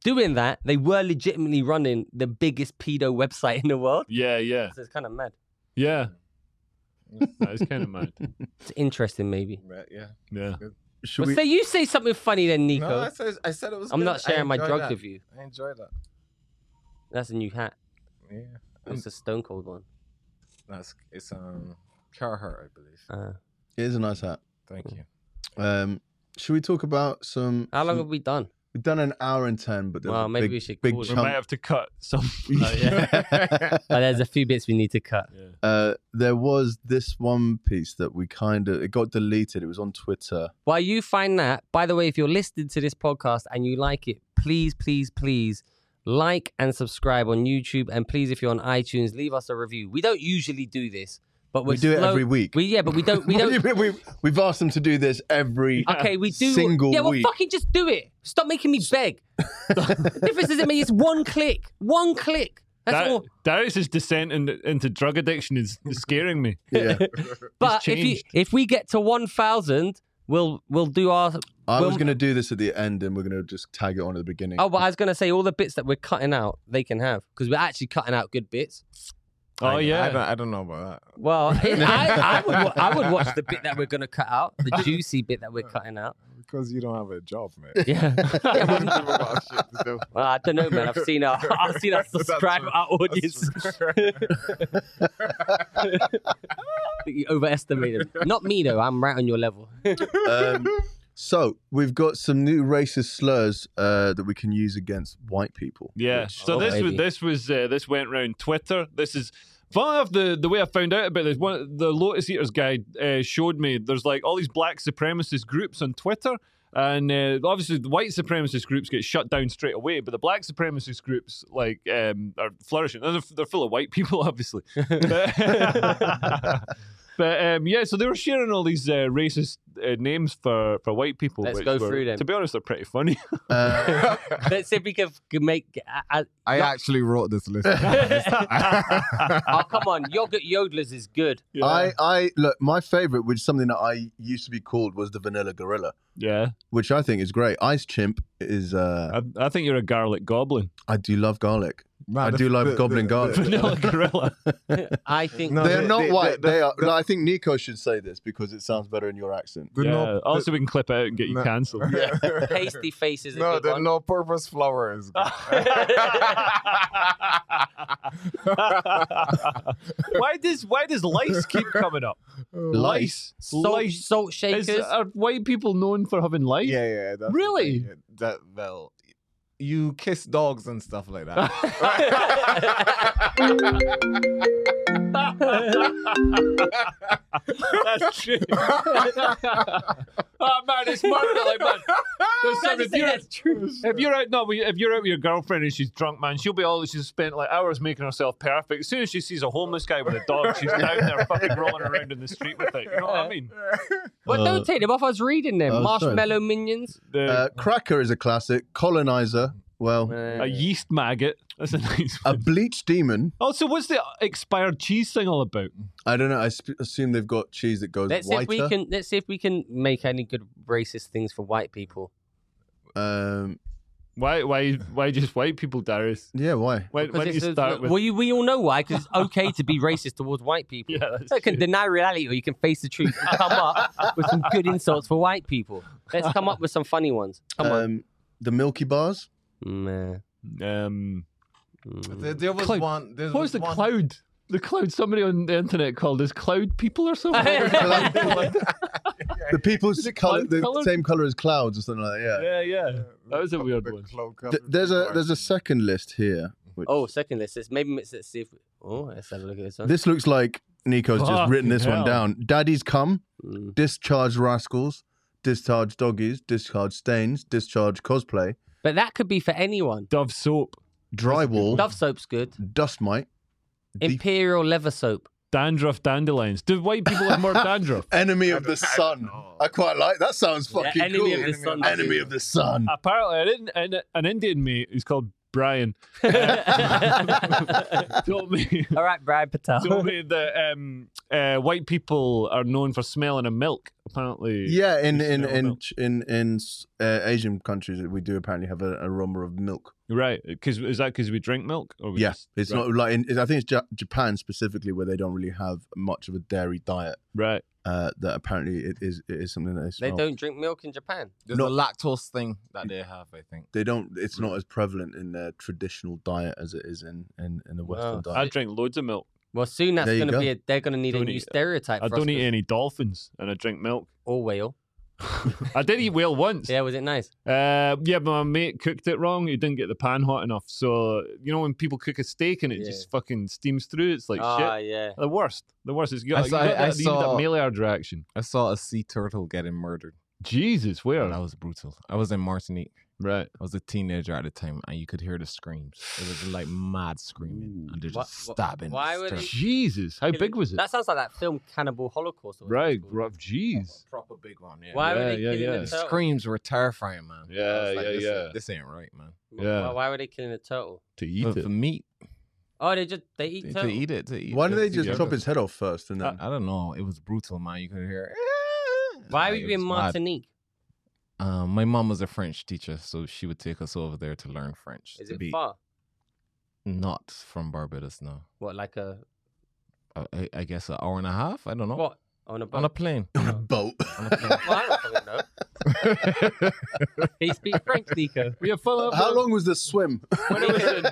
Speaker 1: doing that, they were legitimately running the biggest pedo website in the world.
Speaker 3: Yeah, yeah,
Speaker 1: So it's kind of mad.
Speaker 3: yeah. that is kind of mad.
Speaker 1: It's interesting, maybe.
Speaker 5: yeah.
Speaker 3: Yeah.
Speaker 4: Should
Speaker 1: But
Speaker 4: we?
Speaker 1: say you say something funny then, Nico.
Speaker 5: No, I said, I said it was.
Speaker 1: I'm
Speaker 5: good.
Speaker 1: not
Speaker 5: I
Speaker 1: sharing my
Speaker 5: enjoyed
Speaker 1: drugs
Speaker 5: that.
Speaker 1: with you.
Speaker 5: I enjoy that.
Speaker 1: That's a new hat.
Speaker 5: Yeah.
Speaker 1: It's a stone cold one.
Speaker 5: That's it's um Carhartt, I believe.
Speaker 1: Uh,
Speaker 4: It is a nice hat.
Speaker 5: Thank you.
Speaker 4: Um, should we talk about some?
Speaker 1: how long
Speaker 4: some-
Speaker 1: have we done?
Speaker 4: We've done an hour and ten, but there's
Speaker 1: Well,
Speaker 4: a
Speaker 1: maybe
Speaker 4: big,
Speaker 1: we should
Speaker 4: big
Speaker 1: call it.
Speaker 3: We
Speaker 4: chunk.
Speaker 3: might have to cut some.
Speaker 1: Oh, yeah. But there's a few bits we need to cut.
Speaker 3: Yeah.
Speaker 4: uh, there was this one piece that we kind of it got deleted. It was on Twitter.
Speaker 1: While you find that, by the way, if you're listening to this podcast and you like it, please, please, please like and subscribe on YouTube. And please, if you're on iTunes, leave us a review. We don't usually do this, but we're
Speaker 4: we do it
Speaker 1: slow-
Speaker 4: every week.
Speaker 1: We yeah, but we don't. We
Speaker 4: What do
Speaker 1: don't.
Speaker 4: you mean? we, we've asked them to do this every.
Speaker 1: Okay, we do.
Speaker 4: Single
Speaker 1: yeah,
Speaker 4: week.
Speaker 1: well, fucking just do it. Stop making me beg. the difference is, I mean, it's one click. One click. That's
Speaker 3: That-
Speaker 1: all.
Speaker 3: Darius's descent in, into drug addiction is, is scaring me.
Speaker 4: Yeah,
Speaker 1: But if you
Speaker 3: changed.
Speaker 1: if we get to one thousand, we'll we'll do our.
Speaker 4: I was
Speaker 1: Well-
Speaker 4: gonna do this at the end, and we're gonna just tag it on at the beginning.
Speaker 1: Oh, but I was gonna say all the bits that we're cutting out, they can have because we're actually cutting out good bits.
Speaker 3: Oh
Speaker 5: I, I
Speaker 3: yeah.
Speaker 5: don't, I don't know about that.
Speaker 1: Well, it, I, I would wa- I would watch the bit that we're gonna cut out, the juicy bit that we're cutting out.
Speaker 5: Because you don't have a job, mate.
Speaker 1: Yeah. Yeah, well,
Speaker 5: You've got shit to do.
Speaker 1: well, I don't know, man. I've seen our I've seen our subscribe our audience.
Speaker 5: That's true.
Speaker 1: you overestimated. them. Not me though. I'm right on your level.
Speaker 4: Um, so we've got some new racist slurs uh, that we can use against white people.
Speaker 3: Yeah.
Speaker 4: which-
Speaker 3: So
Speaker 1: Oh,
Speaker 3: this was
Speaker 1: maybe.
Speaker 3: this was uh, this went round Twitter. This is funny enough the, the way I found out about this. One the Lotus Eaters guy uh, showed me. There's like all these black supremacist groups on Twitter, and uh, obviously the white supremacist groups get shut down straight away. But the black supremacist groups like um, are flourishing. They're, they're full of white people, obviously. But, but, um, yeah, so they were sharing all these uh, racist uh, names for, for white people.
Speaker 1: Let's
Speaker 3: which
Speaker 1: go
Speaker 3: were-
Speaker 1: through them.
Speaker 3: To be honest, they're pretty funny.
Speaker 4: Uh,
Speaker 1: Let's see if we can f- make. Uh,
Speaker 5: I actually wrote this list.
Speaker 1: oh come on, yogurt yodelers is good.
Speaker 3: Yeah.
Speaker 4: I, I look. My favorite, which is something that I used to be called, was the vanilla gorilla,
Speaker 3: yeah.
Speaker 4: which I think is great. Ice chimp is. Uh,
Speaker 3: I, I think you're a garlic goblin.
Speaker 4: I do love garlic.
Speaker 5: Man,
Speaker 4: I
Speaker 5: the-
Speaker 4: do love
Speaker 5: the-
Speaker 4: goblin
Speaker 5: the-
Speaker 4: garlic.
Speaker 3: Vanilla gorilla.
Speaker 1: I think.
Speaker 5: No,
Speaker 4: they are
Speaker 5: they-
Speaker 4: not
Speaker 5: they-
Speaker 4: white. They,
Speaker 5: they-
Speaker 4: are. no, I think Nico should say this because it sounds better in your accent.
Speaker 5: The
Speaker 3: yeah.
Speaker 5: no,
Speaker 3: also, we can clip it out and get you
Speaker 5: No.
Speaker 3: cancelled.
Speaker 5: the-
Speaker 1: Pasty face is a
Speaker 5: no,
Speaker 1: good
Speaker 5: the
Speaker 1: one.
Speaker 5: no purpose flower is. good.
Speaker 3: why does why does lice keep coming up?
Speaker 5: Oh.
Speaker 3: Lice,
Speaker 1: Salt,
Speaker 3: lice.
Speaker 1: salt
Speaker 3: Is,
Speaker 1: shakers.
Speaker 3: are white people known for having lice?
Speaker 5: yeah, yeah. That's the
Speaker 3: Really?
Speaker 5: thing. That well, you kiss dogs and stuff like that.
Speaker 3: That's true. oh man, it's murder, like man. There's some, if, you're,
Speaker 1: true.
Speaker 3: if you're out, no, if you're out with your girlfriend and she's drunk, man, she'll be all she's spent like hours making herself perfect. As soon as she sees a homeless guy with a dog, she's down there fucking rolling around in the street with it. You know what I mean?
Speaker 1: But don't take them off. I was reading them.
Speaker 4: Uh, oh, sorry.
Speaker 1: Marshmallow minions.
Speaker 3: The,
Speaker 4: Uh, Cracker is a classic. Colonizer, well,
Speaker 3: a yeast maggot. That's a nice
Speaker 4: a
Speaker 3: one.
Speaker 4: bleach demon.
Speaker 3: Also, what's the expired cheese thing all about?
Speaker 4: I don't know. I sp- assume they've got cheese that goes
Speaker 1: Let's see
Speaker 4: whiter.
Speaker 1: if we can. Let's see if we can make any good racist things for white people.
Speaker 4: Um,
Speaker 3: Why, why, why just white people, Darius?
Speaker 4: yeah, why?
Speaker 3: Why, why do
Speaker 1: Because
Speaker 3: you
Speaker 1: it's-
Speaker 3: start with?
Speaker 1: well, you, we all know why. Because it's okay to be racist towards white people.
Speaker 3: yeah, that's
Speaker 1: So you can
Speaker 3: true.
Speaker 1: deny reality, or you can face the truth and come up with some good insults for white people. Let's come up with some funny ones. Come on.
Speaker 4: Um, the Milky Bars.
Speaker 1: Mm,
Speaker 3: Um,
Speaker 1: eh, mm.
Speaker 5: There, there was
Speaker 3: Cloud.
Speaker 5: one. There
Speaker 3: what was the
Speaker 5: one-
Speaker 3: cloud? The cloud. Somebody on the internet called us cloud people or something.
Speaker 1: Cloud
Speaker 4: The people's
Speaker 3: it
Speaker 4: color,
Speaker 3: cloud
Speaker 4: the
Speaker 3: colour?
Speaker 4: same color as clouds or something like that.
Speaker 3: yeah,
Speaker 4: Yeah.
Speaker 3: yeah. That was a weird
Speaker 5: The
Speaker 3: one.
Speaker 5: cloud
Speaker 4: Th-
Speaker 5: covered
Speaker 4: there's a
Speaker 5: with
Speaker 4: there's a
Speaker 5: dark.
Speaker 4: second list here. Which,
Speaker 1: Oh, second list. Let's maybe let's, let's see if. Oh, let's have a look at this one.
Speaker 4: this looks like Nico's just
Speaker 3: Fucking
Speaker 4: written this
Speaker 3: hell.
Speaker 4: one down. Daddy's come,
Speaker 1: Mm.
Speaker 4: discharge rascals, discharge doggies, discharge stains, discharge cosplay,
Speaker 1: But that could be for anyone.
Speaker 3: Dove soap,
Speaker 4: drywall,
Speaker 1: Dove soap's good.
Speaker 4: dust mite, deep-
Speaker 1: Imperial leather soap.
Speaker 3: dandruff, dandelions. Do white people have more dandruff?
Speaker 4: enemy
Speaker 5: I
Speaker 4: of the
Speaker 5: don't- I
Speaker 4: sun.
Speaker 5: don't know.
Speaker 4: I quite like that. Sounds fucking
Speaker 1: enemy
Speaker 4: cool.
Speaker 1: of the sun. Uh,
Speaker 4: enemy of the sun.
Speaker 3: Apparently, I didn't, an, an Indian mate who's called Brian told me
Speaker 1: All right, Brad Patel.
Speaker 3: told me that um, uh, white people are known for smelling of milk. Apparently,
Speaker 4: Yeah, in
Speaker 3: You
Speaker 4: in
Speaker 3: smell
Speaker 4: in
Speaker 3: milk.
Speaker 4: ch- in, in s- uh, Asian countries, we do apparently have an aroma of milk.
Speaker 3: right. Because is that because we drink milk? Or we
Speaker 4: Yeah,
Speaker 3: just-
Speaker 4: it's
Speaker 3: right.
Speaker 4: not like in, I think it's ja- Japan specifically where they don't really have much of a dairy diet.
Speaker 3: right.
Speaker 4: Uh, that apparently it is it is something that they
Speaker 1: They
Speaker 4: smell.
Speaker 1: don't drink milk in Japan.
Speaker 5: There's
Speaker 4: No.
Speaker 5: a lactose thing that they have, I think.
Speaker 4: They don't. It's not as prevalent in their traditional diet as it is in in, in the Western
Speaker 1: Wow.
Speaker 3: I
Speaker 4: diet.
Speaker 3: drink loads of milk.
Speaker 1: Well, soon that's
Speaker 4: There you
Speaker 1: going to
Speaker 4: go.
Speaker 1: be. A, they're going to need a
Speaker 3: Don't
Speaker 1: new
Speaker 3: eat-
Speaker 1: stereotype.
Speaker 3: I
Speaker 1: for us
Speaker 3: don't
Speaker 1: 'cause-
Speaker 3: eat any dolphins, and I drink milk.
Speaker 1: Or whale.
Speaker 3: I did eat whale once.
Speaker 1: Yeah, was it nice?
Speaker 3: Uh, yeah, but my mate cooked it wrong. He didn't get the pan hot enough. So you know when people cook a steak and it
Speaker 1: Yeah.
Speaker 3: just fucking steams through, it's like
Speaker 1: Ah,
Speaker 3: shit.
Speaker 1: yeah.
Speaker 3: The worst. The worst. It's you
Speaker 5: I
Speaker 3: got, you
Speaker 5: saw-
Speaker 3: got
Speaker 5: I
Speaker 3: that, you got that
Speaker 5: saw-
Speaker 3: Maillard reaction.
Speaker 5: I saw a sea turtle getting murdered.
Speaker 3: Jesus, where?
Speaker 5: And that was brutal. I was in Martinique.
Speaker 3: Right.
Speaker 5: I was a teenager at the time, and you could hear the screams. It was like mad screaming, and they're
Speaker 1: What-
Speaker 5: just
Speaker 1: what-
Speaker 5: stabbing.
Speaker 1: why
Speaker 5: this
Speaker 1: would
Speaker 5: turtle.
Speaker 1: they-
Speaker 3: Jesus, how
Speaker 1: Killing-
Speaker 3: big was it?
Speaker 1: That sounds like that film Cannibal Holocaust. Or whatever
Speaker 3: right,
Speaker 1: it's called.
Speaker 3: rough. Jeez.
Speaker 5: Proper big one. Yeah.
Speaker 1: Why
Speaker 3: Yeah,
Speaker 1: were they
Speaker 3: yeah,
Speaker 1: killing
Speaker 3: yeah.
Speaker 1: the
Speaker 5: The
Speaker 1: turtle?
Speaker 5: screams were terrifying, man. I
Speaker 3: Yeah,
Speaker 5: was like,
Speaker 3: yeah,
Speaker 5: this ain't-
Speaker 3: yeah.
Speaker 5: this ain't right, man.
Speaker 1: Why-
Speaker 3: Yeah.
Speaker 1: Why were they killing a turtle?
Speaker 3: To eat
Speaker 5: But
Speaker 3: it.
Speaker 5: for meat,
Speaker 1: Oh, they just they eat
Speaker 5: to,
Speaker 1: turtle.
Speaker 5: to eat it, to Uh, eat.
Speaker 4: Why do
Speaker 5: it
Speaker 4: they
Speaker 5: together.
Speaker 4: just chop his head off first and then?
Speaker 5: I don't know. It was brutal, man. You could hear.
Speaker 1: Why were
Speaker 5: Like,
Speaker 1: you
Speaker 5: it
Speaker 1: in
Speaker 5: was mad.
Speaker 1: Martinique?
Speaker 5: Um, my mom was a French teacher, so she would take us over there to learn French.
Speaker 1: Is
Speaker 5: to
Speaker 1: it
Speaker 5: be
Speaker 1: far?
Speaker 5: Not from Barbados, no.
Speaker 1: What like a
Speaker 5: I, I, I guess an hour and a half. I don't know.
Speaker 1: what on a boat?
Speaker 5: On a plane.
Speaker 4: On a boat.
Speaker 1: Well, I don't fucking know. He speaks French, Nico.
Speaker 3: We have fun.
Speaker 4: How long was the swim?
Speaker 3: When I was in,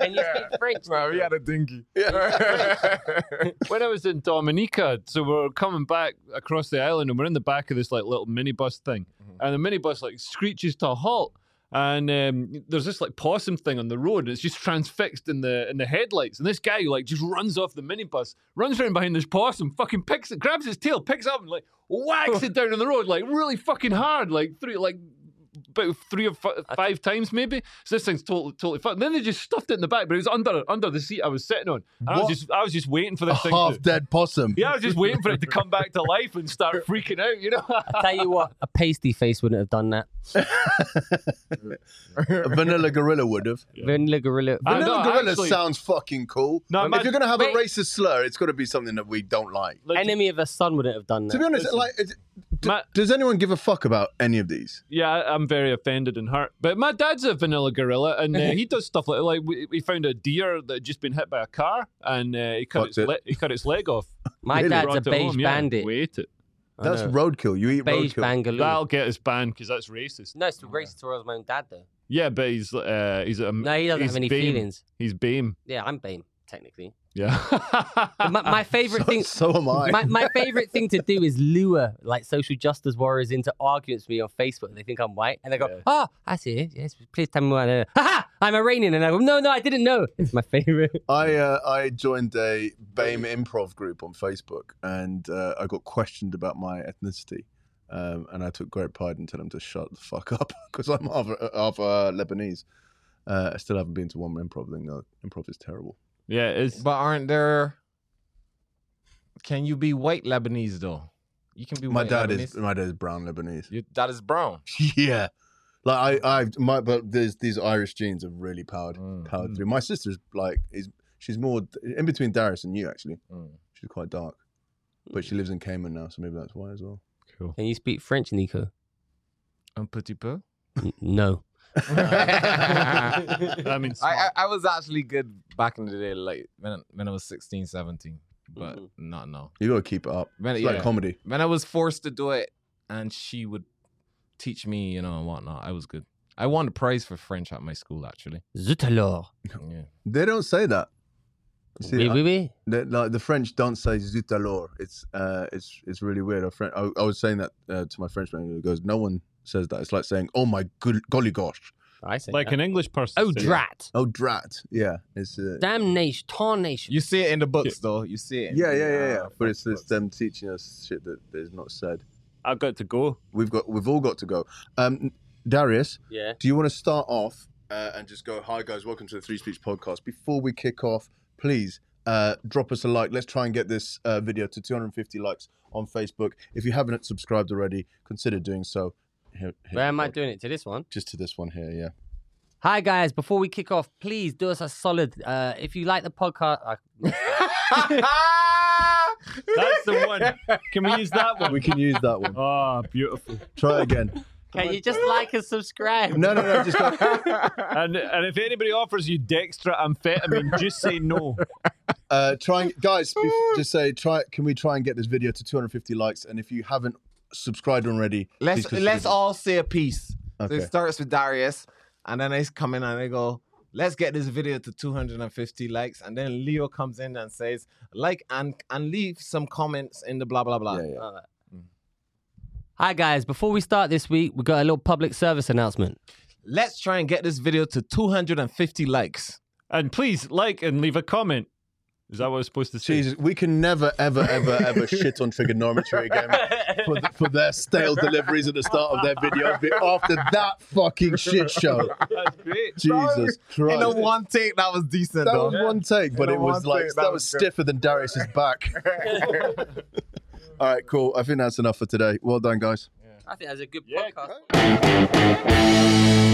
Speaker 1: Can you speak French? Nico?
Speaker 5: a dinghy.
Speaker 3: when I was in Dominica, so we're coming back across the island and we're in the back of this like little minibus thing,
Speaker 5: Mhm.
Speaker 3: and the minibus like screeches to a halt, and um, there's this like possum thing on the road, and it's just transfixed in the in the headlights, and this guy like just runs off the minibus, runs around behind this possum, fucking picks it, grabs its tail, picks it up, and like whacks it down on the road like really fucking hard, like three like. About three or f-
Speaker 1: I-
Speaker 3: five times, maybe. So this thing's totally, totally fucked. Then they just stuffed it in the back, but it was under under the seat I was sitting on. And I was
Speaker 4: What? Uh-huh.
Speaker 3: just, I was just waiting for
Speaker 4: A
Speaker 3: this thing. to-
Speaker 4: half dead possum.
Speaker 3: yeah, I was just waiting for it to come back to life and start freaking out, you know?
Speaker 1: I tell you what, a pasty face wouldn't have done that.
Speaker 4: A vanilla gorilla would have.
Speaker 1: Vanilla gorilla.
Speaker 3: I
Speaker 4: Vanilla
Speaker 3: know,
Speaker 4: gorilla
Speaker 3: actually-
Speaker 4: sounds fucking cool.
Speaker 3: No,
Speaker 4: if
Speaker 3: man-
Speaker 4: you're gonna have
Speaker 1: wait.
Speaker 4: a racist slur, it's got to be something that we don't like.
Speaker 3: Like,
Speaker 1: Enemy of the sun wouldn't have done
Speaker 4: To be
Speaker 1: that.
Speaker 4: honest, like, it- d-
Speaker 3: Ma-
Speaker 4: does anyone give a fuck about any of these?
Speaker 3: yeah, I- I'm very offended and hurt. But my dad's a vanilla gorilla, and uh, he does stuff like like we, we found a deer that had just been hit by a car, and uh, he cut
Speaker 4: Fucked
Speaker 3: its
Speaker 4: it.
Speaker 3: le- he cut its leg off.
Speaker 1: My
Speaker 4: really?
Speaker 1: dad's
Speaker 3: Brought
Speaker 1: a
Speaker 3: it
Speaker 1: beige
Speaker 3: home, yeah.
Speaker 1: bandit.
Speaker 3: We ate it.
Speaker 1: I
Speaker 4: That's
Speaker 1: know.
Speaker 4: roadkill. You eat
Speaker 1: beige
Speaker 4: roadkill.
Speaker 1: bangaloo.
Speaker 3: That'll get us banned because that's racist.
Speaker 1: No, it's racist towards my own dad though.
Speaker 3: Yeah, but he's uh, he's a
Speaker 1: No, he doesn't
Speaker 3: he's
Speaker 1: have any
Speaker 3: BAME.
Speaker 1: feelings.
Speaker 3: He's BAME.
Speaker 1: Yeah, I'm BAME. technically.
Speaker 3: Yeah.
Speaker 1: But My, my favorite thing.
Speaker 4: So am I.
Speaker 1: My, my favorite thing to do is lure like social justice warriors into arguments with me on Facebook. They think I'm white, and they go,
Speaker 3: Yeah.
Speaker 1: "Oh, I see. it. Yes, please tell me why." they're- Ha ha! I'm Iranian, and I go, "No, no, I didn't know." It's my favorite.
Speaker 4: I uh, I joined a BAME improv group on Facebook, and uh, I got questioned about my ethnicity, um, and I took great pride in telling them to shut the fuck up because I'm half, half uh, Lebanese. Uh, I still haven't been to one improv thing though. Improv is terrible.
Speaker 3: yeah, it's
Speaker 5: But aren't there? Can you be white Lebanese though? You can be.
Speaker 4: My
Speaker 5: white
Speaker 4: dad
Speaker 5: Lebanese.
Speaker 4: is my dad is brown Lebanese.
Speaker 5: Your dad is brown.
Speaker 4: yeah, like I I my but there's these Irish genes are really powered
Speaker 5: Mm,
Speaker 4: powered through. My sister's like is she's more in between Darius and you actually.
Speaker 5: mm.
Speaker 4: She's quite dark, but she lives in Cayman now, so maybe that's why as well.
Speaker 3: cool.
Speaker 1: Can you speak French, Nico?
Speaker 5: Un petit peu.
Speaker 1: N- no.
Speaker 5: I,
Speaker 3: I mean,
Speaker 5: I
Speaker 3: smart.
Speaker 5: I was actually good back in the day, like when when I was 16, 17, but
Speaker 1: Mhm.
Speaker 5: not now.
Speaker 4: You gotta keep it up.
Speaker 5: When,
Speaker 4: Mm-hmm. It's
Speaker 5: yeah,
Speaker 4: like comedy.
Speaker 5: when I was forced to do it, and she would teach me, you know, and whatnot. I was good. I won the prize for French at my school, actually.
Speaker 1: Zut alors.
Speaker 5: Yeah.
Speaker 4: They don't say that. You See,
Speaker 1: Oui, oui, oui.
Speaker 4: the, like the French don't say zut alors. It's uh, it's it's really weird. A French, I, I was saying that uh, to my French friend who goes, no one says that. It's like saying, oh my good golly gosh,
Speaker 1: I say
Speaker 3: like
Speaker 1: that.
Speaker 3: an English person.
Speaker 1: Oh,
Speaker 3: says-
Speaker 1: drat.
Speaker 4: oh drat. Yeah, it's uh,
Speaker 1: Damnation. Tarnation.
Speaker 5: You see it in the books, though. You see it. in
Speaker 4: yeah, yeah,
Speaker 5: the,
Speaker 4: yeah, yeah.
Speaker 5: uh,
Speaker 4: But it's,
Speaker 5: French
Speaker 4: it's them teaching us shit that is not said.
Speaker 3: I've got to go.
Speaker 4: We've got we've all got to go. Um, Darius,
Speaker 1: Yeah.
Speaker 4: do you want to start off uh, and just go, hi guys, welcome to the Three Speech Podcast. Before we kick off, please uh, drop us a like. Let's try and get this uh, video to 250 likes on Facebook. If you haven't subscribed already, consider doing so. Here, here
Speaker 1: Where
Speaker 4: we
Speaker 1: am I
Speaker 4: go.
Speaker 1: doing it? To this one?
Speaker 4: Just to this one here, yeah.
Speaker 1: Hi guys, before we kick off, please do us a solid. Uh, if you like the podcast, uh,
Speaker 3: That's the one. Can we use that one?
Speaker 4: We can use that one.
Speaker 3: Oh, beautiful.
Speaker 4: Try again.
Speaker 1: can you just like and subscribe?
Speaker 4: No, no, no. Just go.
Speaker 3: And and if anybody offers you dextroamphetamine, just say no.
Speaker 4: Uh, try and, guys, be-
Speaker 1: Oh.
Speaker 4: just say, try. Can we try and get this video to 250 likes? And if you haven't subscribed already, please
Speaker 5: Let's
Speaker 4: consider
Speaker 5: let's
Speaker 4: doing-
Speaker 5: all say a piece. So
Speaker 4: Okay.
Speaker 5: it starts with Darius, and then I come in and I go, "Let's get this video to 250 likes." And then Leo comes in and says, "Like and and leave some comments in the blah blah blah."
Speaker 4: Yeah, yeah.
Speaker 1: Alright. Hi guys, before we start this week, we got a little public service announcement.
Speaker 5: Let's try and get this video to 250 likes.
Speaker 3: And please like and leave a comment. Is that what I was supposed to say?
Speaker 4: Jesus, we can never, ever, ever, ever shit on trigonometry again for, th- for their stale deliveries at the start of their videos. But after that fucking shit show,
Speaker 3: That's great.
Speaker 4: Jesus
Speaker 5: In
Speaker 4: Christ.
Speaker 5: a one take, that was decent
Speaker 4: that
Speaker 5: though.
Speaker 4: was one take, but
Speaker 5: In a
Speaker 4: it was
Speaker 5: one
Speaker 4: like
Speaker 5: take,
Speaker 4: that,
Speaker 5: that
Speaker 4: was
Speaker 5: was good.
Speaker 4: stiffer than Darius's back. All right, cool. I think that's enough for today. Well done, guys.
Speaker 1: I think that's a good
Speaker 3: Yeah,
Speaker 1: podcast.